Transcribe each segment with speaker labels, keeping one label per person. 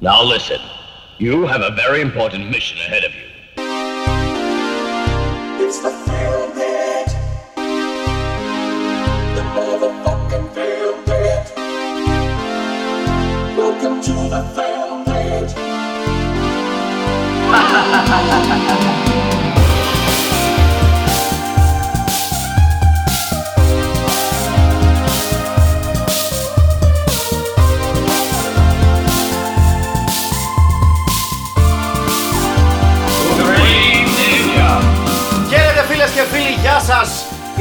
Speaker 1: Now listen, you have a very important mission ahead of you.
Speaker 2: It's the Feel Bit. The motherfucking Feel Bit. Welcome to the Feel Bit.
Speaker 3: Χαίρετε φίλε και φίλοι, γεια σας!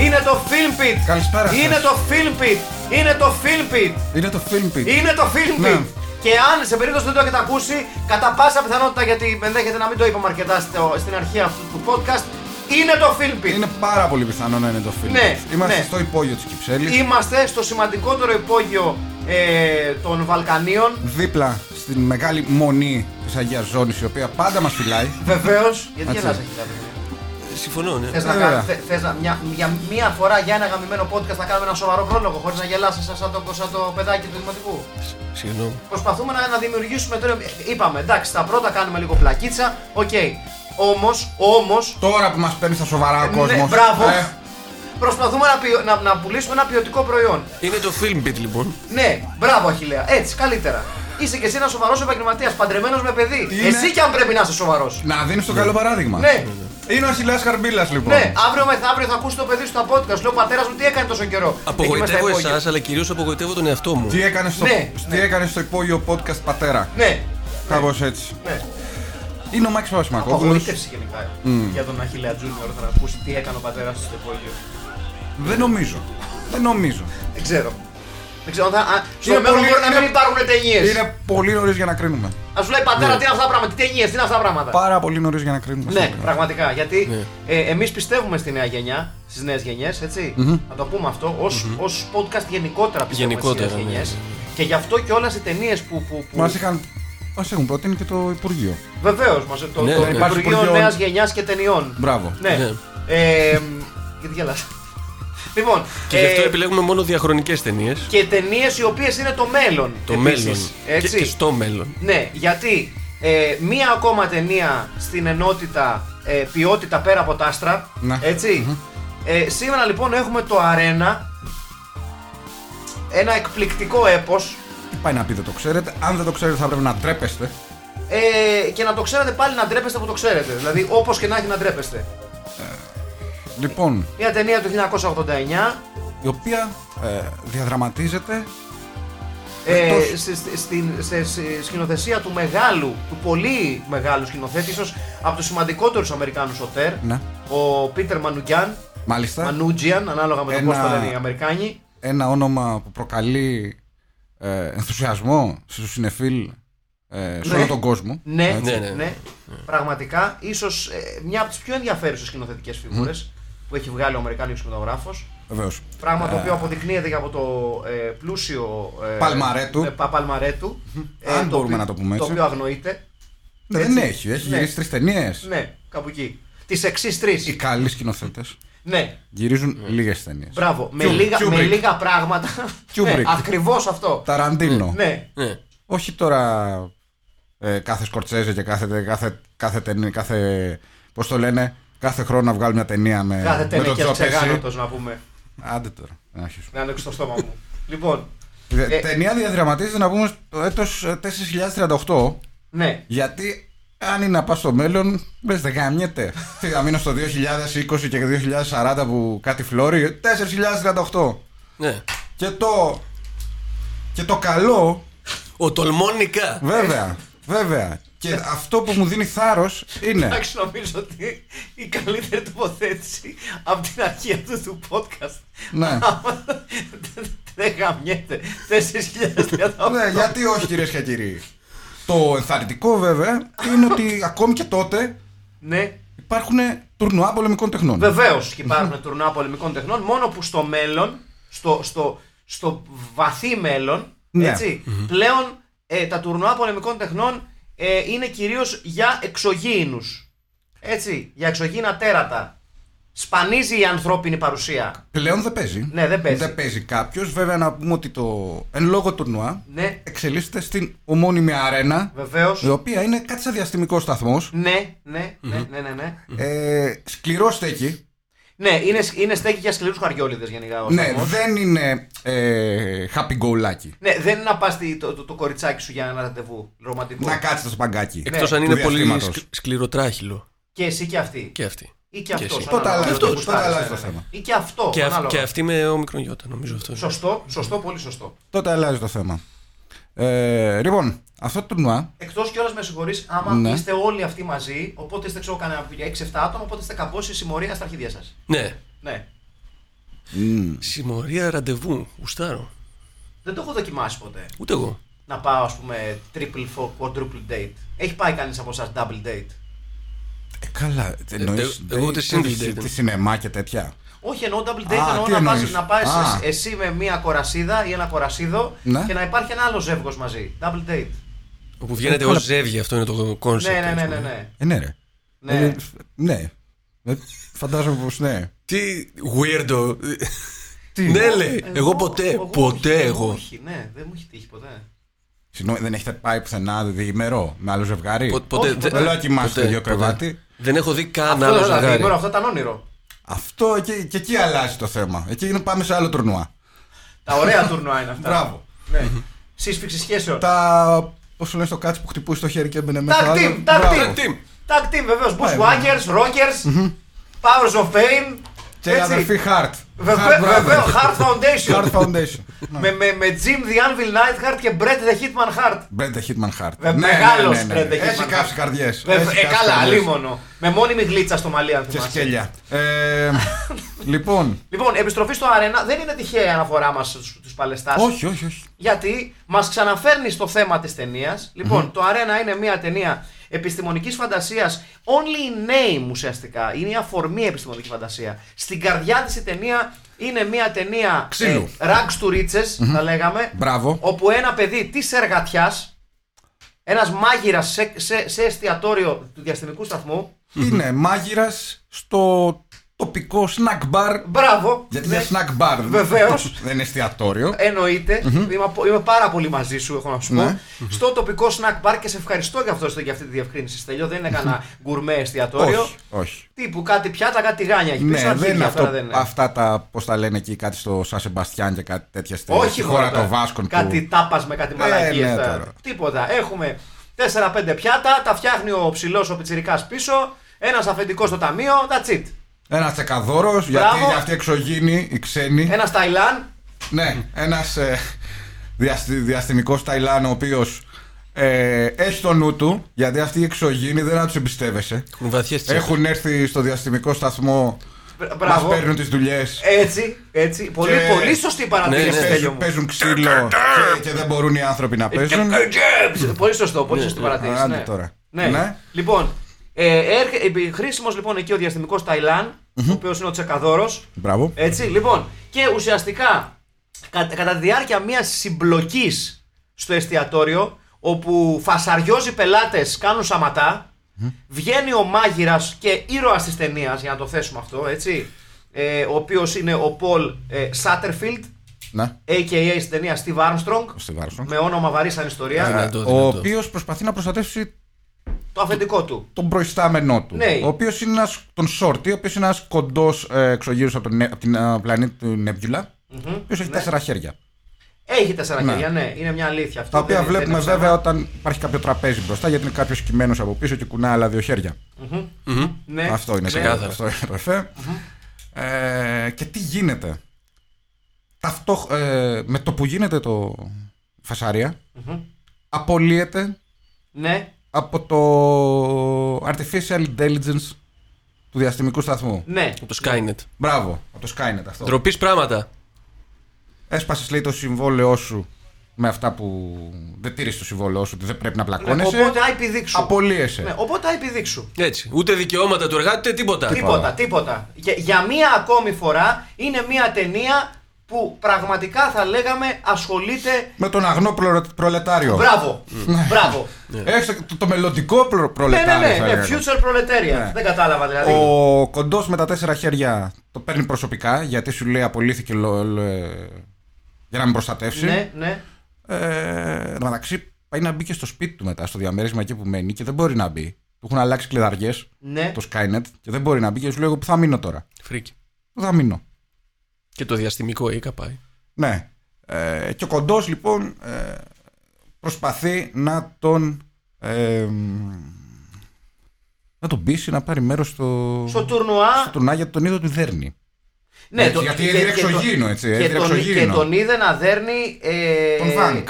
Speaker 3: Είναι το Film Pit!
Speaker 4: Καλησπέρα σας.
Speaker 3: Είναι το Film Pit! Είναι το Film Pit!
Speaker 4: Είναι το film pit.
Speaker 3: Είναι το Film Pit!
Speaker 4: Ναι.
Speaker 3: Και αν σε περίπτωση δεν το έχετε ακούσει, κατά πάσα πιθανότητα γιατί ενδέχεται να μην το είπαμε αρκετά στο, στην αρχή αυτού του podcast, είναι το Film Pit!
Speaker 4: Είναι πάρα πολύ πιθανό να είναι το film
Speaker 3: Ναι,
Speaker 4: pit. Είμαστε
Speaker 3: ναι.
Speaker 4: στο υπόγειο της Κυψέλης.
Speaker 3: Είμαστε στο σημαντικότερο υπόγειο ε, των Βαλκανίων.
Speaker 4: Δίπλα στην μεγάλη μονή της Αγίας Ζώνης, η οποία πάντα μας φυλάει.
Speaker 3: Βεβαίως. Γιατί
Speaker 4: Έτσι. Ε,
Speaker 3: γελάς, Αχιλέα?
Speaker 5: Συμφωνώ, ναι.
Speaker 3: Θες να
Speaker 4: Βέβαια.
Speaker 3: κάνεις- θε- θες να- μια- για μία φορά για ένα γαμημένο podcast να κάνουμε ένα σοβαρό πρόλογο χωρίς να γελάσεις σαν το, σαν το παιδάκι του δημοτικού.
Speaker 5: Συγγνώμη.
Speaker 3: Προσπαθούμε να, να δημιουργήσουμε τώρα. ε, Είπαμε, εντάξει, τα πρώτα κάνουμε λίγο πλακίτσα. Οκ. Όμως, όμως,
Speaker 4: Τώρα που μας παίρνει στα σοβαρά ο ε,
Speaker 3: ναι,
Speaker 4: κόσμος.
Speaker 3: μπράβο. Προσπαθούμε να, ποιο- να, να πουλήσουμε ένα ποιοτικό προϊόν.
Speaker 5: Είναι το film bit λοιπόν.
Speaker 3: Ναι, μπράβο, Αχηλέα. Έτσι, καλύτερα. Είσαι και εσύ ένας σοβαρός επαγγελματίας, παντρεμένος με παιδί.
Speaker 4: Είναι.
Speaker 3: Εσύ κι αν πρέπει να είσαι σοβαρός.
Speaker 4: να δίνεις το καλό παράδειγμα.
Speaker 3: Ναι.
Speaker 4: Είναι ο Αχιλέα Χαρμπίλας λοιπόν.
Speaker 3: Ναι, αύριο μεθαύριο θα ακούσει το παιδί σου τα podcast. Λέω πατέρας μου τι έκανε τόσο καιρό. Εκεί
Speaker 5: Απογοητεύω
Speaker 3: μες στα υπόγεια.
Speaker 5: εσά, αλλά κυρίως απογοητεύω τον εαυτό μου.
Speaker 4: Τι έκανες στο,
Speaker 3: Ναι,
Speaker 4: τι
Speaker 3: ναι.
Speaker 4: έκανες στο υπόγειο podcast πατέρα.
Speaker 3: Ναι,
Speaker 4: Κάπως έτσι.
Speaker 3: ναι.
Speaker 4: Είναι ο Μάκης Παπασημακόπουλος.
Speaker 3: Απογοήτευση γενικά για τον Αχηλέα Τζούνιορ θα ακούσει τι έκανε ο πατέρας του στο υπόγειο.
Speaker 4: Δεν νομίζω. Δεν νομίζω.
Speaker 3: Δεν ξέρω. Δεν ξέρω αν θα. α, Στο
Speaker 4: Είναι
Speaker 3: μέλλον
Speaker 4: πολύ-
Speaker 3: μπορεί να
Speaker 4: είναι-
Speaker 3: μην υπάρχουν ταινίες.
Speaker 4: Είναι πολύ νωρίς για να κρίνουμε.
Speaker 3: Ας σου λέει πατέρα,
Speaker 5: Ναι.
Speaker 3: τι είναι αυτά τα πράγματα, τι ταινίες, τι είναι αυτά τα πράγματα.
Speaker 4: Πάρα πολύ νωρίς για να κρίνουμε.
Speaker 3: Ναι,
Speaker 4: Σίγουρα.
Speaker 3: πραγματικά. Γιατί
Speaker 5: Ναι.
Speaker 3: εμείς πιστεύουμε στη νέα γενιά, στις νέες γενιές, έτσι. Να το πούμε αυτό. Ως ως podcast γενικότερα πιστεύουμε στις νέε
Speaker 5: Γενικότερα, ναι.
Speaker 3: γενιές. Και γι' αυτό και όλες οι ταινίες που. που, που...
Speaker 4: Μας είχαν. Μας έχουν προτείνει και το Υπουργείο.
Speaker 3: Βεβαίως, μας το,
Speaker 5: Ναι,
Speaker 3: το
Speaker 5: ναι.
Speaker 4: Υπάρχει
Speaker 3: Υπουργείο
Speaker 4: Υπουργείο-
Speaker 3: Νέας Γενιάς και Ταινιών.
Speaker 4: Μπράβο.
Speaker 3: Ναι.
Speaker 5: Ναι.
Speaker 3: Ε, μ, γιατί γελάς. Λοιπόν,
Speaker 5: Και γι' αυτό
Speaker 3: ε,
Speaker 5: επιλέγουμε μόνο διαχρονικές ταινίες.
Speaker 3: και ταινίες οι οποίες είναι το μέλλον.
Speaker 5: Το
Speaker 3: επίσης,
Speaker 5: μέλλον.
Speaker 3: Έτσι.
Speaker 5: Και, και στο μέλλον.
Speaker 3: Ναι, γιατί ε, μία ακόμα ταινία στην ενότητα ε, ποιότητα πέρα από τα άστρα.
Speaker 4: Ναι.
Speaker 3: Έτσι. Ε, σήμερα λοιπόν έχουμε το Arena. Ένα εκπληκτικό έπος.
Speaker 4: Τι πάει να πει, δεν το ξέρετε. Αν δεν το ξέρετε, θα πρέπει να ντρέπεστε.
Speaker 3: Ε, και να το ξέρετε πάλι να ντρέπεστε που το ξέρετε. Δηλαδή, όπως και να έχει να ντρέπεστε.
Speaker 4: Λοιπόν,
Speaker 3: Μια ταινία του 1989.
Speaker 4: η οποία ε, διαδραματίζεται.
Speaker 3: Ε,
Speaker 4: Εκτός-
Speaker 3: στη, στη- στην- σε, σε σκηνοθεσία του μεγάλου, του πολύ μεγάλου σκηνοθέτη, ίσως από τους σημαντικότερους Αμερικάνους σωτέρ,
Speaker 4: Ναι.
Speaker 3: ο Πίτερ Μανουγκιάν,
Speaker 4: Μάλιστα,
Speaker 3: Μανούτζιαν, ανάλογα με το
Speaker 4: Ένα-
Speaker 3: πώς το λένε οι Αμερικάνοι.
Speaker 4: ένα όνομα που προκαλεί ε, ενθουσιασμό στους συνεφίλ ε, σε
Speaker 3: Ναι.
Speaker 4: όλο τον κόσμο.
Speaker 3: Ναι,
Speaker 4: Έτσι.
Speaker 3: ναι,
Speaker 5: ναι,
Speaker 3: ναι,
Speaker 5: ναι.
Speaker 3: Πραγματικά, ίσως μια από τις πιο ενδιαφέρουσες σκηνοθετικές φιγούρες που έχει βγάλει ο Αμερικάνικος κινηματογράφος.
Speaker 4: Βεβαίως.
Speaker 3: Πράγμα το οποίο αποδεικνύεται και από το ε, πλούσιο. Ε,
Speaker 4: Παλμαρέ του.
Speaker 3: ε, πα- παλμαρέ του,
Speaker 4: Αν μπορούμε
Speaker 3: οποίο-
Speaker 4: να το πούμε
Speaker 3: Το
Speaker 4: έτσι.
Speaker 3: οποίο αγνοείται.
Speaker 4: Ναι,
Speaker 3: έτσι.
Speaker 4: Δεν έχει, έχει
Speaker 3: Ναι.
Speaker 4: γυρίσει τρεις ταινίες.
Speaker 3: Ναι, κάπου εκεί. Τις εξής τρεις.
Speaker 4: Οι καλοί σκηνοθέτες
Speaker 3: Ναι,
Speaker 4: γυρίζουν λίγες ταινίες.
Speaker 3: Μπράβο, με,
Speaker 4: Κιου-
Speaker 3: λίγα, με
Speaker 4: Κιούμπρικ.
Speaker 3: λίγα πράγματα.
Speaker 4: Κιούμπρικ.
Speaker 3: Ακριβώς αυτό.
Speaker 4: Ταραντίνο.
Speaker 3: Ναι.
Speaker 5: Ναι.
Speaker 4: Όχι τώρα ε, κάθε Σκορτσέζε και κάθε, κάθε, κάθε ταινία, κάθε, πώς το λένε, κάθε χρόνο να βγάλουν μια ταινία με,
Speaker 3: Κάθε
Speaker 4: Ε, με
Speaker 3: ταινία
Speaker 4: τον
Speaker 3: και
Speaker 4: Τζο Πέση.
Speaker 3: ξεγάνωτο να πούμε.
Speaker 4: Άντε τώρα, να αρχίσουμε.
Speaker 3: Να ανοίξω το στόμα μου. λοιπόν,
Speaker 4: Η
Speaker 3: Ε,
Speaker 4: ταινία διαδραματίζεται να πούμε στο έτος ε, 4038
Speaker 3: ναι.
Speaker 4: γιατί αν είναι να πας στο μέλλον μπες δεν γαμιέται. Τι θα μείνω στο 2020 και 2040 που κάτι φλόρει 4038
Speaker 5: ναι.
Speaker 4: και το και το καλό
Speaker 5: Ο τολμόνικα.
Speaker 3: Ναι.
Speaker 4: βέβαια βέβαια και αυτό που μου δίνει θάρρος είναι
Speaker 3: Εντάξει, νομίζω ότι η καλύτερη τοποθέτηση από την αρχή αυτού του podcast.
Speaker 4: Ναι.
Speaker 3: Άμα δεν- Δεν γαμιέται. 4.000
Speaker 4: ναι, γιατί όχι κυρίες και κύριοι το ενθαρρυντικό βέβαια είναι ότι ακόμη και τότε
Speaker 3: Ναι.
Speaker 4: υπάρχουν τουρνουά πολεμικών τεχνών
Speaker 3: Βεβαίως και υπάρχουν τουρνά πολεμικών τεχνών, μόνο που στο μέλλον, στο, στο, στο βαθύ μέλλον,
Speaker 4: Ναι.
Speaker 3: έτσι, πλέον ε, τα τουρνουά πολεμικών τεχνών ε, είναι κυρίως για εξωγήινους. Έτσι, για εξωγήινα τέρατα. Σπανίζει η ανθρώπινη παρουσία.
Speaker 4: Πλέον δεν παίζει.
Speaker 3: Ναι, δεν παίζει.
Speaker 4: Δεν παίζει κάποιος. Βέβαια να πούμε ότι το εν λόγω τουρνουά
Speaker 3: Ναι.
Speaker 4: εξελίσσεται στην ομώνυμη αρένα.
Speaker 3: Βεβαίως.
Speaker 4: Η οποία είναι κάτι σαν διαστημικό σταθμός.
Speaker 3: Ναι, ναι, ναι, ναι, ναι, ναι.
Speaker 4: Ε, σκληρός στέκει.
Speaker 3: Ναι, είναι, είναι στέκει για σκληρούς καριόλιδε γενικά. Ο
Speaker 4: Ναι,
Speaker 3: σταθμός.
Speaker 4: δεν είναι ε, happy go lucky.
Speaker 3: ναι, δεν είναι να πας το, το, το, κοριτσάκι σου για ένα ραντεβού ρομαντικό.
Speaker 4: Να κάτσει στο παγκάκι.
Speaker 5: Εκτός
Speaker 3: Ναι,
Speaker 5: αν
Speaker 4: του
Speaker 5: είναι πολύ
Speaker 4: διαστήματος.
Speaker 5: σκ- σκληροτράχυλο.
Speaker 3: Και εσύ και αυτή.
Speaker 5: Και αυτή.
Speaker 3: Ή και αυτός.
Speaker 5: εσύ.
Speaker 4: Τότε αλλάζει
Speaker 5: το-
Speaker 4: τότε αλλάζει το θέμα.
Speaker 3: ναι, Ή και αυτό.
Speaker 5: Και, αυ-
Speaker 3: ανάλογα.
Speaker 5: και αυτή με όμικρον γιώτα, νομίζω αυτό. είναι.
Speaker 3: Σωστό, σωστό, πολύ σωστό.
Speaker 4: Τότε αλλάζει το θέμα. Ε, λοιπόν, αυτό το τουρνουά
Speaker 3: Εκτός κιόλας με συγχωρείς, άμα
Speaker 4: Ναι.
Speaker 3: είστε όλοι αυτοί μαζί, οπότε είστε ξέρω κανένα 6-7 άτομα, οπότε είστε καμπόση συμμορία στα αρχίδια σας.
Speaker 5: Ναι.
Speaker 3: Ναι.
Speaker 5: Συμμορία ραντεβού. Γουστάρω.
Speaker 3: Δεν το έχω δοκιμάσει ποτέ.
Speaker 5: Ούτε εγώ.
Speaker 3: Να πάω, ας πούμε, triple four, quadruple date. Έχει πάει κανείς από εσάς double date.
Speaker 4: Ε, καλά. εννοείς
Speaker 3: ε,
Speaker 5: εγώ ούτε
Speaker 4: date,
Speaker 5: single
Speaker 4: τι-
Speaker 5: date.
Speaker 4: Τι σινεμά και τέτοια.
Speaker 3: Όχι, εννοώ double
Speaker 4: Α,
Speaker 3: date, εννοώ
Speaker 4: τι
Speaker 3: να πας,
Speaker 4: εννοείς?
Speaker 3: να πάει
Speaker 4: Α.
Speaker 3: εσύ με μία κορασίδα ή ένα κορασίδο
Speaker 4: Ναι.
Speaker 3: και να υπάρχει ένα άλλο ζεύγος μαζί. Double date.
Speaker 5: Όπου βγαίνετε ως ζεύγη, αυτό είναι το κόνσεπτ.
Speaker 3: Ναι, ναι, ναι, ναι. ναι.
Speaker 4: Ε, ναι, ρε.
Speaker 3: Ναι.
Speaker 4: Ε, φ- ναι. Ε, Φαντάζομαι πως ναι. ε,
Speaker 5: Τι weirdo. Ναι, λέει. Εγώ ποτέ, ποτέ
Speaker 3: όχι,
Speaker 5: εγώ.
Speaker 3: όχι, ναι, δεν μου έχει τύχει ποτέ.
Speaker 4: Συγγνώμη, δεν έχετε πάει πουθενά διημερό με άλλο ζευγάρι.
Speaker 5: Πο- Ποτέ.
Speaker 3: ποτέ.
Speaker 5: δεν-
Speaker 4: Δεν δοκιμάστε
Speaker 5: ποτέ,
Speaker 4: το ίδιο
Speaker 5: ποτέ.
Speaker 4: κρεβάτι.
Speaker 5: Δεν έχω δει καν
Speaker 3: Αυτό
Speaker 5: άλλο
Speaker 3: ήταν
Speaker 5: ζευγάρι.
Speaker 3: διήμερο, δηλαδή, αυτό ήταν όνειρο.
Speaker 4: Αυτό και, και εκεί αλλάζει το θέμα. Εκεί είναι- πάμε σε άλλο τουρνουά.
Speaker 3: Τα ωραία τουρνουά είναι αυτά.
Speaker 4: Μπράβο.
Speaker 3: Ναι. Σύσφυξη σχέσεων.
Speaker 4: Τα. Πώς λες το κάτσι που χτυπούσε το χέρι και έμπαινε
Speaker 3: Tag
Speaker 4: μέσα. άλλο.
Speaker 3: team, tag
Speaker 4: Μπράβο.
Speaker 5: Tag team.
Speaker 3: Tag team βεβαίω.
Speaker 4: Ναι,
Speaker 3: Bushwhackers, Rockers, Powers of Fame.
Speaker 4: Και η αδερφή Hart. Hart Brothers.
Speaker 3: Βεβαίω, Hard
Speaker 4: Hart
Speaker 3: Foundation.
Speaker 4: Foundation. Ναι.
Speaker 3: με, με, με Jim the Anvil Nightheart και Brett the Hitman Hart.
Speaker 4: Brett the Hitman Hart. Ναι,
Speaker 3: Βε- μεγάλος Brett the
Speaker 4: Έχει
Speaker 3: Hitman
Speaker 4: κάψει
Speaker 3: Hart.
Speaker 4: καρδιές.
Speaker 3: Ε, ε, καλά, αλίμονο. Με μόνιμη γλίτσα στο μαλλί, αν
Speaker 4: Και
Speaker 3: θυμάσαι.
Speaker 4: σκέλια. Ε, λοιπόν.
Speaker 3: Λοιπόν, επιστροφή στο αρένα δεν είναι τυχαία η αναφορά μας στους Παλαιστάς.
Speaker 4: όχι, όχι, όχι.
Speaker 3: Γιατί μας ξαναφέρνει στο θέμα της ταινίας. Λοιπόν, το αρένα είναι μια ταινία επιστημονικής φαντασίας. Only in name ουσιαστικά. Είναι η αφορμή επιστημονική φαντασία. Στην καρδιά της η ταινία είναι μια ταινία.
Speaker 4: Ξύλου.
Speaker 3: Ε, rags to riches, θα λέγαμε.
Speaker 4: Μπράβο.
Speaker 3: Όπου ένα παιδί της εργατιάς, ένας μάγειρας σε, σε, σε εστιατόριο του διαστημικού σταθμού,
Speaker 4: Είναι μάγειρας στο τοπικό snack bar.
Speaker 3: Μπράβο.
Speaker 4: Γιατί
Speaker 3: Ναι.
Speaker 4: είναι snack bar.
Speaker 3: Βεβαίως. Ε,
Speaker 4: Δεν είναι εστιατορίο.
Speaker 3: Εννοείται. Είμαι, απο- είμαι πάρα πολύ μαζί σου, έχω να σου πω.
Speaker 4: Ναι.
Speaker 3: Στο τοπικό snack bar και σε ευχαριστώ για, αυτό, για αυτή τη διευκρίνηση, Στέλιο. Δεν είναι κανένα γκουρμέ εστιατόριο.
Speaker 4: Όχι, όχι.
Speaker 3: Τύπου κάτι πιάτα, κάτι τηγάνια. Έχει πίσω
Speaker 4: Ναι,
Speaker 3: αρχίδια,
Speaker 4: δεν είναι
Speaker 3: τώρα
Speaker 4: αυτό,
Speaker 3: δεν είναι.
Speaker 4: αυτά τα, πώς τα λένε εκεί, κάτι στο Σαν Σεμπαστιάν και κάτι τέτοια στη στη
Speaker 3: Όχι
Speaker 4: χώρα
Speaker 3: τώρα.
Speaker 4: των Βάσκων.
Speaker 3: Κάτι
Speaker 4: που...
Speaker 3: τάπας με κάτι
Speaker 4: Ε,
Speaker 3: μαλακίες
Speaker 4: ναι,
Speaker 3: τώρα.
Speaker 4: τώρα.
Speaker 3: Τίποτα. Έχουμε 4-5 πιάτα, τα φτιάχνει ο ψηλός ο πιτσιρικάς πίσω, ένας αφεντικός στο ταμείο, that's it.
Speaker 4: Ένας τσεκαδόρος, γιατί
Speaker 3: Μπράβο.
Speaker 4: είναι αυτοί εξωγήινοι, οι ξένοι.
Speaker 3: Ένας Ταϊλάν,
Speaker 4: Ναι, ένας ε, διαστημικός Ταϊλάν ο οποίος ε, έχει το νου του, γιατί αυτοί οι εξωγήινοι δεν να τους εμπιστεύεσαι.
Speaker 5: Έχουν βαθιές τσέπες.
Speaker 4: Έχουν έρθει στο διαστημικό σταθμό,
Speaker 3: Μπ-
Speaker 4: μα
Speaker 3: μπράβο.
Speaker 4: παίρνουν τις δουλειές.
Speaker 3: Έτσι, έτσι. Πολύ,
Speaker 4: Και-
Speaker 3: πολύ σωστή παρατήρηση,
Speaker 5: Ναι, ναι.
Speaker 3: Στέλιο
Speaker 4: Παίζουν,
Speaker 3: μου. Ε,
Speaker 4: παίζουν ξύλο και, και δεν μπορούν οι άνθρωποι να παίζουν. Ναι.
Speaker 3: Πολύ σωστό, πολύ σωστή παρατήρηση.
Speaker 4: Άντε
Speaker 3: ναι.
Speaker 4: τώρα.
Speaker 3: Ναι.
Speaker 4: Ναι.
Speaker 3: Λοιπόν, ε, χρήσιμος λοιπόν εκεί ο διαστημικός Ταϊλάν, ο οποίος είναι ο τσεκαδόρος.
Speaker 4: Μπράβο.
Speaker 3: Έτσι, λοιπόν. Και ουσιαστικά, κα- κατά τη διάρκεια μιας συμπλοκής στο εστιατόριο, όπου φασαριώζει πελάτες, κάνουν σαματά, βγαίνει ο μάγειρας και ήρωας της ταινίας, για να το θέσουμε αυτό, έτσι. Ε, ο οποίος είναι ο Πολ ε, Σάτερφιλντ,
Speaker 4: Ναι.
Speaker 3: a.k.a. στην ταινία Steve Armstrong,
Speaker 4: Steve Armstrong. Ναι,
Speaker 3: με όνομα βαρύς σαν ιστορία.
Speaker 5: Δυνατό,
Speaker 4: Ο
Speaker 5: δυνατό.
Speaker 4: οποίος προσπαθεί να προστατεύσει
Speaker 3: Το αφεντικό του.
Speaker 4: τον προϊστάμενό του.
Speaker 3: Ναι.
Speaker 4: Ο οποίος είναι ένας. τον Σόρτι, ο οποίος είναι ένας κοντός ε, εξωγήινο από, τον, Νε- από την ε, πλανήτη του Νέμπιουλα. Ο οποίος
Speaker 3: Ναι.
Speaker 4: έχει τέσσερα χέρια.
Speaker 3: Έχει τέσσερα
Speaker 4: Ναι.
Speaker 3: χέρια, ναι, είναι μια αλήθεια αυτό.
Speaker 4: Τα οποία
Speaker 3: δεν- δεν
Speaker 4: βλέπουμε
Speaker 3: είναι ψέμα.
Speaker 4: βέβαια όταν υπάρχει κάποιο τραπέζι μπροστά, γιατί είναι κάποιος κειμένο από πίσω και κουνά άλλα δύο χέρια.
Speaker 3: Ναι.
Speaker 4: Αυτό είναι το,
Speaker 5: ξεκάθαρα.
Speaker 4: αυτό είναι το εφέ. Ε, και τι γίνεται. Ταυτόχ- ε, με το που γίνεται το φασαρία, απολύεται
Speaker 3: ναι,
Speaker 4: από το artificial intelligence του διαστημικού σταθμού.
Speaker 3: ναι.
Speaker 5: Το Skynet.
Speaker 4: Μπράβο, από το Skynet αυτό.
Speaker 5: Ντροπής πράγματα.
Speaker 4: Έσπασες λέει το συμβόλαιό σου με αυτά που δεν τήρησε το συμβόλαιό σου, ότι δεν πρέπει να
Speaker 3: ναι.
Speaker 4: πλακώνεσαι.
Speaker 3: Οπότε α επιδείξου.
Speaker 4: Απολύεσαι.
Speaker 3: Ναι, οπότε α επιδείξου.
Speaker 5: Έτσι. Ούτε δικαιώματα του εργάτη, ούτε τίποτα.
Speaker 3: Τίποτα, τίποτα. Για, για μία ακόμη φορά είναι μία ταινία που πραγματικά θα λέγαμε ασχολείται.
Speaker 4: Με τον αγνό προ- προλετάριο.
Speaker 3: Μπράβο!
Speaker 4: Ναι.
Speaker 3: Μπράβο!
Speaker 4: Έχεις το, το μελλοντικό προ-
Speaker 3: Ναι, ναι,
Speaker 4: προλετάριο.
Speaker 3: ναι,
Speaker 4: θα
Speaker 3: ναι,
Speaker 4: έλεγα. Ναι.
Speaker 3: future proletariat. Δεν κατάλαβα δηλαδή.
Speaker 4: Ο κοντός με τα τέσσερα χέρια το παίρνει προσωπικά γιατί σου λέει απολύθηκε λο- λο- ε, για να με προστατεύσει.
Speaker 3: Ναι, ναι.
Speaker 4: Ε, εν τω μεταξύ πάει να μπει και στο σπίτι του μετά, στο διαμέρισμα εκεί που μένει και δεν μπορεί να μπει. Του έχουν αλλάξει κλειδαριές
Speaker 3: Ναι.
Speaker 4: το Skynet και δεν μπορεί να μπει και σου λέει εγώ που θα μείνω τώρα.
Speaker 5: Φρίκι.
Speaker 4: Πού θα μείνω.
Speaker 5: Και το διαστημικό ΙΚΑ πάει.
Speaker 4: Ναι. Ε, και ο κοντός λοιπόν ε, προσπαθεί να τον. ε, να τον πείσει να πάρει μέρος στο.
Speaker 3: Στο τουρνουά.
Speaker 4: στο τουρνά γιατί τον είδε ότι δέρνει.
Speaker 3: Ναι,
Speaker 4: Έτσι,
Speaker 3: το-
Speaker 4: γιατί
Speaker 3: και-
Speaker 4: έδινε
Speaker 3: και το-
Speaker 4: εξωγήινο, έτσι,
Speaker 3: και
Speaker 4: έδινε
Speaker 3: τον- Και
Speaker 4: εξωγήινο.
Speaker 3: τον είδε να δέρνει. ε,
Speaker 4: Τον Βάνκ.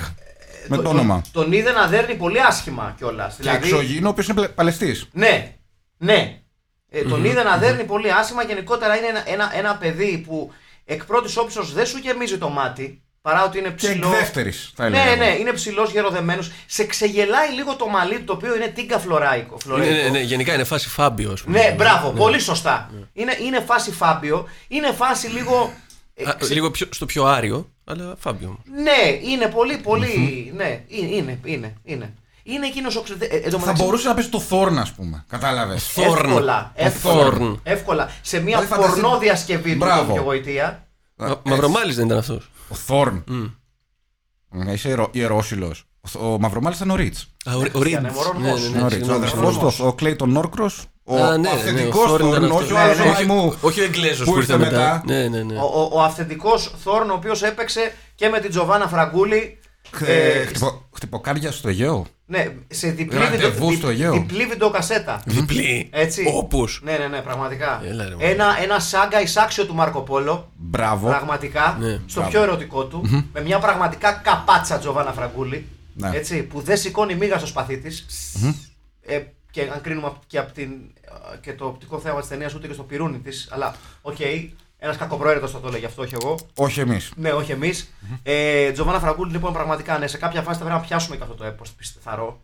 Speaker 4: με το,
Speaker 3: τον-
Speaker 4: όνομα.
Speaker 3: Τον είδε να δέρνει πολύ άσχημα κιόλας.
Speaker 4: Και εξωγήινο, ο οποίος είναι Παλαιστής.
Speaker 3: Ναι, ναι. Ε, τον είδε να δέρνει πολύ άσχημα. Γενικότερα είναι ένα, ένα, ένα παιδί που εκ πρώτης όψεως δεν σου γεμίζει το μάτι. Παρά ότι είναι
Speaker 4: Και εκ
Speaker 3: ψηλός.
Speaker 4: δεύτερης, θα έλεγα.
Speaker 3: Ναι,
Speaker 4: εγώ.
Speaker 3: ναι, είναι ψηλός, γεροδεμένος. Σε ξεγελάει λίγο το μαλλί του, το οποίο είναι τίγκα φλωράικο.
Speaker 5: Ναι,
Speaker 3: φλωρέικο.
Speaker 5: ναι, ναι, γενικά είναι φάση Φάμπιο, ας πούμε.
Speaker 3: Ναι, μπράβο, πολύ σωστά. Είναι, είναι φάση Φάμπιο, είναι φάση λίγο. ε,
Speaker 5: Α,
Speaker 3: ξε-
Speaker 5: Λίγο πιο, στο πιο άριο, αλλά Φάμπιο.
Speaker 3: Ναι, είναι πολύ, πολύ. Ναι, είναι, είναι, είναι. Είναι, είναι εκείνος ο ξε- ε, εν τω
Speaker 4: Θα
Speaker 3: μεταξύ-
Speaker 4: μπορούσε να πέσει το Θόρν, ας πούμε. Κατάλαβες.
Speaker 5: Θόρν.
Speaker 3: Εύκολα.
Speaker 5: Ο
Speaker 3: Εύκολα.
Speaker 5: Θόρν.
Speaker 3: εύκολα. Σε μια
Speaker 4: Δηλαδή, φανταστεί-
Speaker 3: πορνό διασκευή του
Speaker 4: Μπράβο.
Speaker 3: και γοητεία.
Speaker 5: Μα- Mm. Μαυρομάλης δεν ήταν αυτός.
Speaker 4: Ε, Ο Θόρν. Ναι, Είσαι ιερό- ιερόσιλος. Ο Θ- Ο Μαυρομάλης ήταν ο Ρίτ.
Speaker 5: Α, ο- Ο
Speaker 3: Χριστιανέ,
Speaker 5: Ρίντ.
Speaker 3: μωρόν
Speaker 5: Ναι, ναι,
Speaker 3: Γκος.
Speaker 5: ναι,
Speaker 4: Ο
Speaker 5: συγγνώμη.
Speaker 4: αδερφό του, ο Κλέιτον Όρκρο. Ο
Speaker 5: Α, ναι, ναι,
Speaker 4: αυθεντικός
Speaker 5: ο Θόρν ήταν
Speaker 4: Θόρν,
Speaker 5: αυτός.
Speaker 4: όχι ο
Speaker 5: Ναι,
Speaker 4: άλλο
Speaker 5: ναι, όχι-
Speaker 4: μου.
Speaker 5: Όχι ο Εγγλέζος που ήρθε μετά. Ναι, ναι, ναι.
Speaker 3: Ο, ο, ο αυθεντικός Θόρν, ο οποίος έπαιξε και με την Τζοβάνα Φραγκούλη. ε,
Speaker 4: Χτυποκάρια στο Αιγαίο.
Speaker 3: ναι, σε διπλή,
Speaker 4: Ραντεβού
Speaker 3: βιντεο-
Speaker 4: στο Αιγαίο.
Speaker 3: διπλή βιντεοκασέτα.
Speaker 5: Διπλή.
Speaker 3: Έτσι.
Speaker 5: Όπω.
Speaker 3: Ναι, ναι, ναι, πραγματικά.
Speaker 5: Έλα, ρε, μωρέ.
Speaker 3: ένα, ένα σάγκα εισάξιο του Μαρκο Πόλο.
Speaker 4: Μπράβο.
Speaker 3: Πραγματικά,
Speaker 5: Ναι,
Speaker 3: στο
Speaker 4: μπράβο.
Speaker 3: πιο ερωτικό του, με μια πραγματικά καπάτσα Τζοβάνα Φραγκούλη.
Speaker 4: Ναι.
Speaker 3: Έτσι, που δεν σηκώνει μίγα στο σπαθί της. Ε, και αν κρίνουμε απ- και, απ την, ε, και το οπτικό θέαμα της ταινίας, ούτε και στο πυρούνι της. Αλλά, οκ, ένας κακοπροαίρετος θα το λέγει αυτό, όχι εγώ.
Speaker 4: Όχι εμείς.
Speaker 3: Ναι, όχι εμείς. Ε, Τζοβάνα Φραγκούλη, λοιπόν, πραγματικά, ναι, σε κάποια φάση θα πρέπει να πιάσουμε και αυτό το έπος, πιθαρό.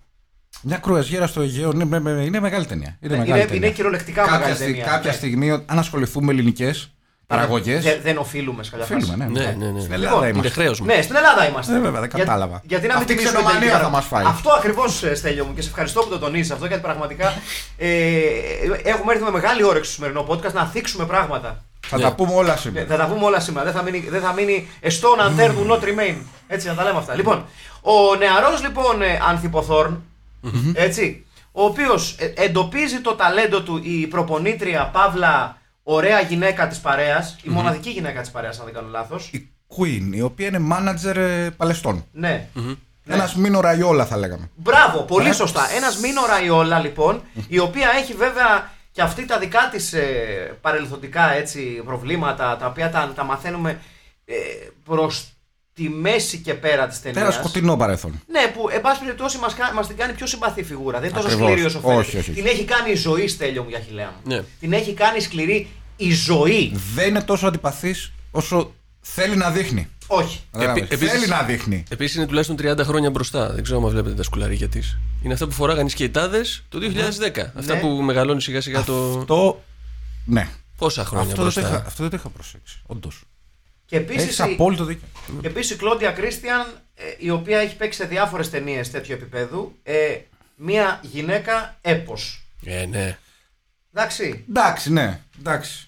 Speaker 4: Μια κρουαζιέρα στο Αιγαίο ναι, είναι, με- με- είναι μεγάλη ταινία. Είναι, μεγάλη
Speaker 3: Ναι, Είναι,
Speaker 4: ταινία.
Speaker 3: είναι κυριολεκτικά
Speaker 4: κάποια,
Speaker 3: μεγάλη
Speaker 4: στι-
Speaker 3: ταινία.
Speaker 4: κάποια
Speaker 3: Ναι.
Speaker 4: στιγμή, ό- αν ασχοληθούμε με ελληνικές παραγωγέ.
Speaker 3: Δεν, δεν οφείλουμε σε κάποια
Speaker 4: Οφείλουμε,
Speaker 3: φάση.
Speaker 4: ναι.
Speaker 5: Ναι, ναι,
Speaker 4: Στην
Speaker 5: ναι.
Speaker 3: Λοιπόν,
Speaker 4: Ελλάδα
Speaker 5: Είναι
Speaker 4: είμαστε.
Speaker 5: χρέο μου.
Speaker 3: Ναι, στην Ελλάδα είμαστε.
Speaker 4: Ε, βέβαια, δεν
Speaker 3: Για-
Speaker 4: κατάλαβα.
Speaker 3: γιατί να μην
Speaker 4: Αυτή
Speaker 3: την
Speaker 4: η
Speaker 3: κλείσουμε
Speaker 4: ξενομανία
Speaker 3: τελικά.
Speaker 4: θα μας φάει.
Speaker 3: Αυτό ακριβώς, Στέλιο μου, και σε ευχαριστώ που το τονίζεις αυτό γιατί πραγματικά ε, έχουμε έρθει με μεγάλη όρεξη στο σημερινό podcast να θίξουμε πράγματα.
Speaker 4: Θα
Speaker 5: Ναι.
Speaker 4: τα πούμε όλα
Speaker 3: Ναι,
Speaker 4: σήμερα.
Speaker 3: θα τα πούμε όλα σήμερα. Δεν θα μείνει, δεν θα μείνει a stone and there will not remain. Έτσι, να τα λέμε αυτά. Λοιπόν, ο νεαρός λοιπόν ε, Ανθιποθόρν, έτσι, ο οποίος εντοπίζει το ταλέντο του η προπονήτρια Παύλα, ωραία γυναίκα της παρέας, η μοναδική γυναίκα της παρέας, αν δεν κάνω λάθος.
Speaker 4: Η Queen, η οποία είναι manager ε, Παλαιστών.
Speaker 3: Ναι. Ναι.
Speaker 4: Ένας μήνο ραϊόλα θα λέγαμε.
Speaker 3: Μπράβο, πολύ
Speaker 4: Ε.
Speaker 3: σωστά. Ένας Μίνο Ραϊόλα λοιπόν, η οποία έχει βέβαια και αυτή τα δικά της παρελθοντικά έτσι, προβλήματα, τα οποία τα, τα μαθαίνουμε ε, προς τη μέση και πέρα της ταινία.
Speaker 4: Ένα σκοτεινό παρελθόν.
Speaker 3: Ναι, που εν πάση περιπτώσει μας την κάνει πιο συμπαθή φιγούρα. Δεν είναι τόσο
Speaker 4: Ακριβώς.
Speaker 3: σκληρή όσο φαίνεται.
Speaker 4: Όχι, όχι, όχι.
Speaker 3: Την έχει κάνει η ζωή, Στέλιο μου για χιλιά μου.
Speaker 5: Ναι.
Speaker 3: Την έχει κάνει σκληρή η ζωή.
Speaker 4: Δεν είναι τόσο αντιπαθής όσο θέλει να δείχνει.
Speaker 3: Όχι.
Speaker 4: Κατάλαβες.
Speaker 5: επίσης-
Speaker 4: Θέλει να δείχνει.
Speaker 5: Επίσης είναι τουλάχιστον 30 χρόνια μπροστά. Δεν ξέρω αν βλέπετε τα σκουλαρίκια της. Είναι αυτά που φοράγαν οι σκεϊτάδε το 2010. Αυτά
Speaker 3: Ναι.
Speaker 5: που μεγαλώνει σιγά σιγά το.
Speaker 4: Αυτό. Ναι.
Speaker 5: Πόσα χρόνια
Speaker 4: Αυτό δεν, το
Speaker 5: μπροστά.
Speaker 4: είχα, αυτό δεν το είχα προσέξει. Όντως.
Speaker 3: Και επίσης
Speaker 4: Έχεις απόλυτο δίκιο.
Speaker 3: Και επίσης η Κλόντια Κρίστιαν, ε, η οποία έχει παίξει σε διάφορες ταινίες τέτοιου επίπεδου, ε, μια γυναίκα έπος.
Speaker 5: Ε, ναι.
Speaker 3: Εντάξει.
Speaker 4: Εντάξει, ναι. Εντάξει.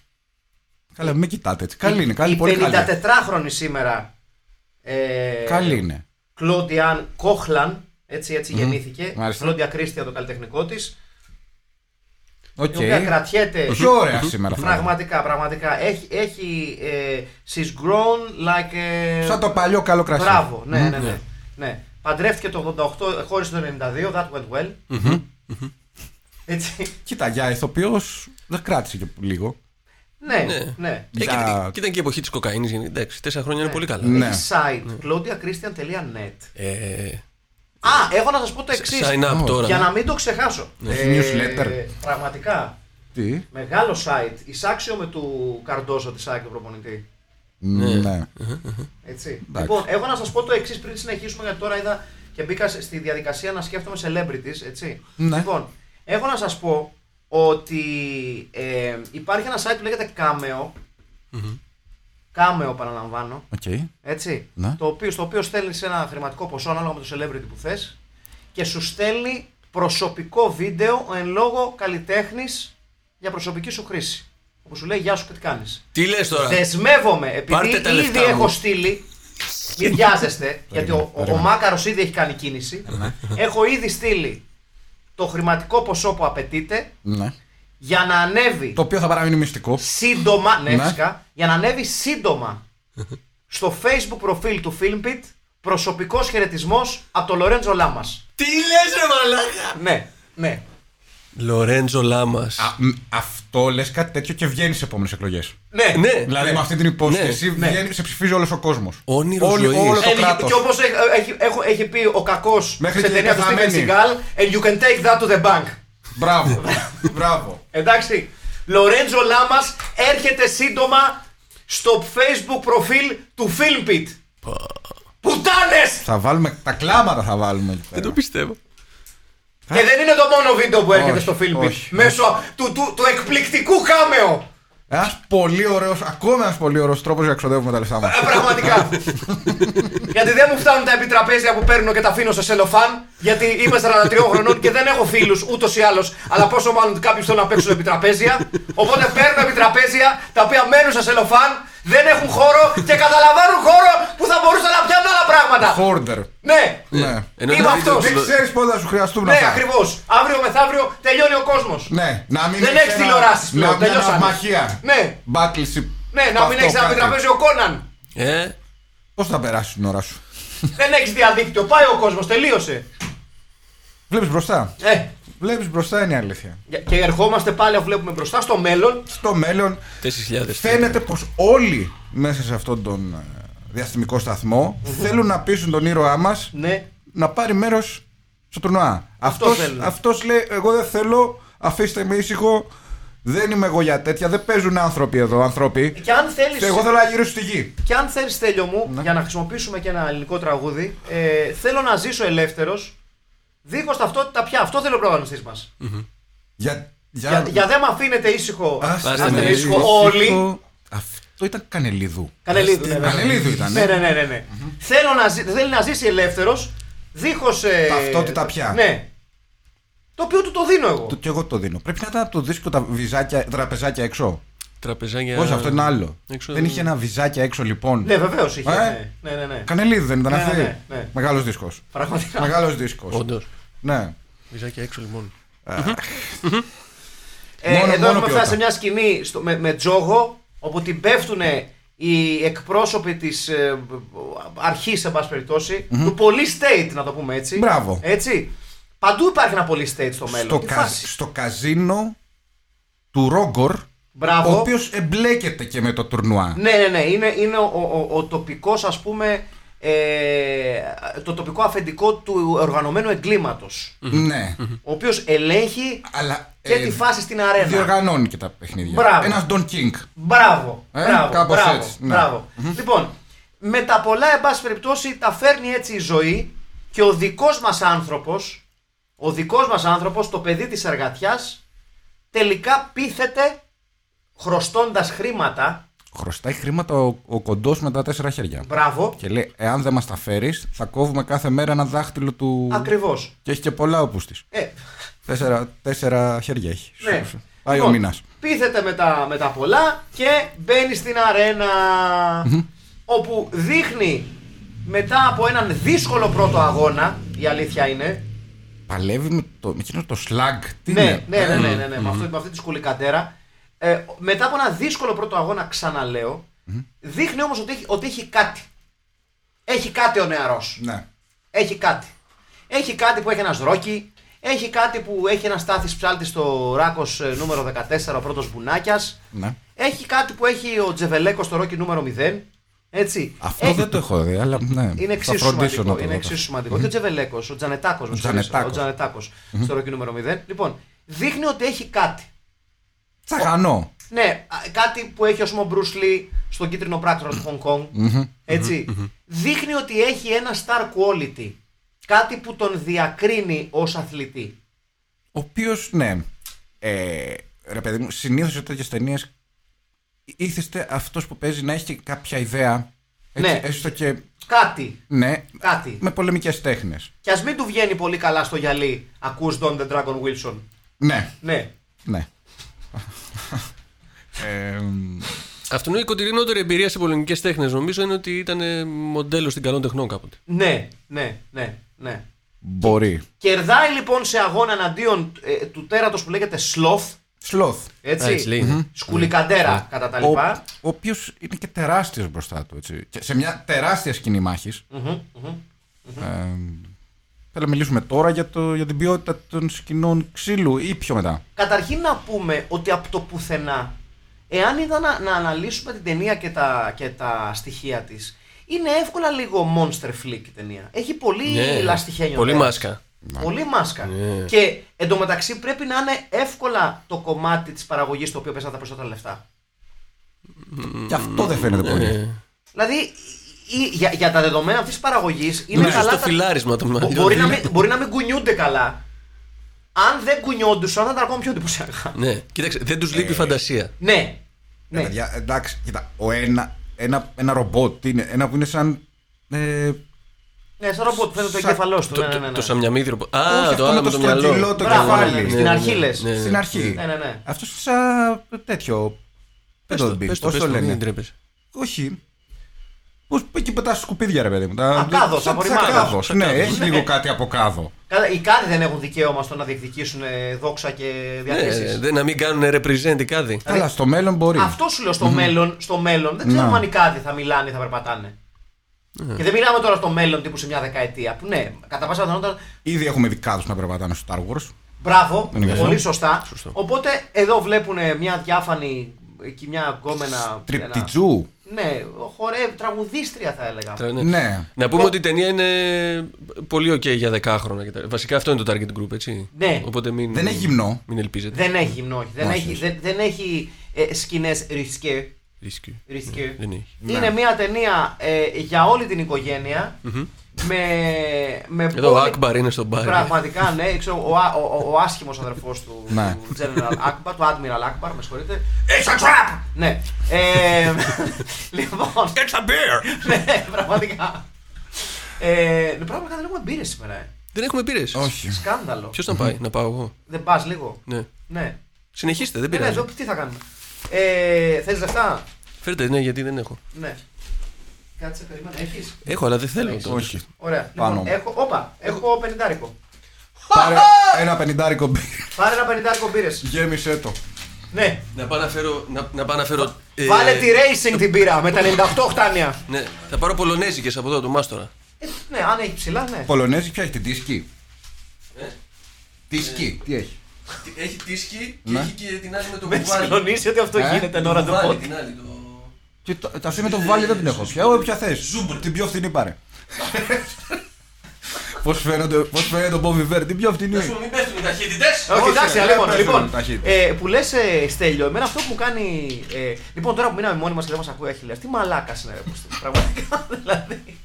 Speaker 4: Καλά, μην κοιτάτε έτσι. Καλή είναι, καλή,
Speaker 3: η
Speaker 4: πολύ καλή.
Speaker 3: 54χρονη σήμερα. Ε,
Speaker 4: Καλή είναι.
Speaker 3: Κλόντιαν Κόχλαν, έτσι, έτσι γεννήθηκε.
Speaker 4: Μάλιστα.
Speaker 3: Κλόντια Κρίστιαν, το καλλιτεχνικό της.
Speaker 4: Οκ.
Speaker 3: Η οποία κρατιέται.
Speaker 4: Πιο ωραία σήμερα. θα έλεγα.
Speaker 3: Πραγματικά, πραγματικά. Έχει. έχει ε, she's grown like. ε,
Speaker 4: Σαν το παλιό καλό κρασί.
Speaker 3: Μπράβο, ναι, ναι, ναι.
Speaker 5: ναι.
Speaker 3: ναι. Παντρεύτηκε το 88, χώρισε το 92, that went well. Έτσι.
Speaker 4: Κοίτα, για ηθοποιός δεν κράτησε και λίγο.
Speaker 3: Ναι,
Speaker 5: Ναι.
Speaker 3: ναι. ναι.
Speaker 5: Ε,
Speaker 4: Για-
Speaker 5: κοίτα- κοίτα και η εποχή της κοκαίνης. Εντάξει, τέσσερα χρόνια είναι πολύ καλά.
Speaker 4: Ναι.
Speaker 3: Έχει site claudiachristian.net.
Speaker 5: Ε,
Speaker 3: Α, έχω να σας πω το εξή.
Speaker 5: sign up
Speaker 4: Ω,
Speaker 5: τώρα.
Speaker 3: Για να μην το ξεχάσω.
Speaker 4: Έχει newsletter.
Speaker 3: Πραγματικά.
Speaker 4: Τι.
Speaker 3: Μεγάλο site. Ισάξιο με του Καρντόζο της ΑΕΚ του προπονητή.
Speaker 4: Ναι.
Speaker 3: Έτσι.
Speaker 4: Εντάξει.
Speaker 3: Λοιπόν, έχω να σας πω το εξής πριν συνεχίσουμε, γιατί τώρα είδα και μπήκα σε- στη διαδικασία να σκέφτομαι celebrities, έτσι.
Speaker 4: Ναι.
Speaker 3: Λοιπόν, έχω να σας πω ότι ε, υπάρχει ένα site που λέγεται Cameo, κάμεο παραλαμβάνω.
Speaker 4: Οκ.
Speaker 3: Έτσι.
Speaker 4: Ναι.
Speaker 3: Το οποίο, στο οποίο στέλνεις ένα χρηματικό ποσό ανάλογα με το celebrity που θες και σου στέλνει προσωπικό βίντεο εν λόγω καλλιτέχνης για προσωπική σου χρήση. Όπου σου λέει Γεια σου και τι κάνεις.
Speaker 5: Τι λες τώρα.
Speaker 3: Δεσμεύομαι, επειδή
Speaker 5: Πάρτε τα
Speaker 3: ήδη
Speaker 5: λεφτά μου.
Speaker 3: έχω στείλει. Μην βιάζεστε, γιατί ο, ο, ο
Speaker 4: περίμενε.
Speaker 3: Μάκαρος ήδη έχει κάνει κίνηση. έχω ήδη στείλει το χρηματικό ποσό που απαιτείται
Speaker 4: Ναι.
Speaker 3: για να ανέβει
Speaker 4: Το οποίο θα παραμείνει μυστικό.
Speaker 3: σύντομα, ναι,
Speaker 4: Ναι.
Speaker 3: φυσικά, για να ανέβει σύντομα στο facebook προφίλ του Filmpit προσωπικός χαιρετισμός από τον Λορέντζο Λάμας.
Speaker 5: Τι λες, ρε μαλάκα.
Speaker 3: Ναι, ναι.
Speaker 5: Λορέντζο Λάμας.
Speaker 4: Α, μ, αυτό λες κάτι τέτοιο και βγαίνει στι επόμενες εκλογές.
Speaker 3: Ναι,
Speaker 5: Ναι.
Speaker 4: Δηλαδή με αυτή την υπόσχεση
Speaker 3: Ναι.
Speaker 4: βγαίνει- σε ψηφίζει όλος ο κόσμος.
Speaker 5: Όνειρο ζωής.
Speaker 4: Όλο
Speaker 3: Ε,
Speaker 4: το κράτο.
Speaker 3: και όπως έχει, έχω- έχει πει ο κακός
Speaker 4: Μέχρι
Speaker 3: σε
Speaker 4: και
Speaker 3: ταινία του Steven
Speaker 4: πεθαμένη.
Speaker 3: Seagal, and you can take that to the bank.
Speaker 4: Μπράβο. Μπράβο.
Speaker 3: Εντάξει. Λορέντζο Λάμας έρχεται σύντομα στο facebook προφίλ του Filmpit. Πουτάνες!
Speaker 4: Θα βάλουμε τα κλάματα θα βάλουμε. εκεί
Speaker 5: Δεν
Speaker 4: πέρα.
Speaker 5: το πιστεύω.
Speaker 3: Και δεν είναι το μόνο βίντεο που έρχεται
Speaker 4: Ε. Όχι,
Speaker 3: στο Filmpit.
Speaker 4: όχι.
Speaker 3: Μέσω του, του, του εκπληκτικού κάμεο.
Speaker 4: Ένας πολύ ωραίος, ακόμα ένας πολύ ωραίος τρόπος για να ξοδεύουμε τα λεφτά μας.
Speaker 3: Ε, πραγματικά. γιατί δεν μου φτάνουν τα επιτραπέζια που παίρνω και τα αφήνω σε σελοφάν. Γιατί είμαι 43 χρονών και δεν έχω φίλους ούτως ή άλλως. Αλλά πόσο μάλλον κάποιου θέλουν να παίξουν επιτραπέζια. Οπότε παίρνω επιτραπέζια τα οποία μένουν σε σελοφάν, δεν έχουν χώρο και καταλαμβάνουν χώρο που θα μπορούσαν να πιάνουν άλλα πράγματα.
Speaker 4: Hoarder.
Speaker 3: ναι,
Speaker 4: Ναι.
Speaker 5: Ενώ
Speaker 3: Είμαι
Speaker 5: το βίντεο
Speaker 3: αυτός.
Speaker 5: τους
Speaker 4: Δεν
Speaker 5: Λο-
Speaker 4: ξέρεις πότε θα σου χρειαστούν
Speaker 3: ναι,
Speaker 4: αυτά.
Speaker 3: ακριβώς. Αύριο μεθαύριο τελειώνει ο κόσμος.
Speaker 4: Ναι, να μην
Speaker 3: Δεν
Speaker 4: έχεις
Speaker 3: έχεις
Speaker 4: ένα-
Speaker 3: τηλεοράσεις πλέον,
Speaker 4: Να μην έχεις
Speaker 3: τελειώσαμε.
Speaker 4: μαχία.
Speaker 3: Ναι.
Speaker 4: Battleship.
Speaker 3: Ναι, να μην έχεις ένα επιτραπέζιο Κόναν.
Speaker 5: Ε,
Speaker 4: Πώς θα περάσει την ώρα σου.
Speaker 3: Δεν έχεις διαδίκτυο. Πάει ο κόσμος, τελείωσε.
Speaker 4: Βλέπεις μπροστά.
Speaker 3: Ε,
Speaker 4: Βλέπεις μπροστά είναι η αλήθεια.
Speaker 3: και ερχόμαστε πάλι, αφού βλέπουμε μπροστά, στο μέλλον
Speaker 4: Στο μέλλον
Speaker 5: 4.000.
Speaker 4: φαίνεται πως όλοι μέσα σε αυτόν τον ε, διαστημικό σταθμό θέλουν να πείσουν τον ήρωά μας
Speaker 3: Ναι.
Speaker 4: να πάρει μέρος στο τουρνουά. Αυτός,
Speaker 3: θέλουν.
Speaker 4: αυτός λέει: Εγώ δεν θέλω, αφήστε με ήσυχο. Δεν είμαι εγώ για τέτοια. Δεν παίζουν άνθρωποι εδώ, άνθρωποι.
Speaker 3: Και αν θέλεις.
Speaker 4: Εγώ θέλω Ναι. να γυρίσω στη γη.
Speaker 3: Και αν θέλεις, τέλειο μου, για να χρησιμοποιήσουμε και ένα ελληνικό τραγούδι, ε, θέλω να ζήσω ελεύθερος, δίχως ταυτότητα πια. Αυτό θέλει ο προγραμματιστής μας.
Speaker 4: Για, για,
Speaker 3: Για, για δεν με αφήνετε ήσυχο.
Speaker 4: Άστε
Speaker 5: Άστε
Speaker 4: με
Speaker 5: με
Speaker 4: ήσυχο.
Speaker 3: ήσυχο όλοι.
Speaker 4: Αυτό ήταν κανελίδου.
Speaker 3: Κανελίδου, ναι, ναι.
Speaker 4: Κανελίδου ήταν.
Speaker 3: Ναι,
Speaker 4: ε.
Speaker 3: ναι, ναι. ναι, ναι. Θέλω να, ζει- θέλει να ζήσει ελεύθερος, δίχως. Ε,
Speaker 4: Ταυτότητα πια.
Speaker 3: Ναι. Το οποίο του το δίνω εγώ.
Speaker 4: Το- Και εγώ το δίνω. Πρέπει να ήταν από το δίσκο τα βυζάκια, τραπεζάκια έξω.
Speaker 5: Τραπεζάκια.
Speaker 4: Όχι, αυτό είναι άλλο.
Speaker 5: Ε, Έξω
Speaker 4: Δεν
Speaker 5: δεν-
Speaker 4: είχε ένα βυζάκια έξω λοιπόν.
Speaker 3: Ναι, βεβαίως είχε.
Speaker 4: Ε.
Speaker 3: Ναι, ναι, ναι. ναι.
Speaker 4: Κανελίδου δεν ήταν
Speaker 3: Ναι,
Speaker 4: αυτή.
Speaker 3: ναι, ναι.
Speaker 4: Μεγάλος δίσκος.
Speaker 3: Πραγματικά.
Speaker 4: Μεγάλος δίσκος.
Speaker 5: Όντως.
Speaker 4: Ναι.
Speaker 5: Βυζάκια έξω λοιπόν.
Speaker 3: Ε, εδώ
Speaker 4: Μόνο- μόνο
Speaker 3: έχουμε
Speaker 4: ποιότητα.
Speaker 3: φτάσει σε μια σκηνή στο- με, με τζόγο όπου την πέφτουν οι εκπρόσωποι της ε, αρχής, εν πάση περιπτώσει, του πολύ state, να το πούμε έτσι.
Speaker 4: Μπράβο.
Speaker 3: Έτσι. Παντού υπάρχει ένα πολύ state στο μέλλον.
Speaker 4: Στο,
Speaker 3: Τι
Speaker 4: κα-
Speaker 3: φάση.
Speaker 4: στο καζίνο του Ρόγκορ,
Speaker 3: Μπράβο.
Speaker 4: ο οποίος εμπλέκεται και με το τουρνουά.
Speaker 3: Ναι, ναι, ναι. Είναι, είναι ο, ο, ο τοπικός, ας πούμε, ε, το τοπικό αφεντικό του οργανωμένου εγκλήματος.
Speaker 4: Ναι.
Speaker 3: Ο οποίος ελέγχει
Speaker 4: Αλλά.
Speaker 3: και
Speaker 4: ε,
Speaker 3: τη φάση στην αρένα.
Speaker 4: Διοργανώνει και τα παιχνίδια.
Speaker 3: Μπράβο.
Speaker 4: Ένας Don King.
Speaker 3: Μπράβο.
Speaker 4: Ε,
Speaker 3: μπράβο,
Speaker 4: κάπως
Speaker 3: μπράβο,
Speaker 4: έτσι, ναι.
Speaker 3: μπράβο. Λοιπόν, με τα πολλά, εν πάση περιπτώσει, τα φέρνει έτσι η ζωή και ο δικός μας άνθρωπος, ο δικός μας άνθρωπος, το παιδί της εργατιάς, τελικά πείθεται χρωστώντας χρήματα.
Speaker 4: Χρωστάει χρήματα ο, ο κοντός με τα τέσσερα χέρια.
Speaker 3: Μπράβο.
Speaker 4: Και λέει, εάν δεν μας τα φέρεις, θα κόβουμε κάθε μέρα ένα δάχτυλο του.
Speaker 3: Ακριβώς.
Speaker 4: Και έχει και πολλά όπους της.
Speaker 3: Ε,
Speaker 4: Τέσσερα, τέσσερα χέρια έχει.
Speaker 3: ναι.
Speaker 4: Πάει ο
Speaker 3: Λοιπόν,
Speaker 4: μήνα.
Speaker 3: Πείθεται με τα, με τα πολλά και μπαίνει στην αρένα. Όπου δείχνει μετά από έναν δύσκολο πρώτο αγώνα, η αλήθεια είναι,
Speaker 4: Παλεύει με, το, με εκείνο το σλαγ. Τι
Speaker 3: Ναι,
Speaker 4: είναι?
Speaker 3: ναι, ναι, ναι, ναι, ναι, με, αυτό, με αυτή τη σκουλικαντέρα. Ε, μετά από ένα δύσκολο πρώτο αγώνα, ξαναλέω, δείχνει όμως ότι, έχει- ότι έχει κάτι. Έχει κάτι ο νεαρός.
Speaker 4: Ναι.
Speaker 3: Έχει κάτι. Έχει κάτι που έχει ένας ρόκι. Έχει κάτι που έχει ένας στάθης ψάλτης στο ράκος νούμερο 14, ο πρώτος μπουνάκιας.
Speaker 4: Ναι.
Speaker 3: Έχει κάτι που έχει ο Τζεβελέκο στο ρόκι νούμερο 0. Έτσι.
Speaker 4: Αυτό
Speaker 3: Έχει-
Speaker 4: δεν το έχω δει, αλλά ναι.
Speaker 3: Ε, είναι
Speaker 4: θα
Speaker 3: εξίσου
Speaker 4: φροντίσω
Speaker 3: σημαντικό.
Speaker 4: να το
Speaker 3: είναι
Speaker 4: δω.
Speaker 3: εξίσου σημαντικό. Και ο Τζεβελέκος, ο Τζανετάκος. Ο
Speaker 4: Τζανετάκος.
Speaker 3: τζανετακο στο ρόκι νούμερο 0. Λοιπόν, δείχνει ότι έχει κάτι.
Speaker 4: Τσαγανό.
Speaker 3: Ναι, α, κάτι που έχει ας πούμε, ο Bruce Lee στον κίτρινο πράκτορα του Hong Kong. ετσι Δείχνει ότι έχει ένα star quality. Κάτι που τον διακρίνει ως αθλητή.
Speaker 4: Ο οποίος, ναι. Ε, ρε παιδί μου, συνήθως σε τέτοιες ταινίες ήθεστε αυτός που παίζει να έχει και κάποια ιδέα. Έτσι,
Speaker 3: Ναι.
Speaker 4: Έστω και.
Speaker 3: Κάτι.
Speaker 4: Ναι,
Speaker 3: Κάτι.
Speaker 4: με πολεμικές τέχνες.
Speaker 3: Και ας μην του βγαίνει πολύ καλά στο γυαλί. Ακούς Don the Dragon Wilson.
Speaker 4: Ναι,
Speaker 3: Ναι.
Speaker 4: ναι. ε,
Speaker 5: Αυτό είναι η κοντινότερη εμπειρία σε πολεμικές τέχνες. Νομίζω είναι ότι ήταν ε, μοντέλο στην καλών τεχνών κάποτε.
Speaker 3: Ναι, ναι, ναι, ναι.
Speaker 4: μπορεί.
Speaker 3: Κερδάει λοιπόν σε αγώνα εναντίον ε, του τέρατος που λέγεται Sloth.
Speaker 4: Σλόθ.
Speaker 3: Έτσι.
Speaker 5: Α, έτσι λέει, ναι.
Speaker 3: Σκουλικαντέρα κατά τα λοιπά.
Speaker 4: Ο οποίος είναι και τεράστιος μπροστά του. Έτσι. Και σε μια τεράστια σκηνή μάχης. Ε, Θέλω να μιλήσουμε τώρα για, το, για την ποιότητα των σκηνών ξύλου ή πιο μετά.
Speaker 3: Καταρχήν να πούμε ότι από το πουθενά, εάν είδα να, να αναλύσουμε την ταινία και τα, και τα στοιχεία της, είναι εύκολα λίγο monster flick η ταινία. Έχει πολύ ναι, λαστιχένιο.
Speaker 5: πολύ
Speaker 3: τέρας.
Speaker 5: μάσκα. Ναι.
Speaker 3: Πολύ μάσκα. Και εντωμεταξύ πρέπει να είναι εύκολα το κομμάτι της παραγωγής το οποίο πέσανε τα περισσότερα λεφτά.
Speaker 4: Και αυτό δεν φαίνεται πολύ.
Speaker 3: Δηλαδή, ή- για, για τα δεδομένα αυτής της παραγωγής είναι
Speaker 5: Νομίζω
Speaker 3: καλά.
Speaker 5: στο δηλαδή.
Speaker 3: τα-
Speaker 5: φιλάρισμα των
Speaker 3: Μπο-
Speaker 5: μαλλιών.
Speaker 3: μπορεί, να μην, μπορεί να μην κουνιούνται καλά. Αν δεν κουνιόντουσαν, θα ήταν ακόμα πιο εντυπωσιακά.
Speaker 5: Ναι, κοίταξε, δεν τους λείπει η φαντασία.
Speaker 3: Ε, Ναι.
Speaker 4: Ναι.
Speaker 3: Ναι.
Speaker 4: παιδιά, εντάξει, κοίτα, ο ένα, ένα, ένα ρομπότ είναι ένα που είναι σαν. Ε,
Speaker 3: Ναι, σαν ρομπότ που φαίνεται το
Speaker 4: Σα-
Speaker 3: εγκεφαλός του.
Speaker 5: Το,
Speaker 3: Ναι, ναι,
Speaker 5: το,
Speaker 3: ναι.
Speaker 5: το σαμιαμίδρο. που- Α,
Speaker 4: αυτό
Speaker 5: το
Speaker 4: με
Speaker 5: άλλο
Speaker 4: το
Speaker 5: με το μυαλό.
Speaker 4: στρογγυλό το
Speaker 3: Μπράβο,
Speaker 4: κεφάλι.
Speaker 3: ναι, ναι,
Speaker 4: Ναι,
Speaker 3: Στην
Speaker 4: ναι,
Speaker 3: αρχή λες.
Speaker 5: ναι.
Speaker 4: στην αρχή.
Speaker 3: Ναι, ναι, ναι.
Speaker 4: Αυτός είναι σαν τέτοιο.
Speaker 5: Πες
Speaker 4: Δεν τον πει.
Speaker 5: πες
Speaker 4: Πώ το
Speaker 5: πες
Speaker 4: λένε.
Speaker 5: μην τρέπεσαι.
Speaker 4: Όχι. Πώς εκεί πετάς σκουπίδια, ρε παιδί μου. Τα-
Speaker 3: Ακάδος,
Speaker 4: σαν- σαν
Speaker 3: απορριμμάτων.
Speaker 4: κάδος. Ναι, έχεις λίγο κάτι από κάδο.
Speaker 3: Καλά, Οι κάδοι δεν έχουν δικαίωμα στο να διεκδικήσουν ε, δόξα και
Speaker 5: Ναι,
Speaker 3: διακρίσει.
Speaker 5: δε- να μην κάνουν represent οι κάδοι.
Speaker 4: Αλλά στο μέλλον μπορεί.
Speaker 3: Ε, Αυτό σου λέω στο μέλλον. Στο μέλλον δεν ξέρουμε αν οι κάδοι θα μιλάνε ή θα περπατάνε.
Speaker 5: Ναι.
Speaker 3: Και δεν μιλάμε τώρα στο μέλλον τύπου σε μια δεκαετία. Που ναι, κατά πάσα πιθανότητα.
Speaker 4: Ήδη έχουμε δει κάδους να περπατάνε στο Star Wars.
Speaker 3: Μπράβο,
Speaker 4: Ναι.
Speaker 3: πολύ σωστά.
Speaker 5: Σωστό.
Speaker 3: Οπότε εδώ βλέπουν ε, μια διάφανη και μια γκόμενα. ένα-
Speaker 4: Τριπτιτζού.
Speaker 3: Ναι, χορεύει, τραγουδίστρια θα έλεγα.
Speaker 5: Τρα- ναι.
Speaker 4: Ναι.
Speaker 5: Να πούμε ότι η ταινία είναι πολύ ok για δεκάχρονα. και τα- Βασικά αυτό είναι το target group, έτσι.
Speaker 3: Ναι.
Speaker 5: Οπότε μην,
Speaker 4: Δεν έχει γυμνό.
Speaker 5: Μην ελπίζετε.
Speaker 3: Δεν έχει γυμνό, όχι. Δεν
Speaker 4: Όχι,
Speaker 3: έχει,
Speaker 4: όχι.
Speaker 3: δεν, δεν έχει ε, σκηνές ρισκέ.
Speaker 5: Ρίσκι.
Speaker 3: ρισκέ.
Speaker 5: Ναι, Δεν έχει.
Speaker 3: Είναι μια ταινία ε, για όλη την οικογένεια. με, με
Speaker 5: Εδώ ο Ακμπαρ είναι στο μπαρ.
Speaker 3: Πραγματικά, ναι. Ξέρω, ο, α- ο, ο, ο άσχημος αδερφός του,
Speaker 4: Ναι.
Speaker 3: του General Akbar, του Admiral Akbar, με συγχωρείτε. It's a trap! Ναι. Ε, λοιπόν. It's a beer! ναι, πραγματικά. Ε, ναι, πραγματικά δεν έχουμε μπύρες σήμερα. Ε.
Speaker 5: Δεν έχουμε πείρε.
Speaker 4: Όχι.
Speaker 3: Σκάνδαλο.
Speaker 5: Ποιος να πάει, να πάω εγώ.
Speaker 3: Δεν πας λίγο.
Speaker 5: Ναι.
Speaker 3: Ναι.
Speaker 5: Συνεχίστε, δεν
Speaker 3: Ε, Ναι,
Speaker 5: πειράζει.
Speaker 3: εδώ τι θα κάνουμε. Ε, Θέλεις λεφτά.
Speaker 5: Φέρτε, ναι, γιατί δεν έχω.
Speaker 3: Ναι. Κάτσε, περίμενα. Έχεις.
Speaker 5: Έχω, αλλά δεν θέλω. τώρα.
Speaker 4: Όχι.
Speaker 3: Ωραία.
Speaker 4: Πάνω
Speaker 3: Λοιπόν,
Speaker 4: μου.
Speaker 3: έχω, όπα, έχω πενιντάρικο.
Speaker 4: Πάρε ένα πενιντάρικο μπι.
Speaker 3: Πάρε ένα πενιντάρικο μπύρες.
Speaker 4: Γέμισε το.
Speaker 3: Ναι.
Speaker 5: Να πάω να φέρω. Να, να πάω να φέρω ε,
Speaker 3: Βάλε τη racing την πύρα με τα 98 χτάνια.
Speaker 5: Ναι, θα πάρω πολωνέζικες από εδώ του Μάστορα.
Speaker 3: Ε, ναι, αν έχει ψηλά, ναι.
Speaker 4: Πολωνέζη ποια έχει την τίσκι.
Speaker 3: Ε.
Speaker 4: Τίσκι. Τι έχει.
Speaker 5: Έχει τύσκι και
Speaker 4: Ναι.
Speaker 5: έχει και την άλλη με το
Speaker 3: Με συγκλονίσει ότι αυτό
Speaker 4: Ε,
Speaker 3: γίνεται εν ώρα του
Speaker 5: κουβάλι,
Speaker 3: πόντου.
Speaker 5: την άλλη, το-
Speaker 4: Και το, αυτή με το βάλει δεν την έχω πια. Όποια θες. Την πιο φθηνή πάρε. Πώς φαίνεται, πώς φαίνεται ο Μπόμπι Βέρ, την πιο φθηνή.
Speaker 5: Ας πούμε, Μην πέφτουν οι ταχύτητες.
Speaker 3: Όχι,
Speaker 4: Όχι,
Speaker 3: εντάξει,
Speaker 4: ρε,
Speaker 3: αλλά
Speaker 4: δεν
Speaker 3: λοιπόν,
Speaker 4: παίζουν
Speaker 3: λοιπόν
Speaker 4: ε, ταχύτητα.
Speaker 3: ε, που λες ε, Στέλιο, εμένα αυτό που μου κάνει. Ε, λοιπόν, τώρα που μείναμε μόνοι μας και δεν μας ακούει ο Αχιλέα, τι μαλάκα είναι ρε, Κωστή, Πραγματικά δηλαδή.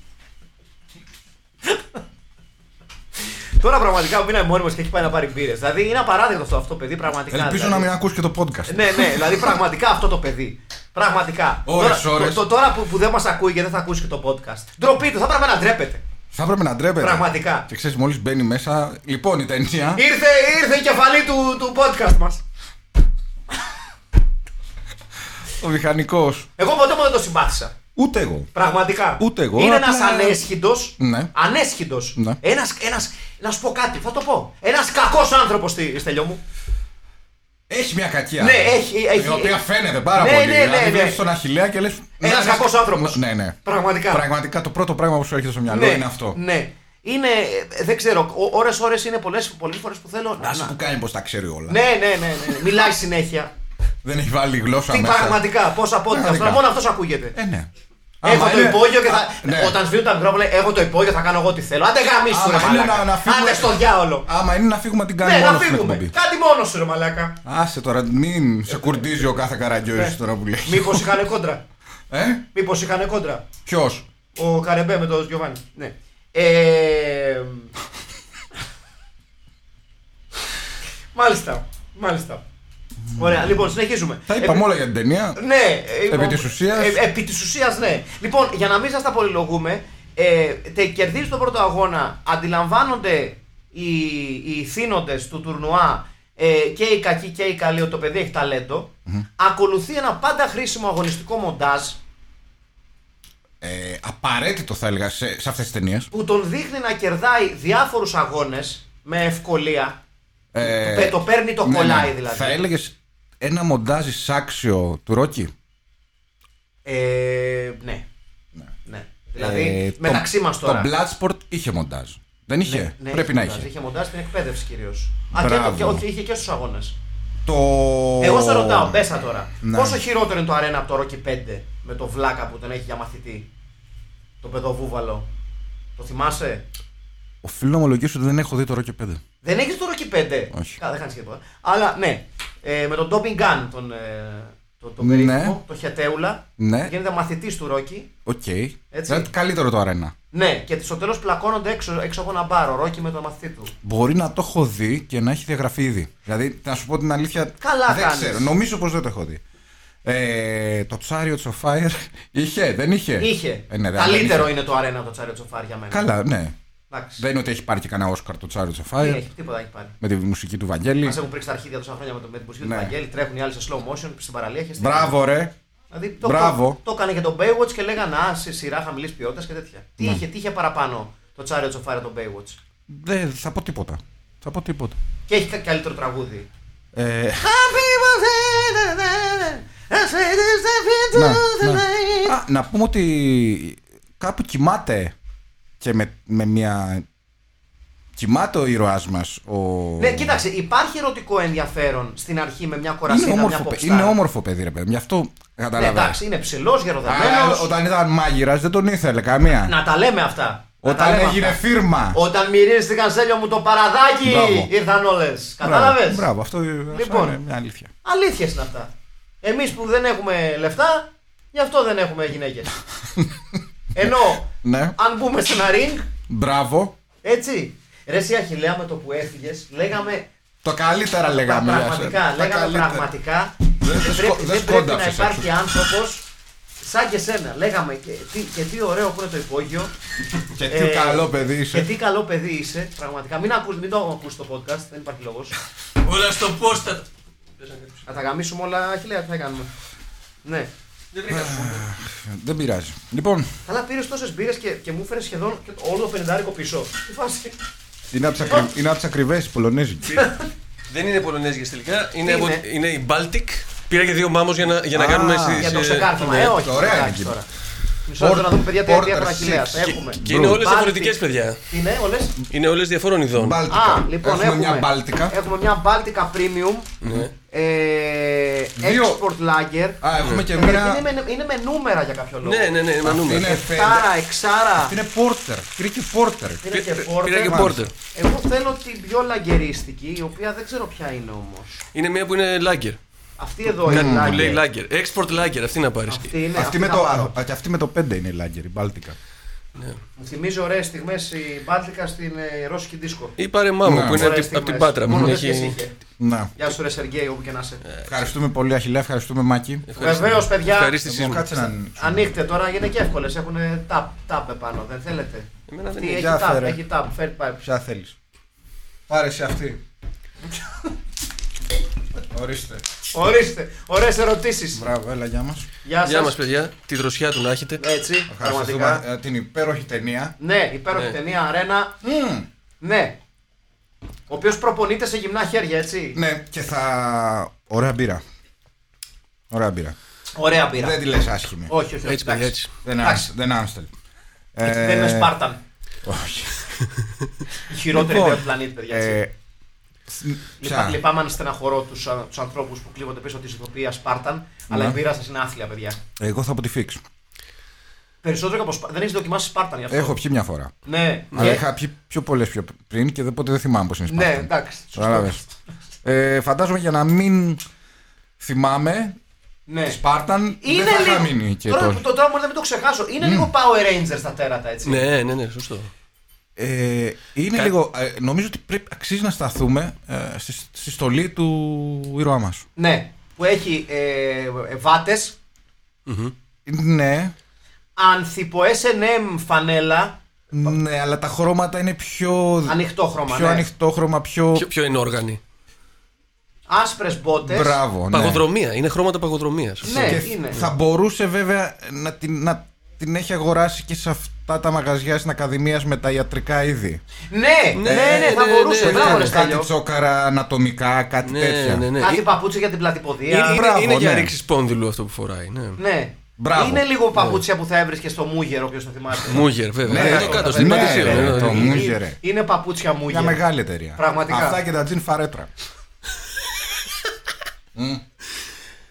Speaker 3: τώρα πραγματικά που μείναμε μόνοι μας και έχει πάει να πάρει μπύρες. Δηλαδή είναι απαράδεκτο αυτό, αυτό παιδί, πραγματικά.
Speaker 4: Ελπίζω
Speaker 3: δηλαδή.
Speaker 4: να μην ακούς και το podcast.
Speaker 3: Ναι, ναι, δηλαδή πραγματικά αυτό το παιδί. Πραγματικά.
Speaker 4: Ώρες,
Speaker 3: τώρα,
Speaker 4: ώρες.
Speaker 3: Το, το, τώρα που, που δεν μας ακούει και δεν θα ακούσει και το podcast. Ντροπή του, θα πρέπει να ντρέπεται.
Speaker 4: Θα έπρεπε να ντρέπεται.
Speaker 3: Πραγματικά. Ε.
Speaker 4: Και ξέρεις, μόλις μπαίνει μέσα. Λοιπόν, η ταινία.
Speaker 3: Ήρθε, ήρθε η κεφαλή του, του podcast μας.
Speaker 4: ο μηχανικός.
Speaker 3: Εγώ ποτέ μου δεν το συμπάθησα.
Speaker 4: Ούτε εγώ.
Speaker 3: Πραγματικά.
Speaker 4: Ούτε εγώ,
Speaker 3: Είναι
Speaker 4: απλά-
Speaker 3: ένα ανέσχυντος.
Speaker 4: Ναι.
Speaker 3: Ανέσχυντος.
Speaker 4: Ναι.
Speaker 3: Ένας. Ένας, να σου πω κάτι, θα το πω. Ένας κακός άνθρωπος, Στέλιο μου.
Speaker 4: Έχει μια κακία.
Speaker 3: Ναι, έχει. έχει
Speaker 4: η οποία φαίνεται πάρα
Speaker 3: Ναι,
Speaker 4: πολύ.
Speaker 3: ναι, ναι,
Speaker 4: δηλαδή,
Speaker 3: ναι.
Speaker 4: βλέπεις τον Αχηλέα και λες.
Speaker 3: Ένας κακός άνθρωπος.
Speaker 4: Ναι, ναι.
Speaker 3: Πραγματικά.
Speaker 4: Πραγματικά το πρώτο πράγμα που σου έρχεται στο μυαλό
Speaker 3: ναι,
Speaker 4: είναι αυτό.
Speaker 3: Ναι. Είναι. ε, Δεν ξέρω. Ωρε-ώρε είναι πολλές φορές που θέλω.
Speaker 4: Να σου που κάνει πως τα ξέρει όλα.
Speaker 3: Ναι, ναι, ναι, ναι. Μιλάει συνέχεια.
Speaker 4: Δεν έχει βάλει γλώσσα
Speaker 3: Τι
Speaker 4: μέσα.
Speaker 3: πραγματικά, πόσα podcast.
Speaker 4: Πραγματικά.
Speaker 3: τώρα Μόνο αυτός ακούγεται.
Speaker 4: Ε, ναι.
Speaker 3: έχω
Speaker 4: Άμα
Speaker 3: το
Speaker 4: είναι-
Speaker 3: υπόγειο και θα.
Speaker 4: Α, ναι.
Speaker 3: Όταν σβήνουν τα μικρόβολα, έχω το υπόγειο, θα κάνω εγώ τι θέλω. Άντε γαμίσου,
Speaker 4: Άμα
Speaker 3: ρε
Speaker 4: είναι να-
Speaker 3: μαλάκα.
Speaker 4: να φύγουμε-
Speaker 3: Άντε στο διάολο.
Speaker 4: Άμα είναι να φύγουμε την
Speaker 3: Ναι,
Speaker 4: κάνει
Speaker 3: να
Speaker 4: μόνος στην
Speaker 3: φύγουμε.
Speaker 4: εκπομπή.
Speaker 3: Κάτι μόνος σου, ρε μαλάκα.
Speaker 4: Άσε τώρα, μην σε κουρτίζει ο κάθε
Speaker 3: Ναι.
Speaker 4: καραγκιόζη τώρα που λέει.
Speaker 3: Μήπως είχαν κόντρα.
Speaker 4: Ε,
Speaker 3: Μήπως είχαν κόντρα.
Speaker 4: ποιος.
Speaker 3: Ο Καρεμπέ με τον Γιωβάνι. Ναι. Ε, μάλιστα. Μάλιστα. Ωραία, λοιπόν, συνεχίζουμε.
Speaker 4: Τα
Speaker 3: Επι-
Speaker 4: είπαμε όλα για την ταινία.
Speaker 3: Ναι, ε,
Speaker 4: Επί
Speaker 3: ο-
Speaker 4: της ουσίας.
Speaker 3: ε, επί της ουσίας, ναι. Λοιπόν, για να μην σας τα πολυλογούμε, ε, τε κερδίζει τον πρώτο αγώνα. Αντιλαμβάνονται οι, οι θύνοντες του τουρνουά ε, και οι κακοί και οι καλοί ότι το παιδί έχει ταλέντο. Ακολουθεί ένα πάντα χρήσιμο αγωνιστικό μοντάζ
Speaker 4: Ε, απαραίτητο θα έλεγα σε, σε αυτές τις ταινίες.
Speaker 3: που τον δείχνει να κερδάει διάφορους αγώνες με ευκολία.
Speaker 4: Ε, ναι.
Speaker 3: το παίρνει, το κολλάει δηλαδή.
Speaker 4: Θα έλεγες ένα μοντάζ εισάξιο του Ρόκι.
Speaker 3: Ε, ναι. ναι. Δηλαδή,
Speaker 4: Ε,
Speaker 3: μεταξύ
Speaker 4: το,
Speaker 3: μας τώρα.
Speaker 4: Το Bloodsport είχε μοντάζ. Δεν είχε.
Speaker 3: Ναι, ναι,
Speaker 4: Πρέπει
Speaker 3: είχε
Speaker 4: να
Speaker 3: μοντάζ,
Speaker 4: είχε.
Speaker 3: Είχε μοντάζ στην εκπαίδευση κυρίως. Α, και,
Speaker 4: Μπράβο.
Speaker 3: το- και, όχι, είχε και στους αγώνες.
Speaker 4: Το...
Speaker 3: Εγώ σε ρωτάω, πέσα τώρα.
Speaker 4: Ναι.
Speaker 3: Πόσο χειρότερο είναι το αρένα από το Rocky 5 με το βλάκα που τον έχει για μαθητή. Το παιδοβούβαλο. Το θυμάσαι.
Speaker 4: Οφείλω να ομολογήσω ότι δεν έχω δει το Ρόκι 5.
Speaker 3: Δεν έχεις το Rocky 5.
Speaker 4: Όχι.
Speaker 3: Κα, δεν χάνεις και τίποτα. Αλλά ναι, ε, με τον Ντόπιν Γκάν, τον, ε, το, το
Speaker 4: Ναι.
Speaker 3: περίφημο, το Χετέουλα.
Speaker 4: Ναι.
Speaker 3: Γίνεται μαθητής του Rocky.
Speaker 4: Οκ.
Speaker 3: Έτσι.
Speaker 4: Δηλαδή, καλύτερο το αρένα.
Speaker 3: Ναι, και στο τέλος πλακώνονται έξω, έξω από ένα μπάρο. Ρόκι με τον μαθητή του.
Speaker 4: Μπορεί να το έχω δει και να έχει διαγραφεί ήδη. Δηλαδή, να σου πω την αλήθεια.
Speaker 3: Καλά
Speaker 4: δεν
Speaker 3: κάνεις.
Speaker 4: ξέρω. Νομίζω πως δεν το έχω δει. Ε, το Chariots of Fire είχε, δεν είχε.
Speaker 3: Είχε.
Speaker 4: Ε, ναι, δεν-
Speaker 3: Καλύτερο
Speaker 4: είχε.
Speaker 3: είναι το αρένα από το Τσάριο Τσοφάρ για μένα.
Speaker 4: Καλά, ναι.
Speaker 3: Εντάξει.
Speaker 4: Δεν είναι ότι έχει πάρει και κανένα Όσκαρ το Chariots of
Speaker 3: Δεν
Speaker 4: Fire.
Speaker 3: έχει, τίποτα έχει πάρει.
Speaker 4: Με τη μουσική του Βαγγέλη.
Speaker 3: Μας έχουν πρίξει τα αρχίδια τόσα χρόνια με, το, με την μουσική
Speaker 4: Ναι.
Speaker 3: του Βαγγέλη, τρέχουν οι άλλοι σε slow motion στην παραλία. χεστήκαν.
Speaker 4: Μπράβο, ρε.
Speaker 3: Δηλαδή, το,
Speaker 4: Μπράβο.
Speaker 3: Το, το έκανε και τον Baywatch και λέγανε Α, σε σειρά χαμηλής ποιότητας και τέτοια. Τι,
Speaker 4: Ναι.
Speaker 3: είχε, τι είχε παραπάνω το Τσάριο Τσοφάρ τον Baywatch.
Speaker 4: Δεν θα πω τίποτα. Θα πω τίποτα.
Speaker 3: Και έχει κα- καλύτερο τραγούδι.
Speaker 4: Ε,
Speaker 3: Happy birthday, I say this every
Speaker 4: ναι,
Speaker 3: day.
Speaker 4: ναι. Α, να πούμε ότι κάπου κοιμάται και με, με μια. Κοιμάται ο ήρωάς μας. Ο...
Speaker 3: Ναι, κοίταξε, υπάρχει ερωτικό ενδιαφέρον στην αρχή με μια
Speaker 4: είναι
Speaker 3: κορασίδα, μια
Speaker 4: όμορφο,
Speaker 3: pop
Speaker 4: παι-
Speaker 3: star.
Speaker 4: είναι όμορφο παιδί, ρε παιδί. Γι' αυτό
Speaker 3: Ναι,
Speaker 4: καταλαβαίνω.
Speaker 3: εντάξει, είναι ψηλός,
Speaker 4: Αλλά
Speaker 3: γεροδεμένο.
Speaker 4: όταν ήταν μάγειρας δεν τον ήθελε καμία.
Speaker 3: Να τα λέμε αυτά. Να τα
Speaker 4: όταν
Speaker 3: λέμε
Speaker 4: έγινε
Speaker 3: αυτά.
Speaker 4: φίρμα.
Speaker 3: Όταν μυρίστηκαν ζέλιο μου το παραδάκι,
Speaker 4: Μπράβο.
Speaker 3: ήρθαν όλες.
Speaker 4: Μπράβο,
Speaker 3: Κατάλαβες.
Speaker 4: Μπράβο, αυτό
Speaker 3: Λοιπόν.
Speaker 4: λοιπόν. είναι μια αλήθεια.
Speaker 3: Αλήθειες είναι αυτά. Εμείς που δεν έχουμε λεφτά, γι' αυτό δεν έχουμε γυναίκες. Ενώ
Speaker 4: Ναι,
Speaker 3: αν μπούμε σε ένα ring,
Speaker 4: μπράβο.
Speaker 3: έτσι. Ρε εσύ Αχιλέα με το που έφυγες, λέγαμε
Speaker 4: Το καλύτερα
Speaker 3: τα
Speaker 4: λέγαμε.
Speaker 3: πραγματικά. Λέγαμε πραγματικά.
Speaker 4: Δεν
Speaker 3: Δεν
Speaker 4: σκο-
Speaker 3: πρέπει,
Speaker 4: δεν
Speaker 3: δεν πρέπει να
Speaker 4: σκόνταψες
Speaker 3: υπάρχει
Speaker 4: έξω.
Speaker 3: άνθρωπος σαν και σένα. Λέγαμε και τι, και τι ωραίο που είναι το υπόγειο.
Speaker 4: Και τι
Speaker 3: Ε,
Speaker 4: καλό παιδί
Speaker 3: Και
Speaker 4: είσαι.
Speaker 3: τι καλό παιδί είσαι, πραγματικά. Μην, ακούς, μην το ακούσει το podcast, δεν υπάρχει λόγος.
Speaker 5: Όλα στο πώ θα.
Speaker 3: Θα τα γαμίσουμε όλα, χιλιά, τι θα κάνουμε. Ναι.
Speaker 5: Δεν βρήκα σου.
Speaker 4: Δεν πειράζει. Λοιπόν,
Speaker 3: Καλά, πήρες τόσες μπύρες και, και μου φέρε σχεδόν και το- όλο το πενιντάρικο πίσω. Τι φάση.
Speaker 4: είναι από τις ακρι...
Speaker 3: Λοιπόν.
Speaker 4: είναι απ' τις ακριβές Πολωνέζικες.
Speaker 5: Δεν είναι Πολωνέζικες τελικά.
Speaker 3: είναι?
Speaker 5: Είναι, από... είναι η Baltic. Πήρα και δύο μάμου για να, για να
Speaker 4: Α,
Speaker 5: κάνουμε. στις-
Speaker 3: Για το
Speaker 5: ε,
Speaker 3: ξεκάρφημα,
Speaker 5: ναι.
Speaker 3: ε, όχι.
Speaker 4: ωραία
Speaker 3: εντάξει,
Speaker 4: είναι εκεί.
Speaker 3: τώρα. Μισό λεπτό να δούμε, παιδιά, τι
Speaker 4: Porter
Speaker 3: τι έχουν
Speaker 4: Six.
Speaker 3: αχιλέα. Έχουμε.
Speaker 5: Και είναι
Speaker 4: Μπρου.
Speaker 5: όλες
Speaker 3: Baltic.
Speaker 5: διαφορετικές, παιδιά.
Speaker 3: Τι είναι, όλες.
Speaker 5: Είναι όλες διαφόρων ειδών.
Speaker 4: Μπάλτικα.
Speaker 3: Α, λοιπόν,
Speaker 4: έχουμε,
Speaker 3: έχουμε,
Speaker 4: μια Μπάλτικα.
Speaker 3: Έχουμε μια Baltica Premium. Ε,
Speaker 4: Δύο.
Speaker 3: Export Lager.
Speaker 4: Α, έχουμε και
Speaker 3: Καταρχήν
Speaker 4: μια.
Speaker 3: Είναι, με, είναι με νούμερα για κάποιο λόγο.
Speaker 5: Ναι, ναι, ναι, με
Speaker 4: Αυτή
Speaker 5: νούμερα.
Speaker 4: είναι
Speaker 3: Εφτάρα,
Speaker 4: φέντα.
Speaker 3: εξάρα.
Speaker 4: Αυτή είναι πόρτερ. Πήρε και πόρτερ.
Speaker 3: Πήρα και
Speaker 5: Πήρα-
Speaker 3: πόρτερ.
Speaker 5: Πήρα και
Speaker 4: Μάλιστα.
Speaker 5: πόρτερ.
Speaker 3: Εγώ θέλω την πιο λαγκερίστικη, η οποία δεν ξέρω ποια είναι όμως.
Speaker 5: Είναι μία που είναι lager.
Speaker 3: Αυτή εδώ
Speaker 4: Ναι,
Speaker 5: Κάτι
Speaker 3: είναι
Speaker 5: που λέει
Speaker 3: lager.
Speaker 5: lager. Export lager, αυτή να πάρει.
Speaker 3: Αυτή είναι.
Speaker 4: Αυτή με
Speaker 3: θα
Speaker 4: το,
Speaker 3: πάρω.
Speaker 4: α, και αυτή με το 5 είναι η Λάγκερ, η Μπάλτικα.
Speaker 3: Μου θυμίζει ωραίες στιγμές η Μπάλτικα στην ε, ρώσικη δίσκο.
Speaker 5: Ή πάρε μάμου
Speaker 4: Ναι.
Speaker 5: που είναι
Speaker 3: Ωραίες
Speaker 5: από την
Speaker 3: στιγμές.
Speaker 5: Πάτρα.
Speaker 3: Μόνο
Speaker 5: Μην
Speaker 3: τέτοιες
Speaker 5: έχει. Ε,
Speaker 3: είχε.
Speaker 4: Να.
Speaker 3: Γεια σου, ρε Σεργέη, όπου και να είσαι.
Speaker 4: Ευχαριστούμε πολύ, Αχιλέα. Ευχαριστούμε, Μάκη.
Speaker 3: Βεβαίως, παιδιά,
Speaker 5: Ευχαρίστησή μου.
Speaker 4: Κάτσε να ανοίξω.
Speaker 3: ανοίχτε τώρα, είναι και εύκολες. Έχουν tab, tab επάνω, δεν θέλετε.
Speaker 5: Εμένα δεν
Speaker 3: Τι έχει
Speaker 4: Για
Speaker 3: tab,
Speaker 4: φέρε.
Speaker 3: έχει tab, fair pipe.
Speaker 4: Ποια θέλεις. Πάρε σε αυτή. Ορίστε.
Speaker 3: Ορίστε, ωραίες ερωτήσεις.
Speaker 4: Μπράβο, έλα, γεια μας.
Speaker 3: Γεια
Speaker 5: Γεια μα,
Speaker 3: σα.
Speaker 5: παιδιά. Τη δροσιά του να έχετε.
Speaker 3: Έτσι,
Speaker 4: Ευχαριστούμε
Speaker 3: πραγματικά.
Speaker 4: ε, την υπέροχη ταινία.
Speaker 3: Ναι, υπέροχη
Speaker 5: Ναι.
Speaker 3: ταινία, αρένα.
Speaker 4: Μμμ.
Speaker 3: Ναι. Ο οποίος προπονείται σε γυμνά χέρια, έτσι.
Speaker 4: Ναι, και θα. Ωραία μπύρα. Ωραία μπύρα.
Speaker 3: Ωραία πείρα.
Speaker 4: Δεν τη λες άσχημη.
Speaker 3: Όχι, όχι, όχι.
Speaker 5: Έτσι, παιδιά, έτσι.
Speaker 4: Δεν είναι
Speaker 3: Εντάξει.
Speaker 4: Άμστελ- Δεν είναι Άμστελ. Ε,
Speaker 3: Δεν είναι Σπάρταν.
Speaker 4: Όχι.
Speaker 3: Η χειρότερη
Speaker 4: Λοιπόν,
Speaker 3: ιδέα του πλανήτη, παιδιά. έτσι.
Speaker 4: Ε,
Speaker 3: Λυπά,
Speaker 4: Ποια.
Speaker 3: λυπάμαι αν στεναχωρώ του τους ανθρώπους που κλείβονται πίσω τη ηθοποιία Σπάρταν, αλλά
Speaker 4: Ναι.
Speaker 3: η πείρα σας είναι άθλια, παιδιά.
Speaker 4: Εγώ θα πω τη φίξ.
Speaker 3: Περισσότερο και από Σπάρταν. Δεν έχεις δοκιμάσει Σπάρταν γι' αυτό.
Speaker 4: Έχω πιει μια φορά.
Speaker 3: Ναι,
Speaker 4: Αλλά
Speaker 3: και-
Speaker 4: είχα πιει πιο πολλές πιο πριν και δεν- ποτέ δεν θυμάμαι πώς είναι η
Speaker 3: ναι,
Speaker 4: Σπάρτα.
Speaker 3: εντάξει. σωστό.
Speaker 4: Κατάλαβες. Ε, φαντάζομαι για να μην θυμάμαι,
Speaker 3: Ναι.
Speaker 4: η Σπάρταν
Speaker 3: Είναι
Speaker 4: δεν θα
Speaker 3: λίγο.
Speaker 4: είχα μείνει και
Speaker 3: τώρα,
Speaker 4: τόσο.
Speaker 3: το τώρα μπορεί να μην το ξεχάσω. Είναι λίγο Power Rangers στα τέρατα, έτσι.
Speaker 5: Ναι, ναι, ναι, σωστό.
Speaker 4: Ε, είναι λίγο, ε, νομίζω ότι πρέπει, αξίζει να σταθούμε ε, ε, στη, στη στολή του ήρωά μας.
Speaker 3: Ναι, που έχει ε, βάτες,
Speaker 4: Ναι,
Speaker 3: ανθιπο SNM ναι, φανέλα,
Speaker 4: ναι, αλλά τα χρώματα είναι πιο.
Speaker 3: ανοιχτόχρωμα.
Speaker 4: πιο
Speaker 3: ναι.
Speaker 4: ανοιχτόχρωμα, πιο.
Speaker 5: Πιο, πιο ενόργανη.
Speaker 3: Άσπρες μπότες.
Speaker 4: Μπράβο, ναι.
Speaker 5: Παγοδρομία. Είναι χρώματα παγοδρομίας.
Speaker 3: Ναι,
Speaker 4: Και
Speaker 3: είναι.
Speaker 4: Θα μπορούσε βέβαια να την, να την έχει αγοράσει και σε αυτά τα μαγαζιά στην Ακαδημία με τα ιατρικά είδη.
Speaker 3: Ναι, ναι, ναι,
Speaker 5: ναι,
Speaker 3: θα
Speaker 5: ναι,
Speaker 3: μπορούσε.
Speaker 5: ναι,
Speaker 3: Μπράβο,
Speaker 5: ναι,
Speaker 3: ρε
Speaker 4: κάτι
Speaker 3: Στέλιο.
Speaker 4: τσόκαρα ανατομικά, κάτι
Speaker 5: ναι,
Speaker 4: τέτοια.
Speaker 5: ναι. ναι.
Speaker 3: Κάτι
Speaker 5: Ε,
Speaker 3: παπούτσια για την
Speaker 5: Είναι,
Speaker 3: πλατυποδία.
Speaker 5: είναι-
Speaker 4: Μπράβο,
Speaker 5: είναι για
Speaker 4: ναι.
Speaker 5: ρήξη σπόνδυλου αυτό που φοράει. Ναι.
Speaker 3: Ναι.
Speaker 4: Μπράβο.
Speaker 3: Είναι λίγο παπούτσια που θα έβρισκε στο μούγερ, όποιος το θυμάται.
Speaker 5: Μούγερ, βέβαια.
Speaker 4: Ναι,
Speaker 5: Εδώ
Speaker 4: το-
Speaker 5: κάτω στην
Speaker 4: ναι,
Speaker 5: Πατησία.
Speaker 4: ρε,
Speaker 5: ναι,
Speaker 4: το
Speaker 5: ναι.
Speaker 4: μούγερ.
Speaker 3: Είναι-
Speaker 4: ρε.
Speaker 3: Είναι παπούτσια
Speaker 4: Μια
Speaker 3: μούγερ.
Speaker 4: μεγάλη εταιρεία.
Speaker 3: Πραγματικά.
Speaker 4: Αυτά και τα τζιν φαρέτρα.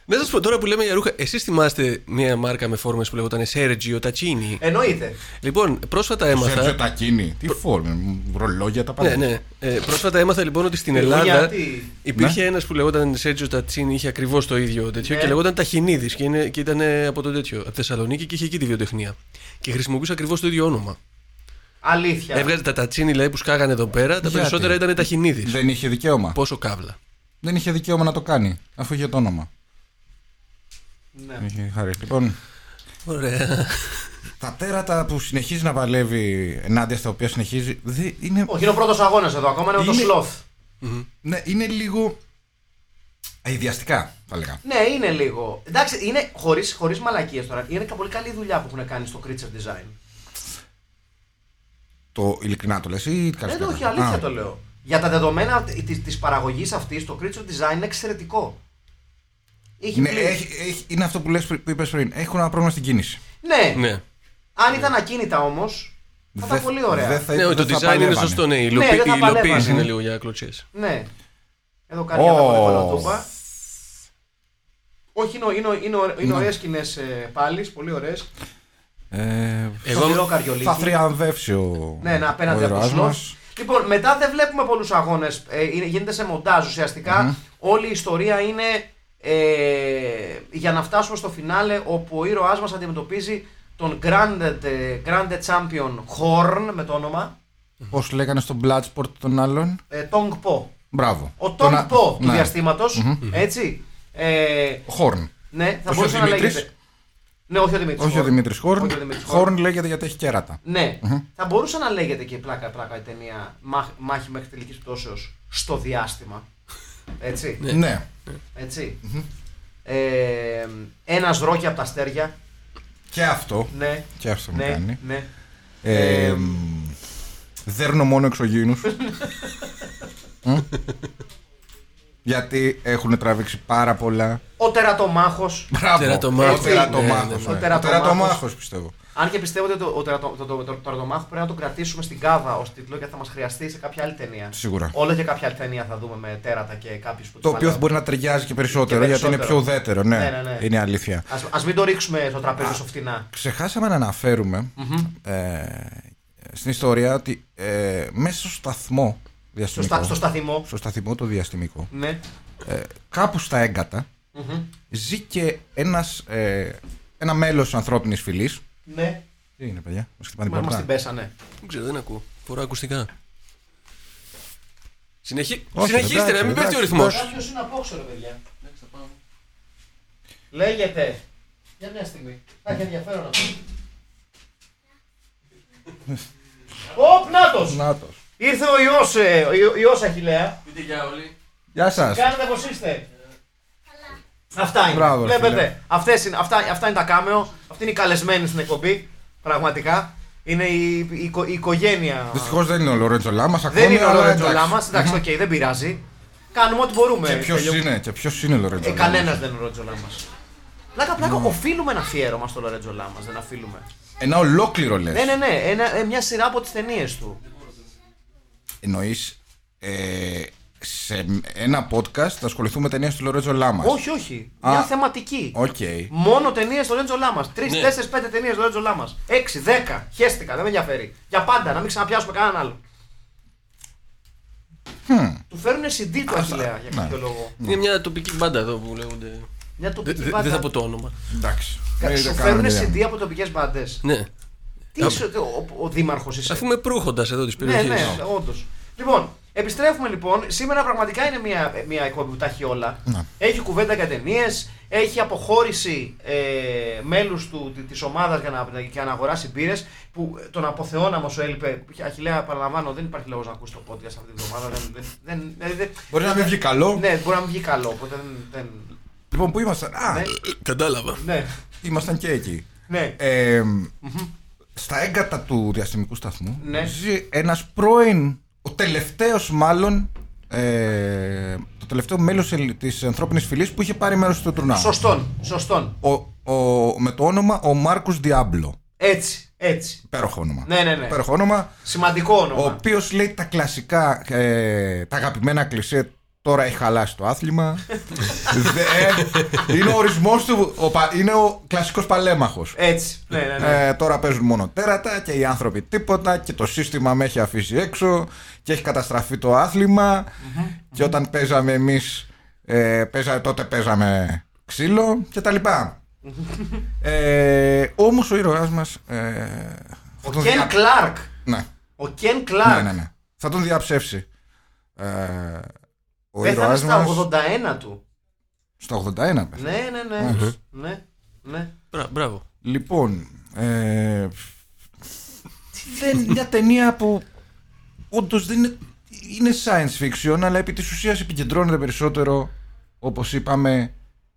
Speaker 5: Να σα πω τώρα που λέμε για ρούχα, εσείς θυμάστε μια μάρκα με φόρμες που λεγόταν Sergio Tacchini.
Speaker 3: Ε, Εννοείται.
Speaker 5: Λοιπόν, πρόσφατα
Speaker 4: Σέρτζιο
Speaker 5: έμαθα.
Speaker 4: Τακίνη. Τι φόρμα, ρολόγια τα πάντα.
Speaker 5: Ναι, ναι. Ε, πρόσφατα έμαθα λοιπόν ότι στην
Speaker 3: Εγώ
Speaker 5: Ελλάδα
Speaker 3: γιατί-
Speaker 5: υπήρχε ένας ένας που λεγόταν Σέρτζιο Τατσίνη, είχε ακριβώς το ίδιο τέτοιο
Speaker 3: Ναι.
Speaker 5: και λεγόταν Ταχινίδης και, είναι- και ήταν ε, από το τέτοιο. Από τη Θεσσαλονίκη και είχε εκεί τη βιοτεχνία. Και χρησιμοποιούσε ακριβώς το ίδιο όνομα.
Speaker 3: Αλήθεια.
Speaker 5: Έβγαζε τα Τατσίνη λέει που σκάγανε εδώ πέρα, τα περισσότερα ήταν Ταχινίδης.
Speaker 4: Δεν είχε δικαίωμα.
Speaker 5: Πόσο καύλα.
Speaker 4: Δεν είχε δικαίωμα να το κάνει, αφού είχε το όνομα.
Speaker 3: Ναι.
Speaker 4: Δεν Είχε χάρης. Λοιπόν,
Speaker 5: Ωραία.
Speaker 4: τα τέρατα που συνεχίζει να παλεύει ενάντια στα οποία συνεχίζει δεν είναι
Speaker 3: Όχι, είναι ο πρώτος αγώνας εδώ. Ακόμα είναι με το
Speaker 4: Είναι-
Speaker 3: σλόφ.
Speaker 4: Ναι, είναι λίγο αειδιαστικά, θα έλεγα.
Speaker 3: Ναι, είναι λίγο. Εντάξει, είναι χωρίς χωρίς μαλακίες τώρα. Είναι κα- πολύ καλή δουλειά που έχουν κάνει στο creature design.
Speaker 4: Το ειλικρινά το λες ή κάτι
Speaker 3: Δεν το
Speaker 4: τέτοιο.
Speaker 3: Ε, όχι, αλήθεια
Speaker 4: Α,
Speaker 3: το λέω. Για τα δεδομένα τη παραγωγής αυτής, το creature design είναι εξαιρετικό. Έχει
Speaker 4: Είναι,
Speaker 3: πλήρη-
Speaker 4: Ναι, έχει- έχει- είναι αυτό που, λες, πρι- που είπες πριν. Έχουν ένα πρόβλημα στην κίνηση.
Speaker 3: Ναι.
Speaker 5: ναι.
Speaker 3: αν ήταν ακίνητα όμως, θα ήταν
Speaker 4: Δεν-
Speaker 3: πολύ ωραία.
Speaker 4: δεν θα-
Speaker 5: ναι,
Speaker 4: δεν
Speaker 5: το
Speaker 4: θα
Speaker 5: design είναι
Speaker 4: παλεύανε.
Speaker 5: σωστό, ναι.
Speaker 3: Ναι,
Speaker 5: Η υλοπο-
Speaker 3: δεν θα
Speaker 5: η υλοποίηση
Speaker 3: παλεύανε.
Speaker 5: είναι λίγο για κλωτσιές.
Speaker 3: Ναι. Εδώ κάνει
Speaker 4: Ω.
Speaker 3: oh. κολοτούπα. Όχι, είναι, ω- είναι, ω- είναι, ω- είναι
Speaker 4: Ναι.
Speaker 3: ωραίες σκηνές πάλι, πολύ ωραίες.
Speaker 4: Ε,
Speaker 5: Εγώ-
Speaker 3: Σκληρό καριολίκι.
Speaker 4: θα θριαμβεύσει ο.
Speaker 3: Ναι, ναι, απέναντι
Speaker 4: ο
Speaker 3: από το
Speaker 4: ήρωάς
Speaker 3: σλοφ.
Speaker 4: μας.
Speaker 3: Λοιπόν, μετά δεν βλέπουμε πολλούς αγώνες. γίνεται σε μοντάζ ουσιαστικά. Όλη η ιστορία είναι ε, για να φτάσουμε στο φινάλε όπου ο ήρωά μας αντιμετωπίζει τον Grand, ε, Grand Champion Horn με το όνομα
Speaker 4: Πώς λέγανε στον Bloodsport των άλλων.
Speaker 3: ε, Tong Po.
Speaker 4: Μπράβο.
Speaker 3: Ο
Speaker 4: Τον
Speaker 3: Tong
Speaker 4: α-
Speaker 3: Po του
Speaker 4: ναι.
Speaker 3: διαστήματος. Έτσι. Ε,
Speaker 4: Χόρν.
Speaker 3: ναι, θα
Speaker 4: Όχι ο
Speaker 3: μπορούσε να
Speaker 4: Δημήτρης.
Speaker 3: λέγεται. Ναι, όχι ο Δημήτρης.
Speaker 4: Όχι ο Δημήτρης Χόρν.
Speaker 3: Όχι ο Δημήτρης Χόρν.
Speaker 4: Χόρν λέγεται γιατί έχει κέρατα.
Speaker 3: Ναι, θα μπορούσε να λέγεται και πλάκα πλάκα η ταινία «Μάχ- Μάχη μέχρι τελικής πτώσεως στο διάστημα. Έτσι.
Speaker 5: Ναι.
Speaker 4: Ναι.
Speaker 3: έτσι. Ε, Ένας ρόκι από τα αστέρια.
Speaker 4: Και αυτό.
Speaker 3: Ναι.
Speaker 4: Και αυτό μου
Speaker 3: ναι,
Speaker 4: κάνει.
Speaker 3: ναι.
Speaker 4: Ε,
Speaker 3: Ε,
Speaker 4: μ, δέρνω μόνο εξωγήινους Μ. Γιατί έχουν τραβήξει πάρα πολλά
Speaker 3: Ο τερατομάχος.
Speaker 4: Μπράβο,
Speaker 5: Τερατομάχος.
Speaker 4: ο τερατομάχος,
Speaker 3: ναι,
Speaker 5: Ναι,
Speaker 3: ναι.
Speaker 4: ε.
Speaker 3: Ο
Speaker 4: Ο
Speaker 3: τερατομάχος.
Speaker 4: τερατομάχος, πιστεύω
Speaker 3: Αν και πιστεύω ότι το, ο τερατο, το, το, το, τερατομάχο πρέπει να τον κρατήσουμε στην κάβα ως τίτλο γιατί θα μας χρειαστεί σε κάποια άλλη ταινία.
Speaker 4: Σίγουρα.
Speaker 3: Όλο και κάποια άλλη ταινία θα δούμε με τέρατα και κάποιους που. τους
Speaker 4: Το οποίο
Speaker 3: παλεύουν.
Speaker 4: θα μπορεί να ταιριάζει και περισσότερο,
Speaker 3: Και
Speaker 4: γιατί είναι πιο
Speaker 3: περισσότερο.
Speaker 4: ουδέτερο
Speaker 3: Ναι, ναι, ναι.
Speaker 4: ναι. Είναι αλήθεια
Speaker 3: Ας, ας μην το ρίξουμε στο τραπέζι σου φτηνά.
Speaker 4: Ξεχάσαμε να αναφέρουμε ε, στην ιστορία ότι ε, μέσα στο σταθμό
Speaker 3: Στο, στα,
Speaker 4: διαστημικό,
Speaker 3: στο σταθμό.
Speaker 4: στο σταθμό το διαστημικό,
Speaker 3: Ναι.
Speaker 4: κάπου στα έγκατα ζει και ένας, ε, ένα μέλος της ανθρώπινης φυλής
Speaker 3: Ναι.
Speaker 4: Τι είναι, παιδιά, μας χτυπάνε την
Speaker 3: Μα μας
Speaker 4: πόρτα.
Speaker 3: την πέσανε.
Speaker 5: Δεν ξέρω, δεν ακούω. Φοράω ακουστικά. Συνεχι...
Speaker 4: Όχι,
Speaker 5: Συνεχίστε, να
Speaker 4: εντάξει,
Speaker 5: μην πέφτει ο
Speaker 4: εντάξει,
Speaker 5: ρυθμό.
Speaker 4: εντάξει.
Speaker 3: Κάποιος Ε, είναι απόξω, ρε παιδιά. Ναι, Λέγεται. Για μια στιγμή. Θα έχει ενδιαφέρον αυτό. Ωπ, νάτος!
Speaker 4: Νάτος.
Speaker 3: Ήρθε ο ιός, ε, ο ιό- ιός Αχιλέα.
Speaker 5: Πείτε για όλοι.
Speaker 4: Γεια σας.
Speaker 3: Κάνετε πως είστε. Αυτά είναι.
Speaker 4: Μπράβο, ρε
Speaker 3: Βλέπετε.
Speaker 4: φίλε.
Speaker 3: Αυτές είναι, αυτά, αυτά είναι τα κάμεο. Αυτή είναι η καλεσμένη στην εκπομπή. Πραγματικά. Είναι η, η, οικο- η οικογένεια.
Speaker 4: Δυστυχώς δεν είναι ο Λορέντζο Λάμας ακόμη,
Speaker 3: Δεν είναι ο
Speaker 4: αλλά
Speaker 3: Λορέντζο
Speaker 4: εντάξει.
Speaker 3: Λάμας. Εντάξει, οκ, δεν πειράζει. Κάνουμε ό,τι μπορούμε.
Speaker 4: Και ποιος
Speaker 3: Τέλειο.
Speaker 4: είναι, και ποιος είναι ο Λορέντζο
Speaker 3: Ε,
Speaker 4: Λάμας.
Speaker 3: Κανένας δεν είναι ο Λορέτζο Λάμας. Πλάκα, πλάκα, οφείλουμε ένα αφιέρωμα στο Λορέτζο Λάμας. Δεν αφήνουμε.
Speaker 4: Ένα ολόκληρο λες.
Speaker 3: Ναι, ναι, ναι. Ένα, ε, μια σειρά από τις ταινίες του.
Speaker 4: Εννοείς ε, σε ένα podcast θα ασχοληθούμε με ταινίες του Λορέντζο Λάμας.
Speaker 3: Όχι, όχι. Μια
Speaker 4: Α.
Speaker 3: θεματική.
Speaker 4: Οκ.
Speaker 3: Μόνο ταινίες στο Λορέτζο Λάμα. Τρει,
Speaker 5: Ναι.
Speaker 3: τέσσερις, πέντε ταινίες στο Λορέτζο Λάμας. Έξι, δέκα. Χαίστηκα, δεν με ενδιαφέρει. Για πάντα, να μην ξαναπιάσουμε κανέναν άλλο.
Speaker 5: Hm.
Speaker 3: Του φέρνουν CD του Αχιλέα για κάποιο λόγο.
Speaker 5: Είναι μια τοπική μπάντα εδώ που λέγονται.
Speaker 3: Μια
Speaker 5: ναι. Δε-
Speaker 3: τοπική
Speaker 5: δε- Δεν θα πω το όνομα.
Speaker 4: Εντάξει.
Speaker 3: Κα-
Speaker 4: Δεν
Speaker 3: Σου
Speaker 4: το
Speaker 3: φέρνουν
Speaker 4: κάνουμε, δεν.
Speaker 3: CD από τοπικές μπάντες.
Speaker 5: Ναι.
Speaker 3: Τι είσαι, ο, ο, ο δήμαρχος είσαι.
Speaker 5: Αφού είμαι προύχοντας εδώ της
Speaker 3: Ναι,
Speaker 5: περιοχής.
Speaker 3: ναι, όντως. Λοιπόν, Επιστρέφουμε λοιπόν. Σήμερα πραγματικά είναι μια, μια εκπομπή που τα έχει όλα.
Speaker 4: Ναι.
Speaker 3: Έχει κουβέντα για ταινίες, έχει αποχώρηση ε, μέλους τη ομάδας για, να- για να αγοράσει μπύρες. Που ε, τον αποθεώναμε όσο έλειπε. Αχιλέα, παραλαμβάνω, δεν υπάρχει λόγος να ακούσεις το podcast αυτή την εβδομάδα. Δεν, δεν, δεν, δηλαδή, δεν-
Speaker 4: Μπορεί να μην βγει καλό.
Speaker 3: ναι, μπορεί να μην βγει καλό. Οπότε δεν. δεν-
Speaker 4: Λοιπόν, πού ήμασταν. Α,
Speaker 3: ναι,
Speaker 5: Κατάλαβα.
Speaker 3: ναι,
Speaker 4: ήμασταν και εκεί.
Speaker 3: ναι.
Speaker 4: Ε, Στα έγκατα του διαστημικού σταθμού
Speaker 3: Ναι.
Speaker 4: ζει ένας πρώην, ο τελευταίος μάλλον, ε, το τελευταίο μέλος ελ- της ανθρώπινης φυλής που είχε πάρει μέρος στο τουρνάο.
Speaker 3: Σωστόν, σωστόν.
Speaker 4: Ο, ο, με το όνομα ο Μάρκος Διάμπλο.
Speaker 3: Έτσι, έτσι.
Speaker 4: Υπέροχο όνομα.
Speaker 3: Ναι, ναι, ναι.
Speaker 4: Υπέροχο όνομα.
Speaker 3: Σημαντικό όνομα.
Speaker 4: Ο οποίος λέει τα κλασικά, ε, τα αγαπημένα κλισέ. Τώρα έχει χαλάσει το άθλημα. Δε- ε, είναι ο ορισμός του. ο πα- είναι ο κλασικός παλέμαχος.
Speaker 3: Έτσι. Ναι, ναι, ναι.
Speaker 4: Ε, τώρα παίζουν μόνο τέρατα και οι άνθρωποι τίποτα και το σύστημα με έχει αφήσει έξω και έχει καταστραφεί το αθλημα και όταν παίζαμε εμείς ε, παίζα, τότε παίζαμε ξύλο και τα λοιπά. ε, όμως ο ήρωάς μας ε, θα τον
Speaker 3: Κεν
Speaker 4: δια-
Speaker 3: Κλάρκ.
Speaker 4: ναι,
Speaker 3: Ο Κεν
Speaker 4: ναι,
Speaker 3: Κλάρκ.
Speaker 4: ναι, ναι. Θα τον διαψεύσει. Ε, ο
Speaker 3: Πέθανε
Speaker 4: ήρωάς
Speaker 3: στα
Speaker 4: μας
Speaker 3: 81 του.
Speaker 4: στα 81 πέθανε.
Speaker 3: Ναι, ναι, ναι. ναι, ναι.
Speaker 5: Μπρα- Μπράβο.
Speaker 4: Λοιπόν. Ε, δεν, μια ταινία που όντως δεν είναι, είναι science fiction, αλλά επί της ουσίας επικεντρώνεται περισσότερο, όπως είπαμε,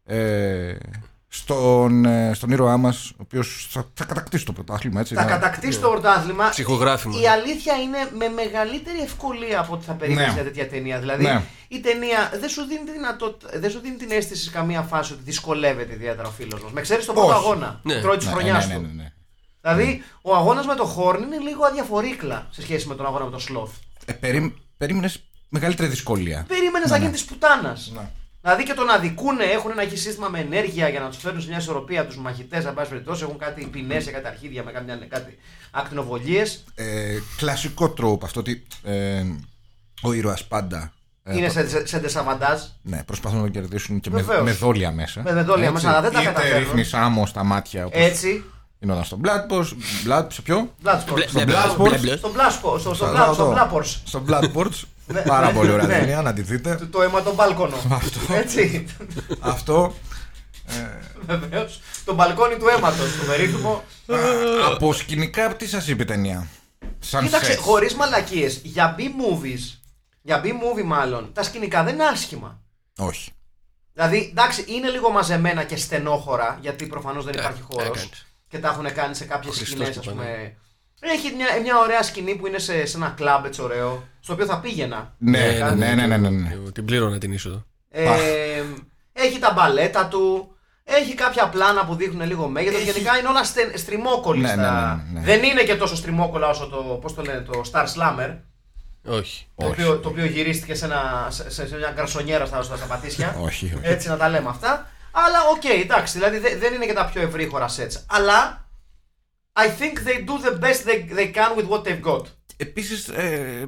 Speaker 4: ε, στον, ε, στον ήρωά μας, ο οποίος θα, θα κατακτήσει το πρωτάθλημα. Έτσι,
Speaker 3: Θα
Speaker 4: να-
Speaker 3: κατακτήσει το πρωτάθλημα.
Speaker 5: Ψυχογράφημα.
Speaker 3: Η αλήθεια είναι με μεγαλύτερη ευκολία από ό,τι θα περίμενες
Speaker 4: Ναι.
Speaker 3: μια τέτοια ταινία. Δηλαδή
Speaker 4: Ναι.
Speaker 3: η ταινία δεν σου δίνει τη δυνατότητα, δεν σου δίνει την αίσθηση σε καμία φάση ότι δυσκολεύεται ιδιαίτερα ο φίλος μας. Με ξέρεις τον πρώτο
Speaker 4: Όχι.
Speaker 3: αγώνα.
Speaker 5: Ναι.
Speaker 3: Τρώει της
Speaker 4: Ναι,
Speaker 3: χρονιάς
Speaker 4: ναι, ναι, ναι,
Speaker 3: του.
Speaker 4: ναι.
Speaker 3: Δηλαδή ο αγώνας με το Χόρν είναι λίγο αδιαφορήκλα σε σχέση με τον αγώνα με τον Σλόθ.
Speaker 4: Ε, περί, περίμενες μεγαλύτερη δυσκολία.
Speaker 3: Περίμενες να γίνει της πουτάνας.
Speaker 4: Ναι.
Speaker 3: Δηλαδή και τον αδικούνε, έχουν ένα έχει σύστημα με ενέργεια για να τους φέρουν σε μια ισορροπία τους μαχητές, αν πάση περιπτώσει. Έχουν κάτι ποινέ σε κάτι αρχίδια με κάμια- κάτι ακτινοβολίες.
Speaker 4: Ε, κλασικό τρόπο αυτό ότι ε, ο ήρωας πάντα ε,
Speaker 3: Είναι σε, σε, σε ντεσαβαντάζ.
Speaker 4: Ναι, προσπαθούν να τον κερδίσουν και με,
Speaker 3: Βεβαίως.
Speaker 4: με δόλια μέσα.
Speaker 3: Με- με δόλια
Speaker 4: Έτσι.
Speaker 3: μέσα, αλλά δεν τα
Speaker 4: Είτε
Speaker 3: καταφέρνουν.
Speaker 4: ρίχνεις άμμο στα μάτια όπως
Speaker 3: Έτσι.
Speaker 4: γινόταν στον Bloodborne. Blood, σε ποιο?
Speaker 3: Bloodsport.
Speaker 5: Μπλε-
Speaker 3: Στο-
Speaker 5: μπλε-
Speaker 4: Bloodsport.
Speaker 5: μπλε- μπλε.
Speaker 3: Στον Πλάσκο, στο, στο,
Speaker 4: Θα
Speaker 3: Bla-
Speaker 4: δω
Speaker 3: στο
Speaker 4: εδώ.
Speaker 3: Bloodsport.
Speaker 4: Στο Bloodborne.
Speaker 3: Ναι.
Speaker 4: Πάρα πολύ ωραία
Speaker 3: Ναι.
Speaker 4: ταινία, να τη δείτε.
Speaker 3: Το αίμα των μπαλκόνων.
Speaker 4: Αυτό.
Speaker 3: Έτσι.
Speaker 4: Αυτό
Speaker 3: Βεβαίως. Το μπαλκόνι του αίματος, το περίφημο.
Speaker 4: α, από σκηνικά, τι σας είπε η ταινία. Σαν
Speaker 3: Κοίταξε,
Speaker 4: σετ.
Speaker 3: χωρίς μαλακίες. Για B-movies, για B-movie μάλλον, τα σκηνικά δεν είναι άσχημα.
Speaker 4: Όχι.
Speaker 3: Δηλαδή, εντάξει, είναι λίγο μαζεμένα και στενόχωρα, γιατί προφανώς δεν υπάρχει
Speaker 5: τα
Speaker 3: χώρος.
Speaker 5: έκανες.
Speaker 3: Και τα έχουν κάνει σε κάποιες
Speaker 5: Χριστός
Speaker 3: σκηνές,
Speaker 5: που
Speaker 3: ας πούμε. Έχει μια, μια ωραία σκηνή που είναι σε, σε ένα κλαμπ έτσι ωραίο, στο οποίο θα πήγαινα.
Speaker 4: Ναι,
Speaker 3: Ε,
Speaker 4: ναι, ναι, ναι. ναι, ναι.
Speaker 5: Ε, Την πλήρωνα την είσοδο.
Speaker 4: Αχ.
Speaker 3: Ε, έχει τα μπαλέτα του. Έχει κάποια πλάνα που δείχνουν λίγο μέγεθος. Γενικά είναι όλα στε, στριμόκολλη.
Speaker 4: Ναι,
Speaker 3: στα-
Speaker 4: ναι, ναι, ναι.
Speaker 3: Δεν είναι και τόσο στριμόκολλα όσο το, πώς το, λένε, το Star Slammer.
Speaker 5: Όχι.
Speaker 3: Το
Speaker 4: Όχι.
Speaker 3: οποίο, το οποίο γυρίστηκε σε, ένα, σε, σε- σε μια γκαρσονιέρα στα, στα Σαπατήσια.
Speaker 4: Όχι, όχι.
Speaker 3: Έτσι να τα λέμε αυτά. Αλλά οκ, εντάξει, δηλαδή δε- δεν είναι και τα πιο ευρύχωρα sets. Αλλά I think they do the best they, they can with what they've got.
Speaker 4: Επίσης ε,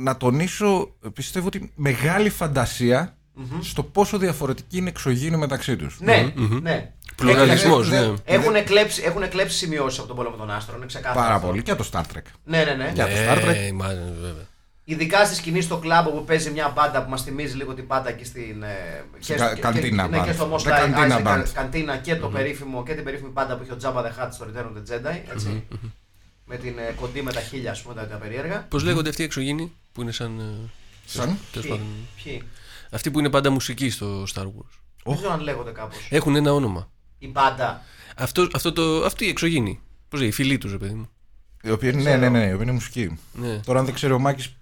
Speaker 4: να τονίσω πιστεύω ότι μεγάλη φαντασία στο πόσο διαφορετική είναι εξωγήινη μεταξύ τους.
Speaker 3: Ναι, ναι.
Speaker 5: Πλουραλισμός,
Speaker 4: Ε, ε,
Speaker 5: ναι.
Speaker 4: ε,
Speaker 3: Έχουν κλέψει, έχουν κλέψει σημειώσεις από τον πόλεμο των άστρων, είναι ξεκάθαρο.
Speaker 4: Πάρα
Speaker 3: αυτό.
Speaker 4: πολύ και από το Star Trek.
Speaker 3: Ναι, ναι, ναι.
Speaker 4: Για το Star Trek.
Speaker 5: Ε, μάλλον, βέβαια.
Speaker 3: Ειδικά στη σκηνή στο κλαμπ όπου παίζει μια μπάντα που μας θυμίζει λίγο την μπάντα εκεί στην. ε,
Speaker 4: Στην
Speaker 3: στο-
Speaker 4: κα-
Speaker 3: και,
Speaker 4: καντίνα
Speaker 3: ναι, και
Speaker 4: band.
Speaker 3: στο Mos
Speaker 4: The
Speaker 3: Eisley
Speaker 4: Cantina
Speaker 3: Κα-
Speaker 4: band.
Speaker 3: καντίνα και, το περίφημο, και την περίφημη μπάντα που είχε ο Τζάμπα The Hutt στο Return of the Jedi. ετσι Με την ε, κοντή με τα χίλια, ας πούμε, τα, τα περίεργα.
Speaker 5: Πώς λέγονται αυτοί οι εξωγήινοι που είναι σαν. ε,
Speaker 4: Σαν.
Speaker 5: τέλος
Speaker 3: Ποιοι,
Speaker 5: πάντων.
Speaker 3: ποιοι.
Speaker 5: Αυτοί που είναι πάντα μουσική στο Star Wars.
Speaker 3: Δεν ξέρω αν λέγονται κάπως.
Speaker 5: Έχουν ένα όνομα.
Speaker 3: Η μπάντα.
Speaker 5: Αυτό, αυτό το, αυτή η εξωγήινη. Πώς λέει, η φίλη τους, ρε παιδί μου.
Speaker 4: Η οποία, ναι, ναι, ναι, η οποία είναι μουσική.
Speaker 5: Ναι.
Speaker 4: Τώρα, αν δεν ξέρει ο Μάκης,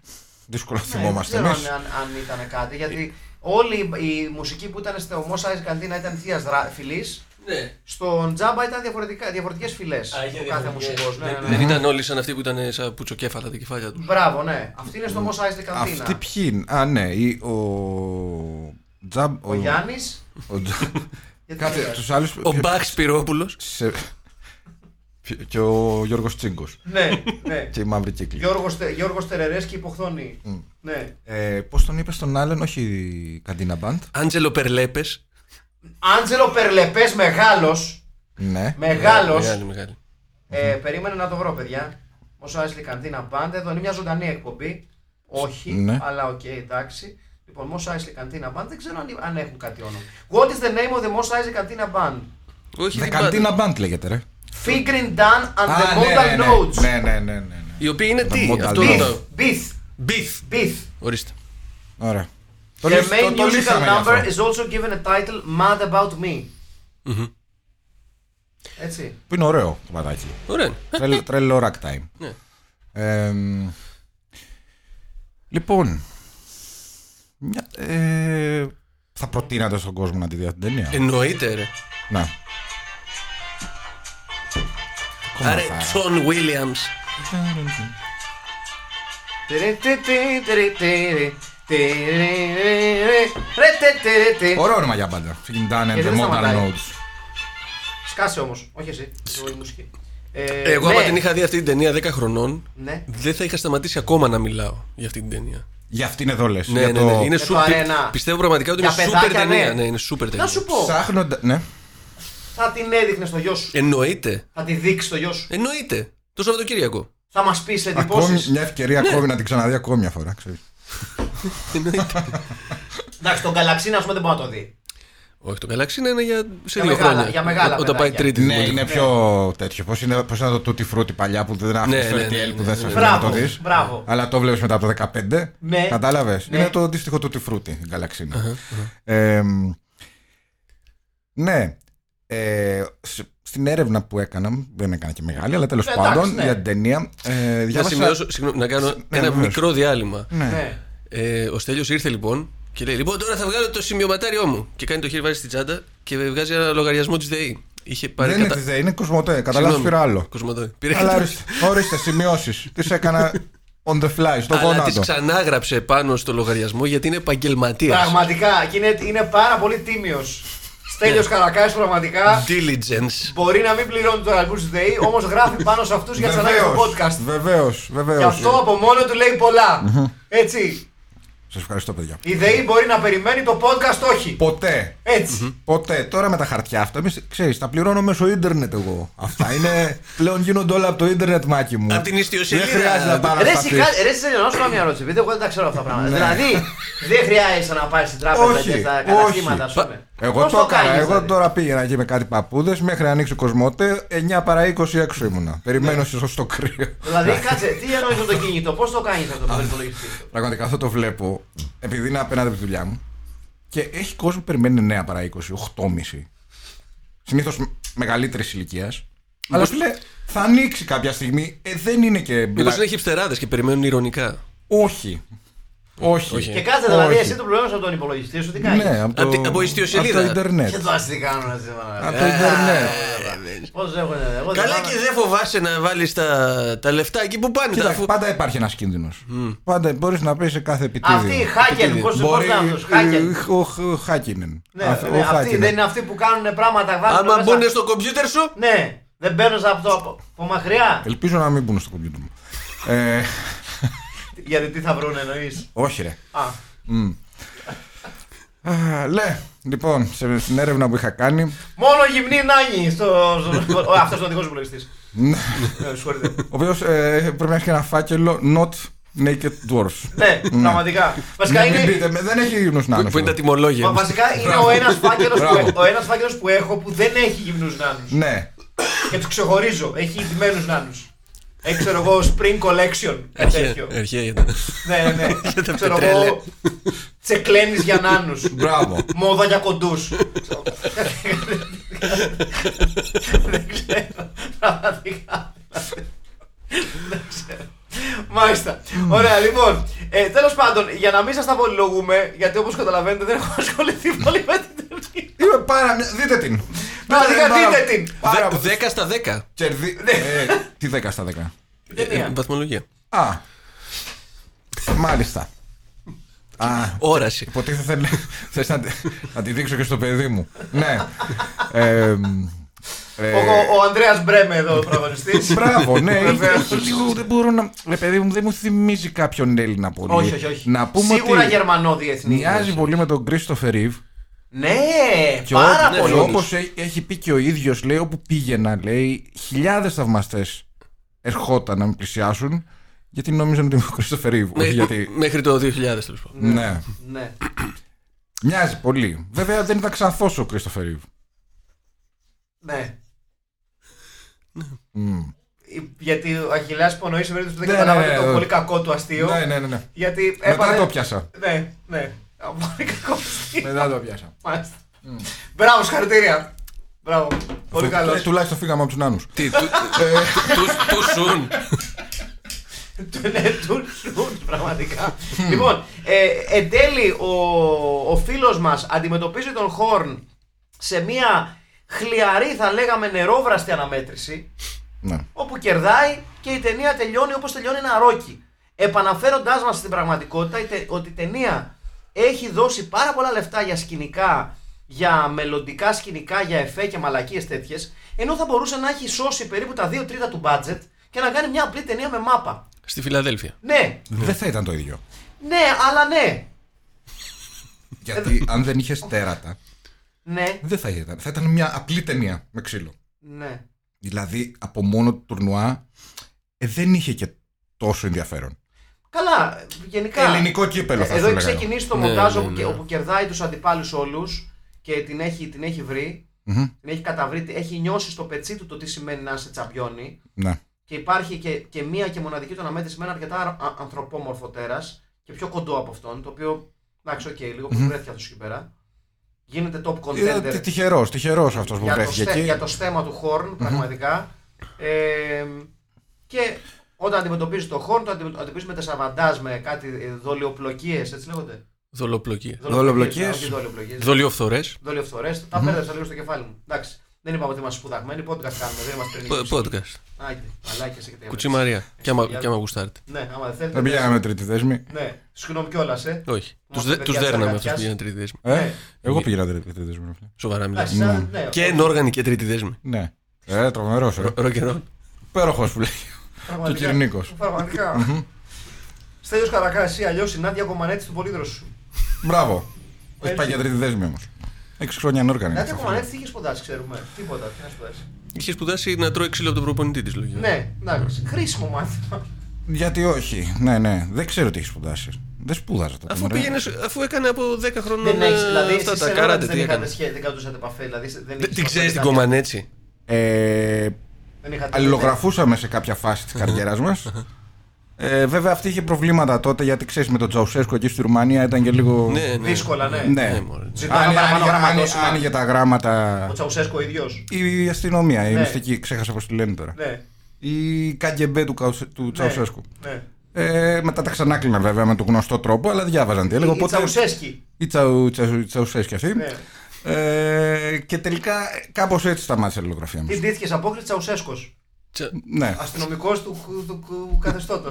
Speaker 4: δύσκολα
Speaker 3: Ναι, δεν
Speaker 4: Ε, θυμόμαστε
Speaker 3: ξέρω
Speaker 4: εμεί.
Speaker 3: αν, αν, αν ήταν κάτι, γιατί όλη η, η μουσική που ήταν στο Mos Eisley Καντίνα ήταν θείας φυλή.
Speaker 5: Ναι.
Speaker 3: Στον Τζάμπα ήταν διαφορετικέ φυλέ. Ο κάθε μουσικός. Ναι, ναι, ναι.
Speaker 5: Δεν ήταν όλοι σαν αυτοί που ήταν σαν πουτσοκέφαλα τα κεφάλια τους.
Speaker 3: Μπράβο, ναι. Αυτή είναι στο Mos Eisley Cantina.
Speaker 4: Αυτοί ποιοι είναι. Α, ναι, ή ο. Τζαμπ.
Speaker 3: Ο Γιάννης.
Speaker 4: ο Τζα- Κάτσε, τους άλλους.
Speaker 5: Ο Μπαχ Σπυρόπουλος.
Speaker 4: Και ο Γιώργος Τσίγκος.
Speaker 3: ναι, ναι.
Speaker 4: Και η μαύρη κύκλη.
Speaker 3: Γιώργος, Τε- Γιώργος Τερερές και υποχθόνη. Ναι.
Speaker 4: Πώ Ε, τον είπες τον άλλον, όχι η Καντίνα Μπαντ.
Speaker 5: Άντζελο Περλέπες.
Speaker 3: Άντζελο Περλεπές μεγάλος.
Speaker 4: Ναι.
Speaker 3: Μεγάλος.
Speaker 5: Μεγάλη, μεγάλη.
Speaker 3: Ε, περίμενε να το βρω, παιδιά. Όσο Άισλι Καντίνα πάντα, εδώ είναι μια ζωντανή εκπομπή. Όχι,
Speaker 4: Ναι.
Speaker 3: αλλά οκ, εντάξει. Λοιπόν, Mos Eisley Cantina Band, δεν ξέρω αν, αν έχουν κάτι όνομα. What is the name of the Mos Eisley Cantina Band?
Speaker 5: Όχι, την
Speaker 4: Δεκαντίνα
Speaker 5: πάντα.
Speaker 4: μπαντ λέγεται, ρε.
Speaker 3: Figuring Dan and the
Speaker 4: ναι,
Speaker 3: Modal
Speaker 4: ναι, ναι.
Speaker 3: Notes.
Speaker 4: Ναι, ναι, ναι, ναι, ναι.
Speaker 5: Η οποία είναι
Speaker 4: Τα
Speaker 5: τι,
Speaker 4: μότα
Speaker 5: αυτό
Speaker 4: λέω.
Speaker 5: ρωτάω.
Speaker 3: Beef,
Speaker 5: Beef.
Speaker 3: beef.
Speaker 5: Ορίστε.
Speaker 4: Ωραία. Το
Speaker 3: The
Speaker 4: λύσα-
Speaker 3: main
Speaker 4: το- το
Speaker 3: musical
Speaker 4: λύσαμε γι' αυτό.
Speaker 3: number is also given a title Mad About Me. Έτσι.
Speaker 4: Που είναι ωραίο το παδάκι.
Speaker 5: Ωραία. είναι.
Speaker 4: Τρελ- Τρελό rack time.
Speaker 5: Ναι.
Speaker 4: Εμ, λοιπόν. μια- ε, θα προτείνατε στον κόσμο να τη δει αυτή την
Speaker 5: Ε,
Speaker 4: ταινία.
Speaker 5: Εννοείται, ρε.
Speaker 4: Ναι.
Speaker 5: Άρα,
Speaker 4: Κομμάτα.
Speaker 5: Τζον Williams.
Speaker 4: Ωραίο όνομα για μπάντα. Φιντάνε,
Speaker 5: Ε,
Speaker 3: Γιατί
Speaker 4: The
Speaker 3: δεν
Speaker 4: Modern
Speaker 3: σταματάει.
Speaker 4: Notes.
Speaker 3: Σκάσε όμως, όχι εσύ. Εγώ η μουσική. Ε,
Speaker 5: Εγώ,
Speaker 3: ναι,
Speaker 5: άμα την είχα δει αυτή την ταινία 10 χρονών,
Speaker 3: Ναι.
Speaker 5: δεν θα είχα σταματήσει ακόμα να μιλάω για αυτή την ταινία.
Speaker 4: Για αυτήν εδώ λες.
Speaker 5: Ναι,
Speaker 4: για
Speaker 5: ναι,
Speaker 4: το-
Speaker 5: ναι. Είναι
Speaker 3: το
Speaker 5: σούπερ-
Speaker 3: αρένα.
Speaker 5: Πιστεύω πραγματικά ότι
Speaker 3: Για
Speaker 5: είναι σούπερ
Speaker 3: παιδάκια,
Speaker 5: ταινία.
Speaker 3: ναι.
Speaker 5: Ναι, είναι σούπερ ταινία.
Speaker 3: Να σου πω,
Speaker 4: Ψάχνοντα. Ναι.
Speaker 3: θα την έδειχνε στο γιο σου.
Speaker 5: Εννοείται.
Speaker 3: Θα τη δείξει στο γιο σου.
Speaker 5: Εννοείται. Το Σαββατοκύριακο.
Speaker 3: Θα μας πεις
Speaker 4: Ακόμη
Speaker 3: εντυπώσεις.
Speaker 4: μια ευκαιρία
Speaker 5: Ναι.
Speaker 4: ακόμη να την ξαναδεί ακόμη μια φορά. Ξέρεις.
Speaker 5: Εννοείται.
Speaker 3: Εντάξει, τον καλαξίνα, ας πούμε, δεν μπορεί να το δει.
Speaker 5: Όχι, το Καλαξίνα είναι για σε
Speaker 3: Για
Speaker 5: δύο
Speaker 3: μεγάλα-
Speaker 5: χρόνια.
Speaker 3: για μεγάλα
Speaker 5: Ό- Όταν πάει
Speaker 3: παιδάκια.
Speaker 5: τρίτη.
Speaker 4: Ναι,
Speaker 5: δημοτικού.
Speaker 4: είναι πιο τέτοιο. Πώς είναι, πώς είναι το τούτη φρούτη παλιά που δεν άφησε
Speaker 5: Ναι,
Speaker 4: ναι,
Speaker 5: ναι, ναι, ναι,
Speaker 4: που
Speaker 5: ναι.
Speaker 4: δεν σε αφήνει να το
Speaker 3: Μπράβο,
Speaker 4: δεις.
Speaker 3: μπράβο.
Speaker 4: Αλλά το βλέπεις μετά από το 15.
Speaker 3: Ναι.
Speaker 4: Κατάλαβες.
Speaker 3: Ναι.
Speaker 4: Είναι το αντίστοιχο τούτη φρούτη, η γαλαξινα ναι. Ε, σ- στην έρευνα που έκανα, δεν έκανα και μεγάλη, αλλά τέλος
Speaker 3: Εντάξει,
Speaker 4: πάντων
Speaker 3: ναι.
Speaker 4: για την ταινία. Ε,
Speaker 5: Να
Speaker 4: διάβασα.
Speaker 5: σημειώσω, συγγνώμη, να κάνω
Speaker 4: ναι,
Speaker 5: ένα
Speaker 4: βεβαίως.
Speaker 5: μικρό διάλειμμα.
Speaker 4: Ναι.
Speaker 3: Ναι.
Speaker 5: Ε, ο Στέλιος ήρθε λοιπόν και λέει: Λοιπόν, τώρα θα βγάλω το σημειωματάριό μου. Και κάνει το χέρι, βάζει στην τσάντα και βγάζει ένα λογαριασμό της ΔΕΗ. Είχε πάρει
Speaker 4: Δεν είναι της ΔΕΗ, είναι κοσμοτέ. Κατά λάθο
Speaker 5: Συγγνώμη,
Speaker 4: πήρα άλλο.
Speaker 5: Κοσμοτέ. Πήρε
Speaker 4: Αλλά
Speaker 5: κάτι-
Speaker 4: ορίστε, ορίστε σημειώσεις. Τις έκανα on the fly, στο
Speaker 5: Αλλά τη
Speaker 4: γόνατο.
Speaker 5: ξανάγραψε πάνω στο λογαριασμό γιατί είναι επαγγελματίας.
Speaker 3: Πραγματικά και είναι, είναι πάρα πολύ τίμιος. Στέλιος Καρακάκη πραγματικά
Speaker 5: Diligence.
Speaker 3: μπορεί να μην πληρώνει το λαγού τη ΔΕΗ, όμως γράφει πάνω σε αυτούς για τις ανάγκες του podcast.
Speaker 4: Βεβαίως,
Speaker 3: Και
Speaker 4: βεβαίω.
Speaker 3: αυτό από μόνο του λέει πολλά. Έτσι.
Speaker 4: Σας ευχαριστώ, παιδιά.
Speaker 3: Η ΔΕΗ μπορεί να περιμένει το podcast, όχι.
Speaker 4: Ποτέ.
Speaker 3: Έτσι.
Speaker 4: Ποτέ. Τώρα με τα χαρτιά αυτά, εμείς ξέρεις, τα πληρώνω μέσω ίντερνετ εγώ. Αυτά είναι. πλέον γίνονται όλα από το ίντερνετ, μάκι μου.
Speaker 5: Απ' την ιστιοσελίδα.
Speaker 4: Δεν χρειάζεται να πάω να
Speaker 3: Ρε
Speaker 4: σταθείς.
Speaker 3: σιγά, ρε σιγά, να σου κάνω μια ερώτηση, επειδή εγώ δεν τα ξέρω αυτά τα πράγματα. Δηλαδή, δεν χρειάζεσαι να πάρεις την τράπεζα
Speaker 4: Όχι,
Speaker 3: και τα
Speaker 4: όχι.
Speaker 3: καταστήματα, α πούμε.
Speaker 4: Εγώ
Speaker 3: Πώς
Speaker 4: το έκανα.
Speaker 3: κάνεις,
Speaker 4: Εγώ
Speaker 3: δηλαδή?
Speaker 4: τώρα πήγαινα εκεί με κάτι παππούδες μέχρι να ανοίξει ο κοσμότε. 9 παρά 20 έξω ήμουνα. Περιμένω σε στο κρύο.
Speaker 3: Ναι. Δηλαδή, κάτσε, τι εννοείς με το κινητό, πώς το κάνεις αυτό με τον υπολογιστή. σου?
Speaker 4: Πραγματικά αυτό το βλέπω επειδή είναι απέναντι από τη δουλειά μου και έχει κόσμο που περιμένει 9 παρά 20, 8,5. Συνήθω μεγαλύτερης ηλικίας. Αλλά σου λέει θα ανοίξει κάποια στιγμή. Ε, δεν είναι και
Speaker 5: Μήπως
Speaker 4: μπλα-
Speaker 5: είναι χυψτεράδες και περιμένουν ηρωνικά.
Speaker 4: Όχι. Όχι.
Speaker 5: Όχι.
Speaker 3: Και κάτσε, δηλαδή,
Speaker 4: Όχι.
Speaker 3: εσύ το πληρώνεις από τον υπολογιστή σου, τι κάνει.
Speaker 4: Ναι, από, το...
Speaker 5: Απ' τη- από ιστιοσελίδα.
Speaker 4: Από το Ιντερνετ.
Speaker 3: Και το αστικά κάνουν έτσι, μάνα.
Speaker 4: από το Ιντερνετ.
Speaker 5: Ε,
Speaker 3: Πώ έχουν. εγώ δεν
Speaker 5: Καλά
Speaker 3: κάνω.
Speaker 5: και δεν φοβάσαι να βάλεις τα, τα λεφτά εκεί που πάνε. τα
Speaker 4: Κοίτα,
Speaker 5: αφού-
Speaker 4: πάντα υπάρχει ένας κίνδυνος. Πάντα μπορείς να πεις σε κάθε επιτίδιο.
Speaker 3: Αυτοί οι hacker, πώ
Speaker 4: Μπορεί.
Speaker 3: είναι αυτού, hacker.
Speaker 4: ε, ο- Ο Χάκινεν.
Speaker 3: Ναι, ναι, αυτοί δεν είναι αυτοί που κάνουν πράγματα, βάζουν.
Speaker 5: Άμα
Speaker 3: μέσα-
Speaker 5: μπουν στο κομπιούτερ σου.
Speaker 3: Ναι, δεν παίρνει από το από- από μακριά.
Speaker 4: Ελπίζω να μην μπουν στο κομπιούτερ μου. Ε,
Speaker 3: Γιατί τι θα βρουν, εννοείς.
Speaker 4: όχι, ρε.
Speaker 3: Α,
Speaker 4: Α, Λε, λοιπόν, σε- στην έρευνα που είχα κάνει,
Speaker 3: Μόνο γυμνή νάνι στο. στο- ο- Αυτός είναι ο δικός μου υπολογιστής. Ε, Συγχωρείτε.
Speaker 4: ο οποίος ε, πρέπει να έχει και ένα φάκελο Not Naked Dwarfs.
Speaker 3: Ναι, πραγματικά. Βασικά
Speaker 4: Μην
Speaker 3: είναι.
Speaker 4: πείτε, με- δεν έχει γυμνούς να
Speaker 5: Που είναι τα
Speaker 3: Μα
Speaker 5: τιμολόγια.
Speaker 3: βασικά είναι ο ένας φάκελος
Speaker 4: Μπράβο.
Speaker 3: που, ο ένας φάκελος που έχω που δεν έχει γυμνούς νάνους.
Speaker 4: Ναι,
Speaker 3: Και τους ξεχωρίζω. Έχει ντυμένους νάνους. Έχει ξέρω εγώ Spring Collection. Κάτι τέτοιο.
Speaker 5: Αρχαία ήταν.
Speaker 3: Ναι, ναι.
Speaker 5: τα
Speaker 3: Ξέρω
Speaker 5: πετρέλαια.
Speaker 3: εγώ. Τσεκλένεις για νάνους.
Speaker 4: μπράβο.
Speaker 3: Μόδα για κοντούς. Δεν ξέρω. Πραγματικά. Δεν ξέρω. Μάλιστα. Ωραία, λοιπόν. Ε, Τέλος πάντων, για να μην σας τα πολυλογούμε, γιατί όπως καταλαβαίνετε δεν έχω ασχοληθεί πολύ με την ταινία.
Speaker 4: Είμαι πάρα. Δείτε την.
Speaker 3: Πραγματικά,
Speaker 4: Πάρα-
Speaker 3: δείτε την. Ναι.
Speaker 4: πάρα-
Speaker 5: 10 στα 10.
Speaker 4: Κερδί- Ε, Τι 10 στα 10.
Speaker 3: Ταινία.
Speaker 5: Ε, Βαθμολογία.
Speaker 4: Α. Μάλιστα. Α,
Speaker 5: Όραση.
Speaker 4: Υποτίθεται λέ- θες να, τη- να τη δείξω και στο παιδί μου. ναι. Ε, ε,
Speaker 3: Ο- Ο, ο Ανδρέας Μπρέμε εδώ, ο πρωταγωνιστής.
Speaker 4: Μπράβο, ναι.
Speaker 3: Βεβαίως.
Speaker 4: είναι λίγο- δεν μπορώ να. Ρε παιδί μου, δεν μου θυμίζει κάποιον Έλληνα πολύ.
Speaker 3: όχι, όχι, όχι.
Speaker 4: Να πούμε
Speaker 3: Σίγουρα
Speaker 4: ότι
Speaker 3: Γερμανό διεθνή.
Speaker 4: μοιάζει πολύ με τον Κρίστοφερ Ριβ.
Speaker 3: Ναι, πάρα
Speaker 5: ναι,
Speaker 3: πολύ.
Speaker 5: όντως.
Speaker 4: Όπω έχει πει και ο ίδιος, λέει, όπου πήγαινα, λέει, χιλιάδες θαυμαστές ερχόταν να με πλησιάσουν Γιατί νόμιζαν ότι είμαι ο Κρίστοφερ Ρίβ. Όχι
Speaker 5: Μέ-
Speaker 4: γιατί.
Speaker 5: Μέχρι το 2000 τέλος πάντων.
Speaker 4: Ναι.
Speaker 3: Ναι.
Speaker 4: Μοιάζει πολύ. Βέβαια δεν ήταν ξανθός ο Κρίστοφερ Ρίβ.
Speaker 3: ναι.
Speaker 4: Ναι. Μμ.
Speaker 3: Γιατί ο Αχιλέα υπονοεί σε περίπτωση που δεν
Speaker 4: Ναι,
Speaker 3: καταλάβατε
Speaker 4: ναι, ναι,
Speaker 3: το
Speaker 4: ναι.
Speaker 3: πολύ κακό του αστείο.
Speaker 4: Ναι, ναι, ναι. ναι.
Speaker 3: Γιατί
Speaker 4: Μετά
Speaker 3: έπαθε.
Speaker 4: το Ναι. πιάσα.
Speaker 3: Ναι, ναι. Α, Πολύ κακό αστείο.
Speaker 4: Μετά το πιάσα.
Speaker 3: Μάλιστα. Μπράβο, συγχαρητήρια. Μπράβο. Πολύ
Speaker 4: Του-
Speaker 3: καλός.
Speaker 4: ε, Τουλάχιστον φύγαμε από Ε, τους νάνους.
Speaker 5: Τι, του, του, του σουν.
Speaker 3: Του ναι, του σουν, πραγματικά. Λοιπόν, ε, εν τέλει ο, ο φίλος μας αντιμετωπίζει τον Χόρν σε μια χλιαρή θα λέγαμε νερόβραστη αναμέτρηση
Speaker 4: Ναι.
Speaker 3: όπου κερδάει και η ταινία τελειώνει όπως τελειώνει ένα ρόκι. Επαναφέροντάς μας στην πραγματικότητα η τε- ότι η ταινία έχει δώσει πάρα πολλά λεφτά για σκηνικά, για μελλοντικά σκηνικά, για εφέ και μαλακίες τέτοιες, ενώ θα μπορούσε να έχει σώσει περίπου τα 2 τρίτα του budget και να κάνει μια απλή ταινία με μάπα.
Speaker 5: Στη Φιλαδέλφια.
Speaker 3: Ναι,
Speaker 4: Δεν θα ήταν το ίδιο.
Speaker 3: ναι, αλλά ναι.
Speaker 4: Γιατί αν δεν είχες τέρατα,
Speaker 3: Ναι,
Speaker 4: δεν θα ήταν. Θα ήταν μια απλή ταινία με ξύλο.
Speaker 3: ναι.
Speaker 4: Δηλαδή από μόνο το τουρνουά ε, δεν είχε και τόσο ενδιαφέρον.
Speaker 3: Καλά, γενικά.
Speaker 4: Ελληνικό κύπελο θα
Speaker 3: Ε, Εδώ έχει
Speaker 4: έλεγα εγώ.
Speaker 3: ξεκινήσει το
Speaker 5: Ναι,
Speaker 3: μοντάζ
Speaker 5: ναι,
Speaker 3: όπου,
Speaker 5: ναι.
Speaker 4: Μμμ.
Speaker 3: Την έχει καταβρει, έχει νιώσει στο πετσί του το τι σημαίνει να είσαι τσαμπιόνι.
Speaker 4: Ναι.
Speaker 3: Και υπάρχει και, και μία και μοναδική του αναμέτρηση με ένα αρκετά α- ανθρωπόμορφο τέρας και πιο κοντό από αυτόν. Το οποίο. Εντάξει, οκ, λίγο που βρέθηκε αυτός εκεί πέρα. Γίνεται top
Speaker 4: Ε,
Speaker 3: contender.
Speaker 4: Τυχερός, τυχερός αυτός που
Speaker 3: για, το
Speaker 4: βρέθηκε
Speaker 3: στε, για
Speaker 4: εκεί.
Speaker 3: το στέμα του Χόρν, πραγματικά. Ε, και όταν αντιμετωπίζει το Χόρν, το αντιμετω- αντιμετωπίζει με τεσσαβαντάζ, με κάτι ε, δολιοπλοκίες, έτσι λέγονται.
Speaker 5: Δολοπλοκία.
Speaker 4: Δολοπλοκίες.
Speaker 3: α, όχι δολιοπλοκίες.
Speaker 5: Δολιοφθορές.
Speaker 3: Δολιοφθορές. Τα μπέρδεψα λίγο στο κεφάλι μου. Εντάξει. Δεν είπαμε ότι είμαστε σπουδαγμένοι, podcast κάνουμε, δεν είμαστε τρελοί.
Speaker 5: Podcast.
Speaker 3: Άγιε, μαλάκες έχετε
Speaker 5: Κουτσή
Speaker 3: έβρεψει.
Speaker 5: Μαρία. Κι άμα, κι άμα γουστάρετε.
Speaker 3: Ναι, άμα δεν
Speaker 4: Δεν
Speaker 3: θέλετε.
Speaker 4: πήγαμε τρίτη δέσμη. Ε,
Speaker 3: Ναι, συγγνώμη κιόλας, ε.
Speaker 5: Όχι.
Speaker 3: Μας
Speaker 5: Του
Speaker 3: παιδιά της
Speaker 5: δέρναμε αυτού
Speaker 3: Αγκαθιάς.
Speaker 5: που πήγαν τρίτη δέσμη.
Speaker 3: Ναι.
Speaker 4: Ε, εγώ πήγα τρίτη δέσμη. ρε φίλε.
Speaker 5: Σοβαρά μιλάω.
Speaker 3: Εντάξει, σαν- ναι,
Speaker 5: Και
Speaker 3: όχι,
Speaker 5: ενόργανη και τρίτη δέσμη.
Speaker 4: Ναι. Ε, τρομερός.
Speaker 5: Ροκερόν.
Speaker 4: Υπέροχο που λέει.
Speaker 3: πραγματικά.
Speaker 4: του Κυρνίκος.
Speaker 3: Πραγματικά. Στέλιος Καρακάση, αλλιώς η Νάντια Κομανέτης του Πολύδροσου.
Speaker 4: Μπράβο.
Speaker 3: Έτσι.
Speaker 4: Όχι πάει για τρίτη δέσμη όμως. Έξι χρόνια ανόργανη.
Speaker 3: Νάντια Κομανέτη τι είχε σπουδάσει, ξέρουμε. Τίποτα, τι να σπουδάσει.
Speaker 5: Είχε σπουδάσει να τρώει ξύλο από τον προπονητή της λογική.
Speaker 3: Ναι, εντάξει. Χρήσιμο μάθημα.
Speaker 4: Γιατί όχι. Ναι, ναι. Δεν ξέρω τι έχει σπουδάσει. Δεν σπούδαζα τότε.
Speaker 5: Αφού,
Speaker 4: μωρέ.
Speaker 5: πήγαινες, αφού έκανε από 10 χρόνων
Speaker 3: Δεν έχεις, δηλαδή,
Speaker 5: ε,
Speaker 3: εσείς
Speaker 5: αυτά τα
Speaker 3: σε
Speaker 5: καράτε,
Speaker 3: ρόλες
Speaker 5: τι
Speaker 3: δεν είχατε
Speaker 5: έκανε.
Speaker 3: σχέση, δεν κρατούσατε επαφή. Δηλαδή, δεν είχες
Speaker 5: Δεν την
Speaker 3: επαφή
Speaker 5: ξέρει την
Speaker 3: κάποια-
Speaker 5: κομμανέτσι.
Speaker 4: Ε,
Speaker 3: Δεν είχατε
Speaker 4: αλληλογραφούσαμε σε κάποια φάση της καριέρας μας. Ε, βέβαια αυτή είχε προβλήματα τότε γιατί ξέρεις με τον Τζαουσέσκο εκεί στη Ρουμανία ήταν και λίγο.
Speaker 5: Ναι, ναι.
Speaker 3: Δύσκολα, ναι.
Speaker 4: Ναι.
Speaker 5: Ναι, μωρέ.
Speaker 3: Ζητάγαμε
Speaker 4: Άνοιγε-
Speaker 3: παραπάνω
Speaker 4: άνοιγε-
Speaker 3: γράμματα,
Speaker 4: άνοιγε-
Speaker 3: σωστά.
Speaker 4: Άνοιγε τα γραμματα
Speaker 3: ναι. Ο Τσαουσέσκο ίδιος.
Speaker 4: Η αστυνομία, η
Speaker 3: Ναι.
Speaker 4: μυστική, ξέχασα πώς τη λένε τώρα.
Speaker 3: Ναι.
Speaker 4: Η καγκεμπέ του, Καουσε- του Τσαουσέσκου.
Speaker 3: Ναι.
Speaker 4: Ε, μετά τα ξανάκλειναν βέβαια με τον γνωστό τρόπο, αλλά διάβαζαν τι έλεγε.
Speaker 3: Οι
Speaker 4: οπότε-
Speaker 3: Τσαουσέσκι.
Speaker 4: Η τσαου, τσαου, Τσαουσέσκη αυτή.
Speaker 3: Ναι.
Speaker 4: Ε, και τελικά κάπως έτσι σταμάτησε η αλληλογραφία μα.
Speaker 3: Τι ντύθηκε απόκριση Τσαουσέσκος.
Speaker 5: Τσα-
Speaker 4: Ναι.
Speaker 3: Αστυνομικός του, του, του καθεστώτο.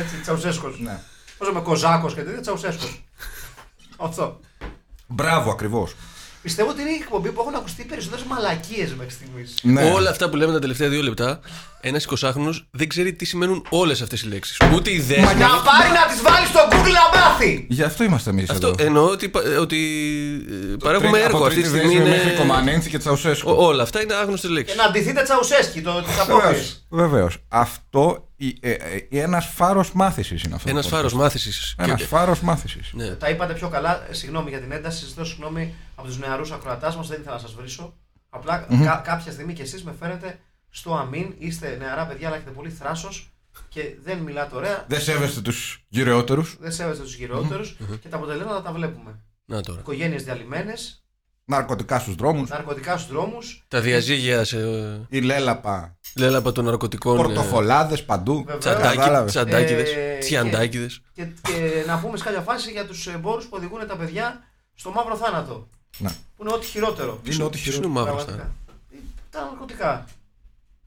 Speaker 3: Έτσι, Τσαουσέσκος.
Speaker 4: ναι.
Speaker 3: Πόσο με Κοζάκος και τέτοια, Τσαουσέσκος. Αυτό.
Speaker 4: Μπράβο ακριβώς.
Speaker 3: Πιστεύω ότι είναι η εκπομπή που έχουν ακουστεί περισσότερες μαλακίες μέχρι στιγμής.
Speaker 4: Ναι.
Speaker 5: Όλα αυτά που λέμε τα τελευταία δύο λεπτά, ένας 20χρονο δεν ξέρει τι σημαίνουν όλες αυτές οι λέξεις. Ούτε οι
Speaker 4: Μα
Speaker 5: δέσμε.
Speaker 4: για-
Speaker 3: Να πάρει να τις βάλει στο Google να μάθει!
Speaker 4: Γι' αυτό είμαστε εμείς εδώ.
Speaker 5: Αυτό εννοώ ότι, πα- ε, ότι ε, παρέχουμε
Speaker 4: Τρι-
Speaker 5: έργο
Speaker 4: από
Speaker 5: αυτή τη
Speaker 4: τρίτη
Speaker 5: στιγμή.
Speaker 4: δέσμη
Speaker 5: Είναι...
Speaker 4: Μέχρι Κομανέντσι και Τσαουσέσκου.
Speaker 5: Ό- όλα αυτά είναι άγνωστες
Speaker 3: Και
Speaker 5: λέξει.
Speaker 3: να αντιθείτε Τσαουσέσκι, το τη απόκριση.
Speaker 4: Βεβαίως. Αυτό ε, ένας φάρος μάθησης είναι αυτό.
Speaker 5: Ένας φάρος μάθησης.
Speaker 4: Ένας φάρος μάθησης.
Speaker 5: Ναι.
Speaker 3: Τα είπατε πιο καλά. Ε, Συγγνώμη για την ένταση. Ζητώ συγγνώμη από τους νεαρούς ακροατάς μας. Δεν ήθελα να σας βρίσω. Απλά κα- κάποια στιγμή κι εσείς με φέρετε στο αμήν. Είστε νεαρά παιδιά, αλλά έχετε πολύ θράσος και δεν μιλάτε ωραία.
Speaker 4: Δεν σέβεστε τους γυρεότερους.
Speaker 3: Δεν σέβεστε τους γυροτερου και τα αποτελέσματα τα βλέπουμε.
Speaker 5: Να τώρα.
Speaker 3: Οικογένειες διαλυμένες,
Speaker 4: Ναρκωτικά στους δρόμους.
Speaker 3: ναρκωτικά στους δρόμους.
Speaker 5: Τα διαζύγια σε ε,
Speaker 4: Η λέλαπα.
Speaker 5: λέλαπα των ναρκωτικών. ε,
Speaker 4: Πορτοφολάδες παντού.
Speaker 3: Βεβαίως.
Speaker 5: Τσαντάκι,
Speaker 4: Κατάλαβες.
Speaker 5: τσαντάκιδε.
Speaker 3: Ε,
Speaker 5: Τσιαντάκιδε.
Speaker 3: Και, και να πούμε σε κάποια φάση για τους εμπόρου που οδηγούν τα παιδιά στο μαύρο θάνατο.
Speaker 4: Ναι.
Speaker 3: Που είναι ό,τι χειρότερο.
Speaker 4: Είναι ό,τι
Speaker 5: Τι είναι
Speaker 4: χειρότερο.
Speaker 5: ο μαύρο
Speaker 3: Πραγματικά. Ε, Τα ναρκωτικά.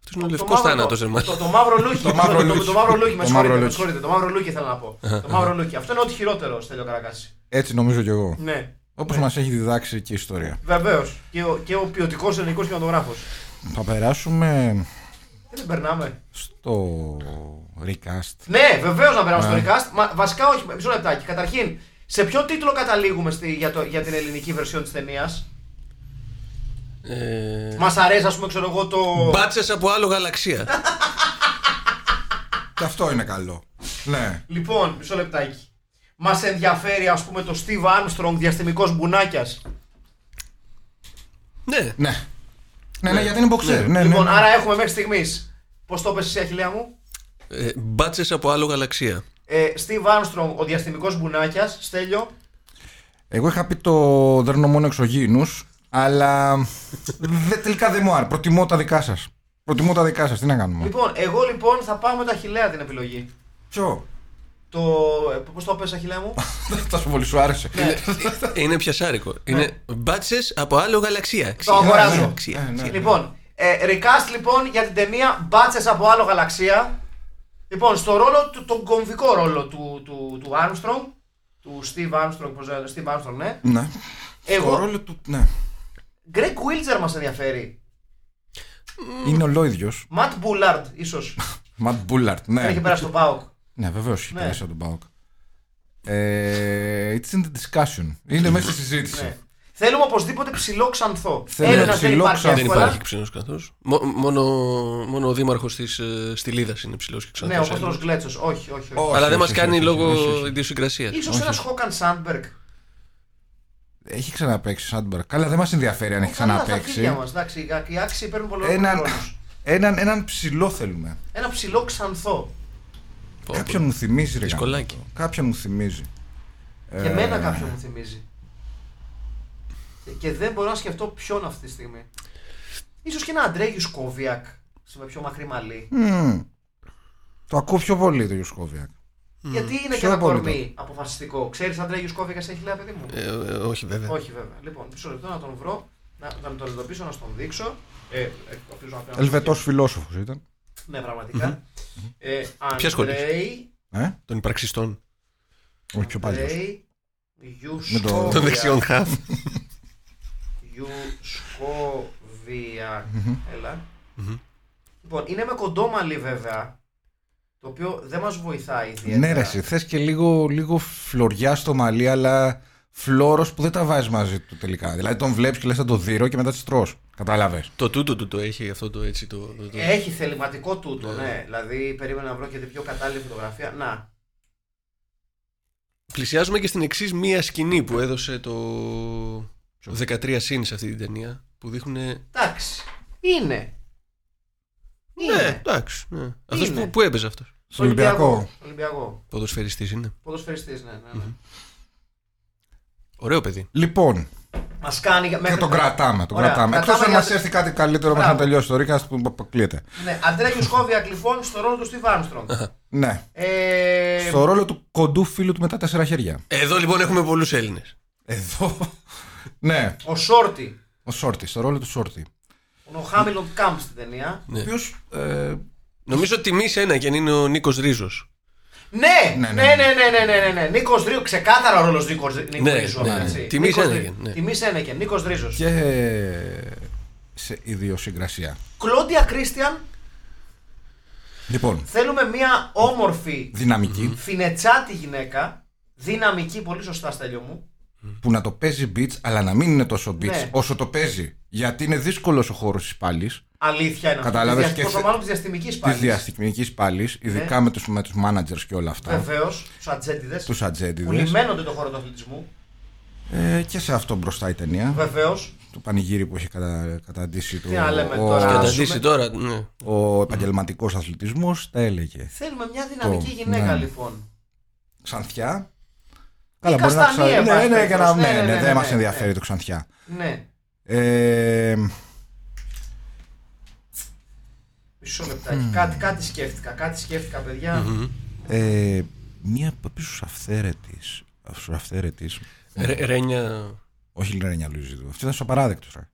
Speaker 5: Αυτός είναι ο
Speaker 3: Το
Speaker 5: λευκός
Speaker 3: μαύρο-
Speaker 5: θάνατος, ρε
Speaker 3: Το, το μαύρο λούκι.
Speaker 4: Το μαύρο
Speaker 3: το-
Speaker 4: λούκι.
Speaker 3: Το μαύρο λούκι, με
Speaker 4: Το
Speaker 3: συγχωρείτε,
Speaker 4: μαύρο
Speaker 3: με
Speaker 4: λούκι.
Speaker 3: συγχωρείτε. Το μαύρο λούκι θέλω να πω. Το μαύρο λούκι. Αυτό είναι ό,τι χειρότερο, Στέλιο Καρακάση.
Speaker 4: Έτσι νομίζω κι εγώ.
Speaker 3: Ναι.
Speaker 4: Όπως μας έχει διδάξει και η ιστορία.
Speaker 3: Βεβαίως. Και ο, και ο ποιοτικός ελληνικός κινηματογράφος.
Speaker 4: Θα περάσουμε
Speaker 3: Δεν περνάμε.
Speaker 4: στο recast.
Speaker 3: Ναι, βεβαίως να περάσουμε στο recast. Μα, βασικά όχι, μισό λεπτάκι. Καταρχήν, σε ποιο τίτλο καταλήγουμε στη, για, το, για την ελληνική version της ταινίας.
Speaker 5: ε,
Speaker 3: Μας αρέσει, ας πούμε, ξέρω εγώ το.
Speaker 5: Μπάτσες από άλλο γαλαξία.
Speaker 4: Και αυτό είναι καλό. Ναι.
Speaker 3: Λοιπόν, μισό λεπτάκι. Μας ενδιαφέρει, ας πούμε, το Steve Armstrong διαστημικός μπουνάκιας.
Speaker 5: Ναι.
Speaker 4: Ναι. Ναι, ναι, γιατί είναι μποξέρ. Ναι,
Speaker 3: λοιπόν,
Speaker 4: ναι.
Speaker 3: άρα έχουμε μέχρι στιγμής. Πώς το πες εσύ, Αχιλέα μου.
Speaker 5: Μπάτσε ε, από άλλο γαλαξία.
Speaker 3: Ε, Steve Armstrong, ο διαστημικός μπουνάκιας. Στέλιο.
Speaker 4: Εγώ είχα πει το δέρνω μόνο εξωγήινους, αλλά δε, τελικά δεν μου άρεσε. Προτιμώ τα δικά σας. Προτιμώ τα δικά σας, τι να κάνουμε.
Speaker 3: Λοιπόν, εγώ λοιπόν θα πάω με το Αχιλέα την επιλογή.
Speaker 4: Ποιο,
Speaker 3: Το. Πώς το πες Αχιλέα μου.
Speaker 4: θα σου πολύ σου άρεσε.
Speaker 3: Ναι.
Speaker 5: Είναι πιασάρικο. Είναι μπάτσες από άλλο γαλαξία.
Speaker 3: Το
Speaker 5: Ξύλα.
Speaker 3: αγοράζω.
Speaker 4: ναι.
Speaker 5: Ξύλα.
Speaker 4: Ναι, ναι, ναι.
Speaker 3: Λοιπόν, ε, recast λοιπόν για την ταινία Μπάτσες από άλλο γαλαξία. Λοιπόν, στο ρόλο του, τον κομβικό ρόλο του, του, του Armstrong, του Steve Armstrong, πώς λέγεται, Steve Armstrong, ναι.
Speaker 4: Ναι. Το
Speaker 3: Εγώ,
Speaker 4: ρόλο του. Ναι.
Speaker 3: Greg Wiltshire μας ενδιαφέρει.
Speaker 4: Είναι ολόιδιος.
Speaker 3: Matt Bullard, ίσως,
Speaker 4: Ματ Μπούλαρτ.
Speaker 3: δεν
Speaker 4: Ναι,
Speaker 3: έχει πέρασει το ΠΑΟΚ.
Speaker 4: ναι βεβαίως έχει
Speaker 3: Ναι.
Speaker 4: πέρασει από τον Πάοκ. Ε, it's in the discussion. Είναι μέσα στη
Speaker 3: Ναι.
Speaker 4: συζήτηση.
Speaker 3: Θέλουμε οπωσδήποτε ψηλό ξανθό.
Speaker 4: Θέλουμε
Speaker 3: Έλληνας δεν
Speaker 4: ψηλό
Speaker 3: υπάρχει
Speaker 4: ξανθό.
Speaker 5: Δεν
Speaker 3: εύκολα.
Speaker 5: υπάρχει ξένο καθώ. Μόνο, μόνο ο δήμαρχος της ε, Στυλίδα είναι ψηλός και
Speaker 3: Ναι, ο
Speaker 5: ξανθό.
Speaker 3: Κώστας Γκλέτσος, όχι, όχι. όχι.
Speaker 4: Όχι,
Speaker 5: Αλλά δεν
Speaker 4: όχι,
Speaker 5: μας
Speaker 4: όχι,
Speaker 5: κάνει
Speaker 4: όχι,
Speaker 5: λόγω
Speaker 4: όχι, όχι.
Speaker 5: ιδιοσυγκρασίας.
Speaker 3: Ίσως ένας Χόκαν Σάντμπεργκ.
Speaker 4: Έχει ξαναπέξει Σάντμπεργκ. Αλλά δεν μας ενδιαφέρει αν έχει
Speaker 3: Καλά, τα φίλια
Speaker 4: ξαναπέξει.
Speaker 3: μας, εντάξει, οι- οι άξιοι παίρνουν πολλούς
Speaker 4: Έναν,
Speaker 3: χρόνους.
Speaker 4: έναν, έναν ψηλό θέλουμε.
Speaker 3: Ένα ψηλό ξανθό.
Speaker 5: Πω, πω.
Speaker 4: Κάποιον μου θυμίζει, ρε. γάμο
Speaker 5: Δυσκολάκι.
Speaker 4: το. Κάποιον μου θυμίζει.
Speaker 3: Και εμένα κάποιον μου θυμίζει. Και- Και δεν μπορώ να σκεφτώ ποιον αυτή τη στιγμή. Ίσως και ένα Αντρέγιο Σκόβιακ. Σε με πιο μακρύ μαλλί.
Speaker 4: Μμμ. Το ακούω πιο πολύ το Ιουσκόβιακ.
Speaker 3: Γιατί είναι και
Speaker 4: Πιο
Speaker 3: ένα
Speaker 4: πολύ
Speaker 3: κορμί αποφασιστικό. Ξέρεις Αντρέγιο Σκόβιακ σε χιλιά παιδί μου.
Speaker 5: Ε, ε, όχι, βέβαια.
Speaker 3: Όχι βέβαια. Λοιπόν, μισό λεπτό να τον βρω. Να, να τον εντοπίσω, να στον δείξω. Ε, ε, ελπίζω να πέραμε.
Speaker 4: Ελβετός φιλόσοφος ήταν.
Speaker 3: Ναι, πραγματικά. Ε,
Speaker 5: Ποια σχολή?
Speaker 3: Αντρέι.
Speaker 4: Ε?
Speaker 5: Των υπαρξιστών.
Speaker 4: Όχι πιο παλιός.
Speaker 3: Αντρέι.
Speaker 4: Με το-
Speaker 5: Των δεξιών χαφ.
Speaker 3: Ιουσκόβια. Έλα. Λοιπόν, είναι με κοντό μαλλί βέβαια. Το οποίο δεν μας βοηθάει ιδιαίτερα.
Speaker 4: Ναι, ρε, θες και λίγο, λίγο φλωριά στο μαλλί, αλλά φλόρο που δεν τα βάζεις μαζί του τελικά. Δηλαδή τον βλέπεις και λες θα το δείρω και μετά τη τρώ. Κατάλαβες.
Speaker 5: Το τούτο του το έχει αυτό το έτσι. Το, το- το-
Speaker 3: Έχει θεληματικό τούτο, ναι. Δηλαδή περίμενα να βρω και την πιο κατάλληλη φωτογραφία. Να.
Speaker 5: Πλησιάζουμε και στην εξής μία σκηνή που έδωσε το. το 13 συν σε αυτή την ταινία. Που δείχνουν.
Speaker 3: Εντάξει. Είναι. Είναι.
Speaker 5: Ναι, εντάξει. Ναι. Αυτός
Speaker 3: Είναι.
Speaker 5: που, που έπαιζε αυτός.
Speaker 4: Στο Ολυμπιακό.
Speaker 3: Ολυμπιακό.
Speaker 5: Ποδοσφαιριστής είναι.
Speaker 3: Ποδοσφαιριστής, ναι. ναι, ναι.
Speaker 5: Ωραίο παιδί.
Speaker 4: Λοιπόν,
Speaker 3: Μας κάνει για- μέχρι.
Speaker 4: και τον κρατάμε. Τον
Speaker 3: Ωραία,
Speaker 4: κρατάμε. Εκτός αν
Speaker 3: κρατάμε
Speaker 4: μα
Speaker 3: για-
Speaker 4: έρθει κάτι καλύτερο μέχρι να
Speaker 3: Μπράβο.
Speaker 4: τελειώσει το Ρίκας που αποκλείεται.
Speaker 3: Ναι, Αντρέγιο Σκόβιακ λοιπόν στο ρόλο του Steve Armstrong.
Speaker 4: Ναι.
Speaker 3: ε,
Speaker 4: Στο ρόλο του κοντού φίλου του με τα τέσσερα χέρια.
Speaker 5: Εδώ λοιπόν έχουμε πολλούς Έλληνες.
Speaker 4: Εδώ. ναι,
Speaker 3: Ο Σόρτι.
Speaker 4: ο Σόρτι. Στο ρόλο του Σόρτι.
Speaker 3: Ο Χάμιλον Κάμπ στην ταινία.
Speaker 4: Ο οποίο. Ε,
Speaker 5: Νομίζω τιμή σε ένα και αν είναι ο Νίκος Ρίζος.
Speaker 3: Ναι, ναι,
Speaker 4: Ναι,
Speaker 3: ναι,
Speaker 4: ναι,
Speaker 3: ναι, ναι, ναι, ναι, ναι. Νίκος Ρίο, ξεκάθαρα ο ρόλος Νίκος
Speaker 5: Ναι,
Speaker 3: Ρίζο.
Speaker 5: ναι, ναι. Τιμή Σένεκεν, ναι.
Speaker 3: Τιμή Σένεκεν, Νίκος Ρίζο.
Speaker 4: και. σε ιδιοσυγκρασία.
Speaker 3: Κλόντια Κρίστιαν,
Speaker 4: Λοιπόν,
Speaker 3: θέλουμε μια όμορφη,
Speaker 4: δυναμική
Speaker 3: φινετσάτη γυναίκα. Δυναμική, πολύ σωστά στέλιο μου.
Speaker 4: που να το παίζει beach, αλλά να μην είναι τόσο beach
Speaker 3: Ναι.
Speaker 4: όσο το παίζει. Γιατί είναι δύσκολος ο χώρος της πάλι,
Speaker 3: Αλήθεια είναι αυτό.
Speaker 4: Κατάλαβες
Speaker 3: Δια-
Speaker 4: και
Speaker 3: Πόσο
Speaker 4: θε-
Speaker 3: μάλλον της διαστημικής
Speaker 4: τη
Speaker 3: πάλι.
Speaker 4: διαστημική πάλι,
Speaker 3: Ναι.
Speaker 4: ειδικά με τους με τους managers και όλα αυτά.
Speaker 3: Βεβαίως, τους ατζέντιδες.
Speaker 4: Τους
Speaker 3: Που
Speaker 4: ατζέντιδε.
Speaker 3: λιμένονται το χώρο του αθλητισμού.
Speaker 4: Ε, και σε αυτό μπροστά η ταινία.
Speaker 3: Βεβαίως.
Speaker 4: Το πανηγύρι που έχει κατα, καταντήσει το,
Speaker 3: Τι να λέμε
Speaker 4: ο,
Speaker 3: τώρα.
Speaker 4: ο,
Speaker 3: Ας
Speaker 5: Καταντήσει
Speaker 3: πούμε.
Speaker 5: τώρα. Ναι.
Speaker 4: επαγγελματικός αθλητισμός, τα έλεγε.
Speaker 3: Θέλουμε μια δυναμική
Speaker 4: Το-
Speaker 3: γυναίκα
Speaker 4: ναι.
Speaker 3: λοιπόν.
Speaker 4: Ξανθιά. Καλά,
Speaker 3: Καστανία, εν πάση
Speaker 4: Ναι, ναι, και να-
Speaker 3: περιπτώσει.
Speaker 4: ναι,
Speaker 3: Ναι, ναι,
Speaker 4: ναι,
Speaker 3: ναι,
Speaker 4: δεν
Speaker 3: ναι,
Speaker 4: μας
Speaker 3: ναι.
Speaker 4: ενδιαφέρει το ξανθιά.
Speaker 3: Ναι.
Speaker 4: Ε,
Speaker 3: Μισό λεπτάκι. Κάτι, κάτι σκέφτηκα. Κάτι σκέφτηκα, παιδιά.
Speaker 4: ε, μία από πίσω αυθαίρετης, στους αυθαίρετης,
Speaker 5: Ρε- Ρένια.
Speaker 4: Όχι Λερένια Λουίζιντου. Αυτή ήταν στο παράδεκτο. τώρα.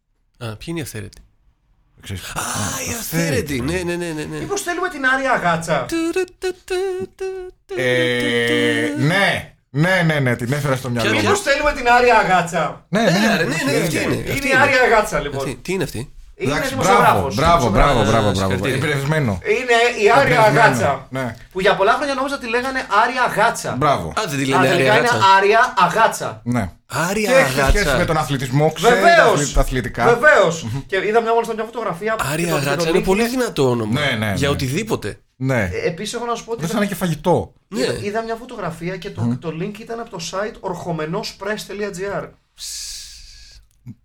Speaker 5: Α, ποιοι είναι οι αυθαίρετοι.
Speaker 4: Ξέρεις, ε,
Speaker 5: Α, οι αυθαίρετοι. Ναι, ναι, ναι. ναι, ναι.
Speaker 4: Λοιπόν.
Speaker 3: Μήπως θέλουμε την Άρια Γάτσα.
Speaker 4: Ε, ναι, ναι, ναι, ναι, την έφερα στο μυαλό
Speaker 5: Ποια-
Speaker 4: μου.
Speaker 3: Μήπως θέλουμε την Άρια Γάτσα.
Speaker 4: Ναι, ναι,
Speaker 5: Έλα,
Speaker 4: ναι,
Speaker 5: ρε, ναι, ναι, αυτή είναι.
Speaker 3: Είναι
Speaker 5: αυτή
Speaker 3: η Άρια Γάτσα λοιπόν.
Speaker 5: Αυτή- Τι είναι αυτή.
Speaker 3: Είναι
Speaker 4: Εντάξει,
Speaker 3: δημοσιογράφος.
Speaker 4: μπράβο, μπράβο, μπράβο, μπράβο, μπράβο.
Speaker 5: Συγχαρητήρια.
Speaker 4: Εμπνευσμένο.
Speaker 3: Είναι η Άρια
Speaker 4: Εμπνευσμένο,
Speaker 3: Αγάτσα.
Speaker 4: ναι.
Speaker 3: Που για πολλά χρόνια νόμιζα τη λέγανε Άρια Αγάτσα.
Speaker 4: Μπράβο.
Speaker 5: Α, δηλαδή- δεν τη
Speaker 3: Αλλά
Speaker 5: λένε
Speaker 3: τελικά
Speaker 5: Άρια
Speaker 3: είναι
Speaker 5: Γάτσα.
Speaker 3: Άρια Αγάτσα.
Speaker 4: Ναι.
Speaker 5: Άρια
Speaker 4: Και έχει σχέση
Speaker 5: Γάτσα.
Speaker 4: με τον αθλητισμό, ξέρει τα
Speaker 3: Βεβαίως.
Speaker 4: αθλη- τα αθλητικά.
Speaker 3: Βεβαίως. Και είδα μια μόλις μια φωτογραφία.
Speaker 5: Άρια
Speaker 3: και το-
Speaker 5: Γάτσα
Speaker 3: το
Speaker 5: είναι
Speaker 3: δείχνει.
Speaker 5: πολύ δυνατό όνομα.
Speaker 4: Ναι, ναι, ναι.
Speaker 5: Για οτιδήποτε.
Speaker 4: Ναι.
Speaker 3: Επίση, Ε, έχω να σου πω ότι.
Speaker 4: Δεν
Speaker 3: είδα-
Speaker 4: σαν και φαγητό.
Speaker 5: Ναι.
Speaker 3: είδα- Είδα μια φωτογραφία και το, το link ήταν από το site ορχομενόσpress.gr.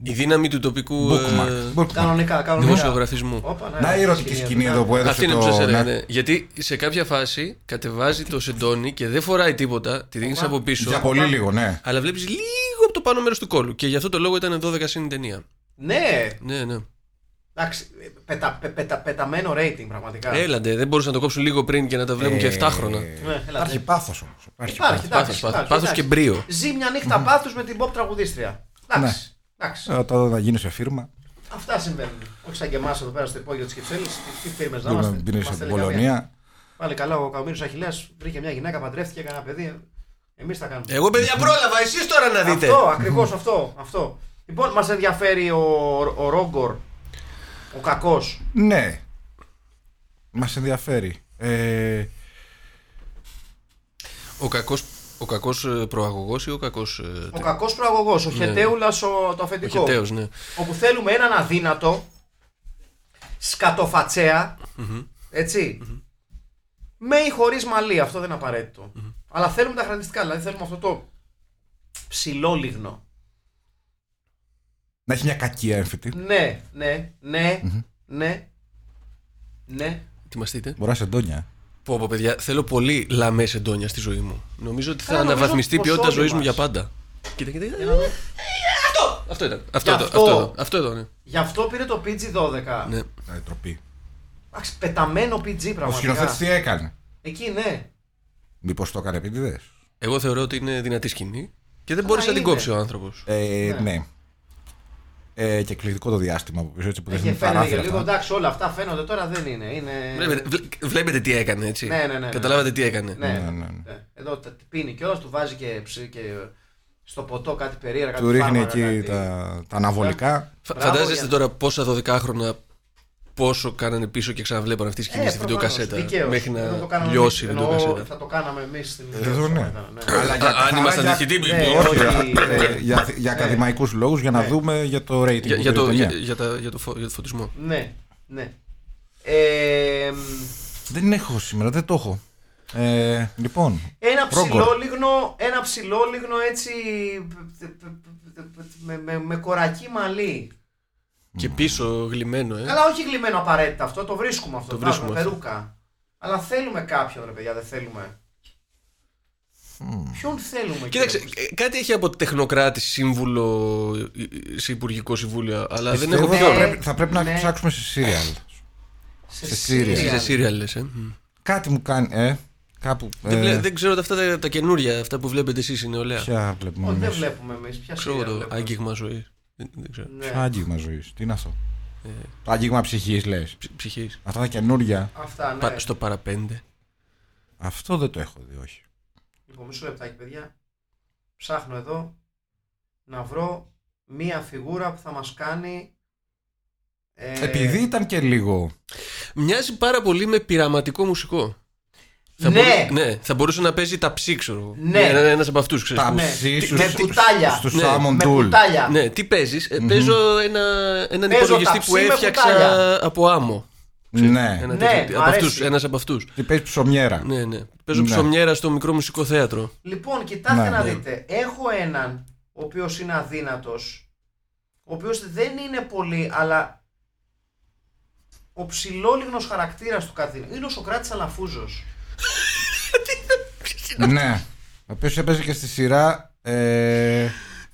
Speaker 5: Η δύναμη του τοπικού ε,
Speaker 4: Bookmark. Bookmark.
Speaker 3: Κανονικά, κανονικά.
Speaker 5: δημοσιογραφισμού.
Speaker 3: Όπα, ναι,
Speaker 4: Να η ερωτική σκηνή εδώ που έδωσε
Speaker 5: Αυτή είναι που
Speaker 4: το-
Speaker 5: σα έλεγα.
Speaker 4: να-
Speaker 5: ναι. Γιατί σε κάποια φάση κατεβάζει το σεντόνι και δεν φοράει τίποτα, τη δίνει από πίσω.
Speaker 4: Για πολύ λίγο, ναι.
Speaker 5: Αλλά βλέπεις λίγο από το πάνω μέρος του κόλου. Και γι' αυτό το λόγο ήταν 12 συν η ταινία.
Speaker 3: Ναι,
Speaker 5: Ναι, ναι.
Speaker 3: εντάξει. πετα- πε- πετα- πεταμένο rating πραγματικά.
Speaker 5: Έλαντε, δεν μπορούσαν να το κόψουν λίγο πριν και να τα βλέπουν
Speaker 4: Ε.
Speaker 5: και 7 χρόνια.
Speaker 3: Ναι, έλατε.
Speaker 4: Υπάρχει πάθος όμως.
Speaker 3: Υπάρχει,
Speaker 5: Πάθος,
Speaker 3: εντάξει.
Speaker 5: πάθος.
Speaker 3: εντάξει,
Speaker 5: Πάθος
Speaker 3: εντάξει.
Speaker 5: και μπρίο.
Speaker 3: Ζει μια νύχτα πάθους με την pop τραγουδίστρια.
Speaker 4: Ναι.
Speaker 3: Εντάξει. εντάξει.
Speaker 4: Όταν θα γίνεις σε φίρμα,
Speaker 3: Αυτά συμβαίνουν. Όχι σαν και εμάς εδώ πέρα στο υπόγειο της Κυψέλης. Τι φίρμες να
Speaker 4: να
Speaker 3: είμαστε.
Speaker 4: πίνει
Speaker 3: Είμαστε
Speaker 4: στην
Speaker 3: λίγα μία.
Speaker 4: Πολωνία.
Speaker 3: Πάλι καλά, ο Καμίρο Αχηλέα βρήκε μια γυναίκα, παντρεύτηκε, έκανε ένα παιδί. Εμείς τα κάνουμε.
Speaker 5: Εγώ παιδιά πρόλαβα, εσείς τώρα να δείτε.
Speaker 3: Αυτό, ακριβώς αυτό, αυτό. Λοιπόν, μας ενδιαφέρει ο, ο Ρόγκορ, ο κακός.
Speaker 4: Ναι. Μας ενδιαφέρει. Ε,
Speaker 5: Ο κακός ο κακός ε, προαγωγός ή ο κακός ε,
Speaker 3: Ο κακός προαγωγός, ο
Speaker 4: Ναι,
Speaker 3: Χετέουλας, το αφεντικό.
Speaker 5: τυχεταίος, ναι.
Speaker 3: όπου θέλουμε έναν αδύνατο, σκατοφατσέα, έτσι, με ή χωρίς μαλλί, αυτό δεν είναι απαραίτητο. Αλλά θέλουμε τα χαρακτηριστικά, δηλαδή θέλουμε αυτό το ψηλό λιγνό.
Speaker 4: να έχει μια κακία έμφυτη.
Speaker 3: Ναι, ναι, ναι, ναι, ναι.
Speaker 5: Ετοιμαστείτε.
Speaker 4: Μπορά σε ντόνια.
Speaker 5: Πω πω παιδιά, θέλω πολύ λαμέ εντόνια στη ζωή μου. Νομίζω ότι θα
Speaker 3: Καλά, νομίζω
Speaker 5: αναβαθμιστεί η
Speaker 3: πως
Speaker 5: ποιότητα
Speaker 3: όλοι
Speaker 5: ζωής μου
Speaker 3: μας.
Speaker 5: για πάντα. Κοίτα, κοίτα. κοίτα. Αυτό! Αυτό ήταν. Αυτό,
Speaker 3: Για
Speaker 5: εδώ,
Speaker 3: αυτό.
Speaker 5: αυτό. εδώ, αυτό εδώ, ναι.
Speaker 3: Γι' αυτό πήρε το PG12.
Speaker 5: ναι.
Speaker 4: Να τροπή.
Speaker 3: Εντάξει, πεταμένο PG
Speaker 4: Ο σκηνοθέτη
Speaker 3: πραγματικά.
Speaker 4: τι έκανε.
Speaker 3: Εκεί ναι.
Speaker 4: Μήπως το έκανε επίτηδες.
Speaker 5: Εγώ θεωρώ ότι είναι δυνατή σκηνή και δεν μπορείς να την
Speaker 3: είναι.
Speaker 5: κόψει ο άνθρωπος.
Speaker 4: Ε,
Speaker 3: Ναι.
Speaker 4: ναι. Ε, και εκπληκτικό το διάστημα που πίσω έτσι που δεν
Speaker 3: Έχει
Speaker 4: είναι
Speaker 3: φαίνεται και
Speaker 4: παράθυρα.
Speaker 3: λίγο.
Speaker 4: αυτά.
Speaker 3: Εντάξει, όλα αυτά φαίνονται τώρα δεν είναι. είναι...
Speaker 5: Βλέπετε, βλέ- βλέπετε τι έκανε, έτσι.
Speaker 3: Ε, Ναι, ναι, ναι, ναι.
Speaker 5: Καταλάβατε τι έκανε.
Speaker 3: Ναι,
Speaker 4: Ναι,
Speaker 3: ναι,
Speaker 4: ναι,
Speaker 3: ναι. Εδώ τα πίνει κιόλα, του βάζει και, ψι- και στο ποτό κάτι περίεργα. κάτι
Speaker 4: Του ρίχνει
Speaker 3: φάρμακα,
Speaker 4: εκεί
Speaker 3: κάτι.
Speaker 4: τα, τα αναβολικά.
Speaker 5: Φα-
Speaker 3: Μπράβο,
Speaker 5: Φαντάζεστε
Speaker 3: για-
Speaker 5: τώρα πόσα 12χρονα πόσο κάνανε πίσω και ξαναβλέπανε αυτή τη σκηνή
Speaker 3: Ε,
Speaker 5: στη
Speaker 3: προφανώς,
Speaker 5: βιντεοκασέτα.
Speaker 3: δικαίως. Ε,
Speaker 5: Μέχρι
Speaker 3: Εδώ το
Speaker 5: να
Speaker 3: κάναμε
Speaker 5: λιώσει η
Speaker 3: εμείς. Εννοώ,
Speaker 5: βιντεοκασέτα.
Speaker 3: Θα το κάναμε εμείς στην.
Speaker 4: Εδώ, ναι.
Speaker 3: Αλλά
Speaker 5: Α, Αν ήμασταν
Speaker 4: για-
Speaker 5: τυχητοί,
Speaker 3: Ναι,
Speaker 5: μπλ, μπλ,
Speaker 3: όχι, ναι.
Speaker 5: μπλ.
Speaker 4: Ε, για, για ακαδημαϊκούς λόγους για να δούμε για το rating
Speaker 5: Για-
Speaker 4: που
Speaker 5: για το-
Speaker 4: πήρε η
Speaker 5: για-
Speaker 4: ταινία.
Speaker 5: για τα- για το φω- για το φωτισμό.
Speaker 3: Ναι, ναι. Ε, μ,
Speaker 4: Δεν έχω σήμερα, δεν το έχω ε, Λοιπόν,
Speaker 3: ένα
Speaker 4: Ρόγκορ.
Speaker 3: ψηλό λίγνο, ένα ψηλό λίγνο έτσι με, με, με κορακί μαλλί.
Speaker 5: Και πίσω γλυμμένο, ε.
Speaker 3: Καλά, όχι γλυμμένο απαραίτητα αυτό, το βρίσκουμε αυτό.
Speaker 5: Το
Speaker 3: Το
Speaker 5: βρίσκουμε
Speaker 3: βρίσκουμε.
Speaker 5: αυτό.
Speaker 3: Περούκα. Αλλά θέλουμε κάποιον, ρε παιδιά, δεν θέλουμε. Ποιον θέλουμε,
Speaker 5: Κοίταξε,
Speaker 3: κύριε
Speaker 5: ε, κάτι έχει από τεχνοκράτη σύμβουλο ε, ε, σε υπουργικό συμβούλιο, αλλά δεν
Speaker 4: πιστεύω
Speaker 5: έχω
Speaker 4: θα
Speaker 5: ποιον.
Speaker 3: Ναι.
Speaker 4: πρέπει, θα πρέπει να
Speaker 3: Ναι.
Speaker 4: ψάξουμε σε serial
Speaker 3: Κωστή.
Speaker 4: σε Σύριαλ.
Speaker 3: Σύριαλ.
Speaker 5: Σε σύριαλ λες, ε. Μμ.
Speaker 4: Κάτι μου κάνει, ε, κάπου
Speaker 5: Δεν,
Speaker 4: ε,
Speaker 5: βλέ- δεν ξέρω τα- αυτά τα, τα καινούρια, αυτά που βλέπετε εσείς η νεολαία.
Speaker 4: Ποια βλέπουμε
Speaker 3: Όχι, δεν
Speaker 4: εμείς
Speaker 3: βλέπουμε εμείς. Ποια
Speaker 5: Ξέρω
Speaker 3: σύριαλ
Speaker 5: εγώ το
Speaker 3: βλέπουμε.
Speaker 5: άγγιγμα ζωής. Δεν, δεν ξέρω.
Speaker 3: Ναι.
Speaker 4: Ποιο άγγιγμα ζωής, τι είναι αυτό Το άγγιγμα ψυχής λες
Speaker 5: Ψ- ψυχής.
Speaker 4: Αυτά τα καινούρια
Speaker 3: Αυτά, ναι.
Speaker 5: Πα- στο παραπέντε.
Speaker 4: Αυτό δεν το έχω δει, όχι
Speaker 3: Λοιπόν, μισό λεπτάκι, παιδιά. Ψάχνω εδώ να βρω μία φιγούρα που θα μας κάνει. ε,
Speaker 4: Επειδή ήταν και λίγο
Speaker 5: Μοιάζει πάρα πολύ με πειραματικό μουσικό. Θα
Speaker 3: Ναι.
Speaker 5: μπορούσε- ναι, θα μπορούσε να παίζει τα ψή, ξέρω εγώ.
Speaker 3: Ναι.
Speaker 5: Ένας από αυτούς, ξέρεις.
Speaker 4: τα
Speaker 3: ναι.
Speaker 4: ψή
Speaker 3: Τι-
Speaker 4: στους-
Speaker 3: με κουτάλια.
Speaker 4: Στους
Speaker 5: Ναι.
Speaker 4: Salmon
Speaker 3: Με
Speaker 4: Tool
Speaker 3: κουτάλια.
Speaker 5: Ναι, τι παίζεις. Παίζω ένα, έναν
Speaker 3: Παίζω
Speaker 5: υπολογιστή
Speaker 3: τα ψή
Speaker 5: που
Speaker 3: με
Speaker 5: έφτιαξα
Speaker 3: κουτάλια.
Speaker 5: από άμμο.
Speaker 4: Ναι,
Speaker 3: Ναι, μ' αρέσει.
Speaker 5: Ένας από αυτούς.
Speaker 4: τι παίζεις ψωμιέρα
Speaker 5: Ναι, ναι. Παίζω
Speaker 4: Ναι.
Speaker 5: ψωμιέρα στο μικρό μουσικό θέατρο.
Speaker 3: Λοιπόν, κοιτάξτε
Speaker 4: Ναι,
Speaker 3: να
Speaker 4: ναι.
Speaker 3: δείτε. Έχω έναν ο οποίος είναι αδύνατος, ο οποίος δεν είναι πολύ, αλλά ο ψηλόλιγνος χαρακτήρας του καθένα είναι ο Σοκράτης Αλαφούζος.
Speaker 4: Ναι. Ο οποίος έπαιζε και στη σειρά ε,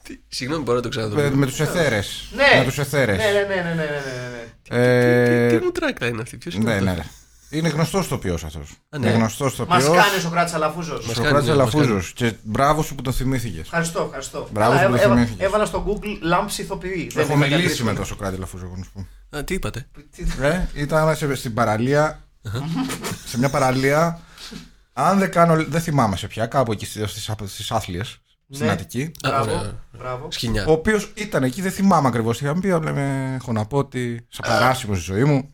Speaker 5: Τι- Συγγνώμη, μπορώ να το
Speaker 4: με,
Speaker 5: ξαναδώ.
Speaker 4: με τους εθέρες.
Speaker 3: Ναι.
Speaker 4: Με τους εθέρες.
Speaker 3: Ναι, ναι, ναι, ναι, ναι, ναι, ναι, ναι.
Speaker 5: Τι- Τι
Speaker 4: Ε,
Speaker 5: μου τράκτα είναι αυτή, ποιο
Speaker 4: ναι,
Speaker 5: είναι.
Speaker 4: ναι.
Speaker 5: αυτός?
Speaker 4: Είναι γνωστός το ποιο αυτό.
Speaker 5: ναι.
Speaker 4: Είναι γνωστό το
Speaker 3: Μα
Speaker 4: ποιο.
Speaker 3: κάνει ο Σοκράτης Αλαφούζος.
Speaker 5: κάνει,
Speaker 4: Σοκράτης
Speaker 5: ναι, μας
Speaker 4: Αλαφούζος. Και μπράβο σου που το θυμήθηκες.
Speaker 3: Ευχαριστώ, ευχαριστώ.
Speaker 4: Μπράβο
Speaker 3: Αλλά
Speaker 4: που το
Speaker 3: έβα-
Speaker 4: θυμήθηκες.
Speaker 3: έβαλα στο Google λάμψη ηθοποιή. Δεν
Speaker 4: Έχω
Speaker 3: είναι
Speaker 4: μιλήσει
Speaker 3: κάτι
Speaker 4: με τον Σοκράτη Αλαφούζο, εγώ να σου πω.
Speaker 5: Α, Τι είπατε.
Speaker 3: τέτοιο. Τι-
Speaker 4: Ε, ήταν σε- στην παραλία. σε μια παραλία. Αν δεν κάνω. Δεν θυμάμαι σε πια, κάπου εκεί στις άθλιε. Στην
Speaker 3: Ναι.
Speaker 4: Αττική.
Speaker 5: Α,
Speaker 3: Μπράβο,
Speaker 5: ωραία.
Speaker 3: μπράβο.
Speaker 5: Σκηνιά.
Speaker 4: Ο οποίος ήταν εκεί, δεν θυμάμαι ακριβώς τι είχαμε πει, αλλά με- έχω να πω ότι σε παράσημος στη ζωή μου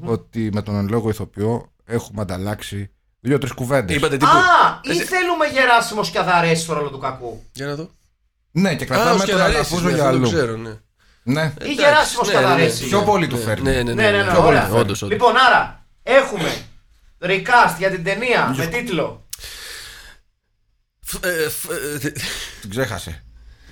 Speaker 4: ότι με τον εν λόγω ηθοποιό έχουμε ανταλλάξει δύο-τρει κουβέντες.
Speaker 5: Είπατε τύπου.
Speaker 3: Α, ή θέλουμε Γεράσιμος και Αδαρέση στο ρόλο του κακού.
Speaker 5: Για να δω.
Speaker 4: Ναι, και
Speaker 5: Α, ο
Speaker 4: κρατάμε τον
Speaker 5: Σκεδαρέσης,
Speaker 4: Αλαφούζο
Speaker 5: ναι,
Speaker 4: για
Speaker 5: αυτό το
Speaker 4: αλλού.
Speaker 5: ξέρω, ναι.
Speaker 4: Ναι.
Speaker 3: Ή
Speaker 5: Εντάξει,
Speaker 3: Γεράσιμο
Speaker 5: ναι,
Speaker 3: και
Speaker 5: ναι, ναι.
Speaker 3: Αδαρέση.
Speaker 4: Πιο πολύ του
Speaker 5: Ναι,
Speaker 4: φέρνει.
Speaker 5: Ναι, ναι,
Speaker 3: Ναι, ναι, ναι,
Speaker 5: Πιο πολύ,
Speaker 3: ωραία.
Speaker 5: όντως, όντως.
Speaker 3: Λοιπόν, άρα έχουμε Recast για την ταινία με τίτλο.
Speaker 5: Φ- ε, φ- ε, δε-
Speaker 4: Την ξέχασε.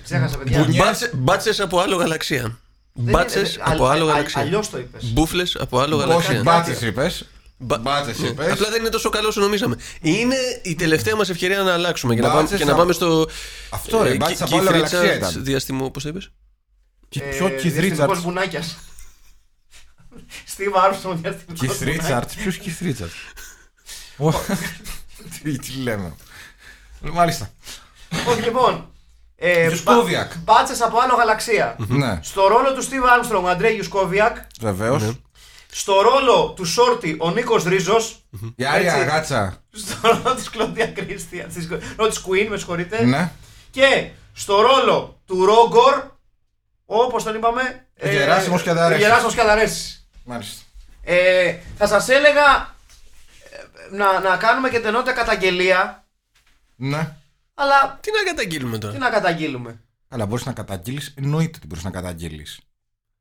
Speaker 3: Ξέχασα, παιδιά.
Speaker 5: μπάτσε- Μπάτσες από άλλο γαλαξία. Μπάτσε από άλλο γαλαξία.
Speaker 3: Αλλιώς το είπες.
Speaker 5: Μπούφλες από άλλο
Speaker 4: Όχι,
Speaker 5: γαλαξία.
Speaker 4: μπάτσες είπες.
Speaker 5: Μπα-
Speaker 4: μπάτσες
Speaker 5: Ναι.
Speaker 4: είπες.
Speaker 5: Απλά δεν είναι τόσο καλό όσο νομίζαμε. Είναι η τελευταία μας ευκαιρία να αλλάξουμε και να πάμε,
Speaker 4: Μπάτσες
Speaker 5: και να
Speaker 4: από-
Speaker 5: πάμε στο.
Speaker 4: Αυτό ρε,
Speaker 5: ε,
Speaker 4: μπάτσες
Speaker 5: Keith
Speaker 4: από άλλο γαλαξία
Speaker 5: Richards
Speaker 4: ήταν.
Speaker 5: Διαστημό, πώς το είπες.
Speaker 4: Και
Speaker 3: Ε,
Speaker 4: Ποιο Keith
Speaker 3: Διαστημικός
Speaker 4: Richards.
Speaker 3: μπουνάκιας. Steve Armstrong διαστημικός
Speaker 4: Keith
Speaker 3: μπουνάκιας.
Speaker 4: Richards. Ποιος Keith Richards. Ω, Τι τι λέμε. Μάλιστα.
Speaker 3: Όχι, λοιπόν. ε,
Speaker 4: Γιουσκόβιακ.
Speaker 3: μπα- Μπάτσες από άλλο γαλαξία.
Speaker 4: Ναι,
Speaker 3: Στο ρόλο του Steve Armstrong ο Αντρέι Γιουσκόβιακ.
Speaker 5: Ναι.
Speaker 4: βεβαίω.
Speaker 3: Στο ρόλο του Σόρτι ο Νίκος Ρίζος.
Speaker 4: Η Άρια
Speaker 3: Έτσι.
Speaker 4: Γάτσα.
Speaker 3: Στο ρόλο της Κλοντία Κρίστια. Της ρόλο της Queen, με συγχωρείτε.
Speaker 4: Ναι.
Speaker 3: Και στο ρόλο του Ρόγκορ. Όπως τον είπαμε. ε,
Speaker 4: Ο Γεράσιμος και Αδαρέσης.
Speaker 3: ο Γεράσιμος και Αδαρέσης.
Speaker 4: Μάλιστα.
Speaker 3: Ε, θα σας έλεγα ε, να, να κάνουμε και τενότητα καταγγελία,
Speaker 4: Ναι.
Speaker 3: αλλά
Speaker 5: Τι να καταγγείλουμε
Speaker 3: τι
Speaker 5: τώρα.
Speaker 3: να καταγγείλουμε.
Speaker 4: Αλλά μπορείς να καταγγείλεις. Εννοείται ότι μπορείς να καταγγείλεις.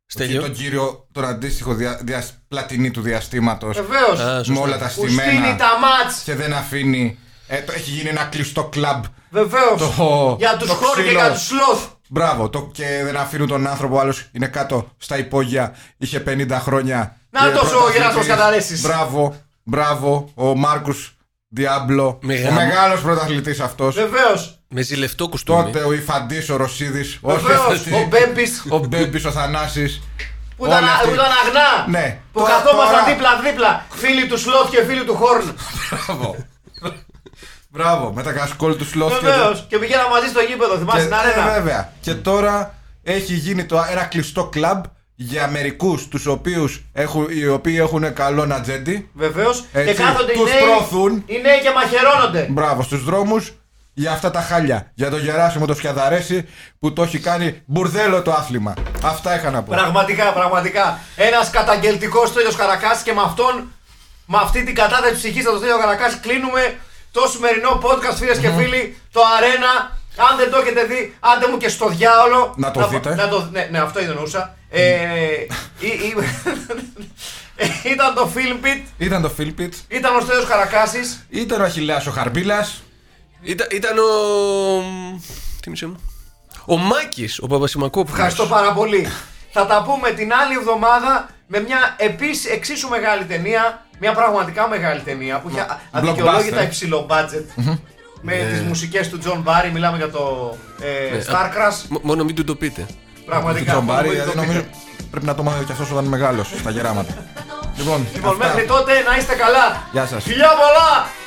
Speaker 4: Και
Speaker 5: Στέλιο.
Speaker 4: τον κύριο, τον αντίστοιχο δια, διασ- πλατινή του διαστήματος.
Speaker 3: Βεβαίως,
Speaker 5: Α, σωστά.
Speaker 4: Με όλα τα
Speaker 3: Ε, που στείνει
Speaker 4: στημένα.
Speaker 3: τα μάτς,
Speaker 4: Και δεν αφήνει. Ε, το, έχει γίνει ένα κλειστό κλαμπ.
Speaker 3: βεβαίως,
Speaker 4: Το-
Speaker 3: για τους
Speaker 4: το
Speaker 3: χώρους και
Speaker 4: ξύλο.
Speaker 3: για τους σλόθ.
Speaker 4: Μπράβο. Το, και δεν αφήνουν τον άνθρωπο. Άλλος είναι κάτω στα υπόγεια. Είχε 50 χρόνια.
Speaker 3: Να
Speaker 4: Και
Speaker 3: το σου,
Speaker 4: πρωταθλητής.
Speaker 3: Γεράσιμος Καταρέσης.
Speaker 4: Μπράβο. Μπράβο. Ο Μάρκους Διάμπλο.
Speaker 5: Μεγάλο.
Speaker 4: Ο μεγάλο πρωταθλητής αυτός.
Speaker 3: Βεβαίως,
Speaker 5: Με ζηλευτό κουστούμι.
Speaker 4: Τότε ο Ιφαντής, ο Ρωσίδης.
Speaker 3: βεβαίως, ο Μπέμπης
Speaker 4: ο Μπέμπης, ο Θανάσης
Speaker 3: που ήταν,
Speaker 4: όλοι αυτοί.
Speaker 3: που ήταν αγνά,
Speaker 4: Ναι.
Speaker 3: που
Speaker 4: Τώρα-
Speaker 3: καθόμασταν
Speaker 4: τώρα-
Speaker 3: δίπλα-δίπλα, φίλοι του σλόθ και φίλοι του χόρν.
Speaker 4: Μπράβο. Μπράβο, με τα κασκόλ του Σλόφ και το-
Speaker 3: Βεβαίως, και πηγαίναμε μαζί στο γήπεδο,
Speaker 4: και-
Speaker 3: θυμάσαι την
Speaker 4: ναι,
Speaker 3: αρένα.
Speaker 4: βέβαια. Και τώρα έχει γίνει το, ένα κλειστό κλαμπ για μερικούς τους οποίους έχουν, οι οποίοι έχουν καλό ατζέντη.
Speaker 3: Βεβαίως, και
Speaker 4: Έτσι,
Speaker 3: κάθονται οι
Speaker 4: τους
Speaker 3: νέοι,
Speaker 4: προωθούν.
Speaker 3: οι νέοι και μαχαιρώνονται.
Speaker 4: Μπράβο, στους δρόμους για αυτά τα χάλια. Για τον Γεράσιμο το Φιαδαρέση που το έχει κάνει μπουρδέλο το άθλημα. Αυτά είχα να πω.
Speaker 3: Πραγματικά, πραγματικά. Ένας καταγγελτικός τέλειο Καρακάση και με αυτόν, με αυτή την κατάθεση ψυχής από τον τέλειο Καρακάση, κλείνουμε το σημερινό podcast, φίλες και φίλοι, το Αρένα. Αν δεν το έχετε δει, άντε μου και στο διάολο.
Speaker 4: Να το δείτε.
Speaker 3: Να το, ναι, ναι, αυτό ήταν εννοούσα. Ε, ή- ή- ήταν το Film Pit,
Speaker 4: Ήταν το Φίλπιτ,
Speaker 3: ήταν ο Στέλιος Καρακάσης.
Speaker 4: ήταν ο Αχιλέας ο Χαρμπίλας,
Speaker 5: Ήταν, ήταν ο. Τι μισό μου. Ο Μάκης, ο Παπασημακόπουλος.
Speaker 3: Ευχαριστώ πάρα πολύ. Θα τα πούμε την άλλη εβδομάδα με μια επίσης εξίσου μεγάλη ταινία. Μια πραγματικά μεγάλη ταινία που είχε α- αδικαιολόγητα
Speaker 4: blockbuster. Ναι.
Speaker 3: υψηλό budget. Με τις μουσικές του John Barry, μιλάμε για το ε,
Speaker 5: Ναι,
Speaker 3: Star Crash.
Speaker 5: Μ- μόνο μην του το πείτε.
Speaker 4: του
Speaker 3: Πραγματικά.
Speaker 4: Τζομπάρη,
Speaker 3: πολύ
Speaker 4: γιατί
Speaker 3: το
Speaker 4: δηλαδή νομίζω
Speaker 3: πείτε.
Speaker 4: πρέπει να το μάθει κι αυτός όταν μεγάλος στα γεράματα. λοιπόν,
Speaker 3: Λοιπόν,
Speaker 4: αυτά.
Speaker 3: μέχρι τότε να είστε καλά.
Speaker 4: Γεια σας.
Speaker 3: Φιλιά πολλά!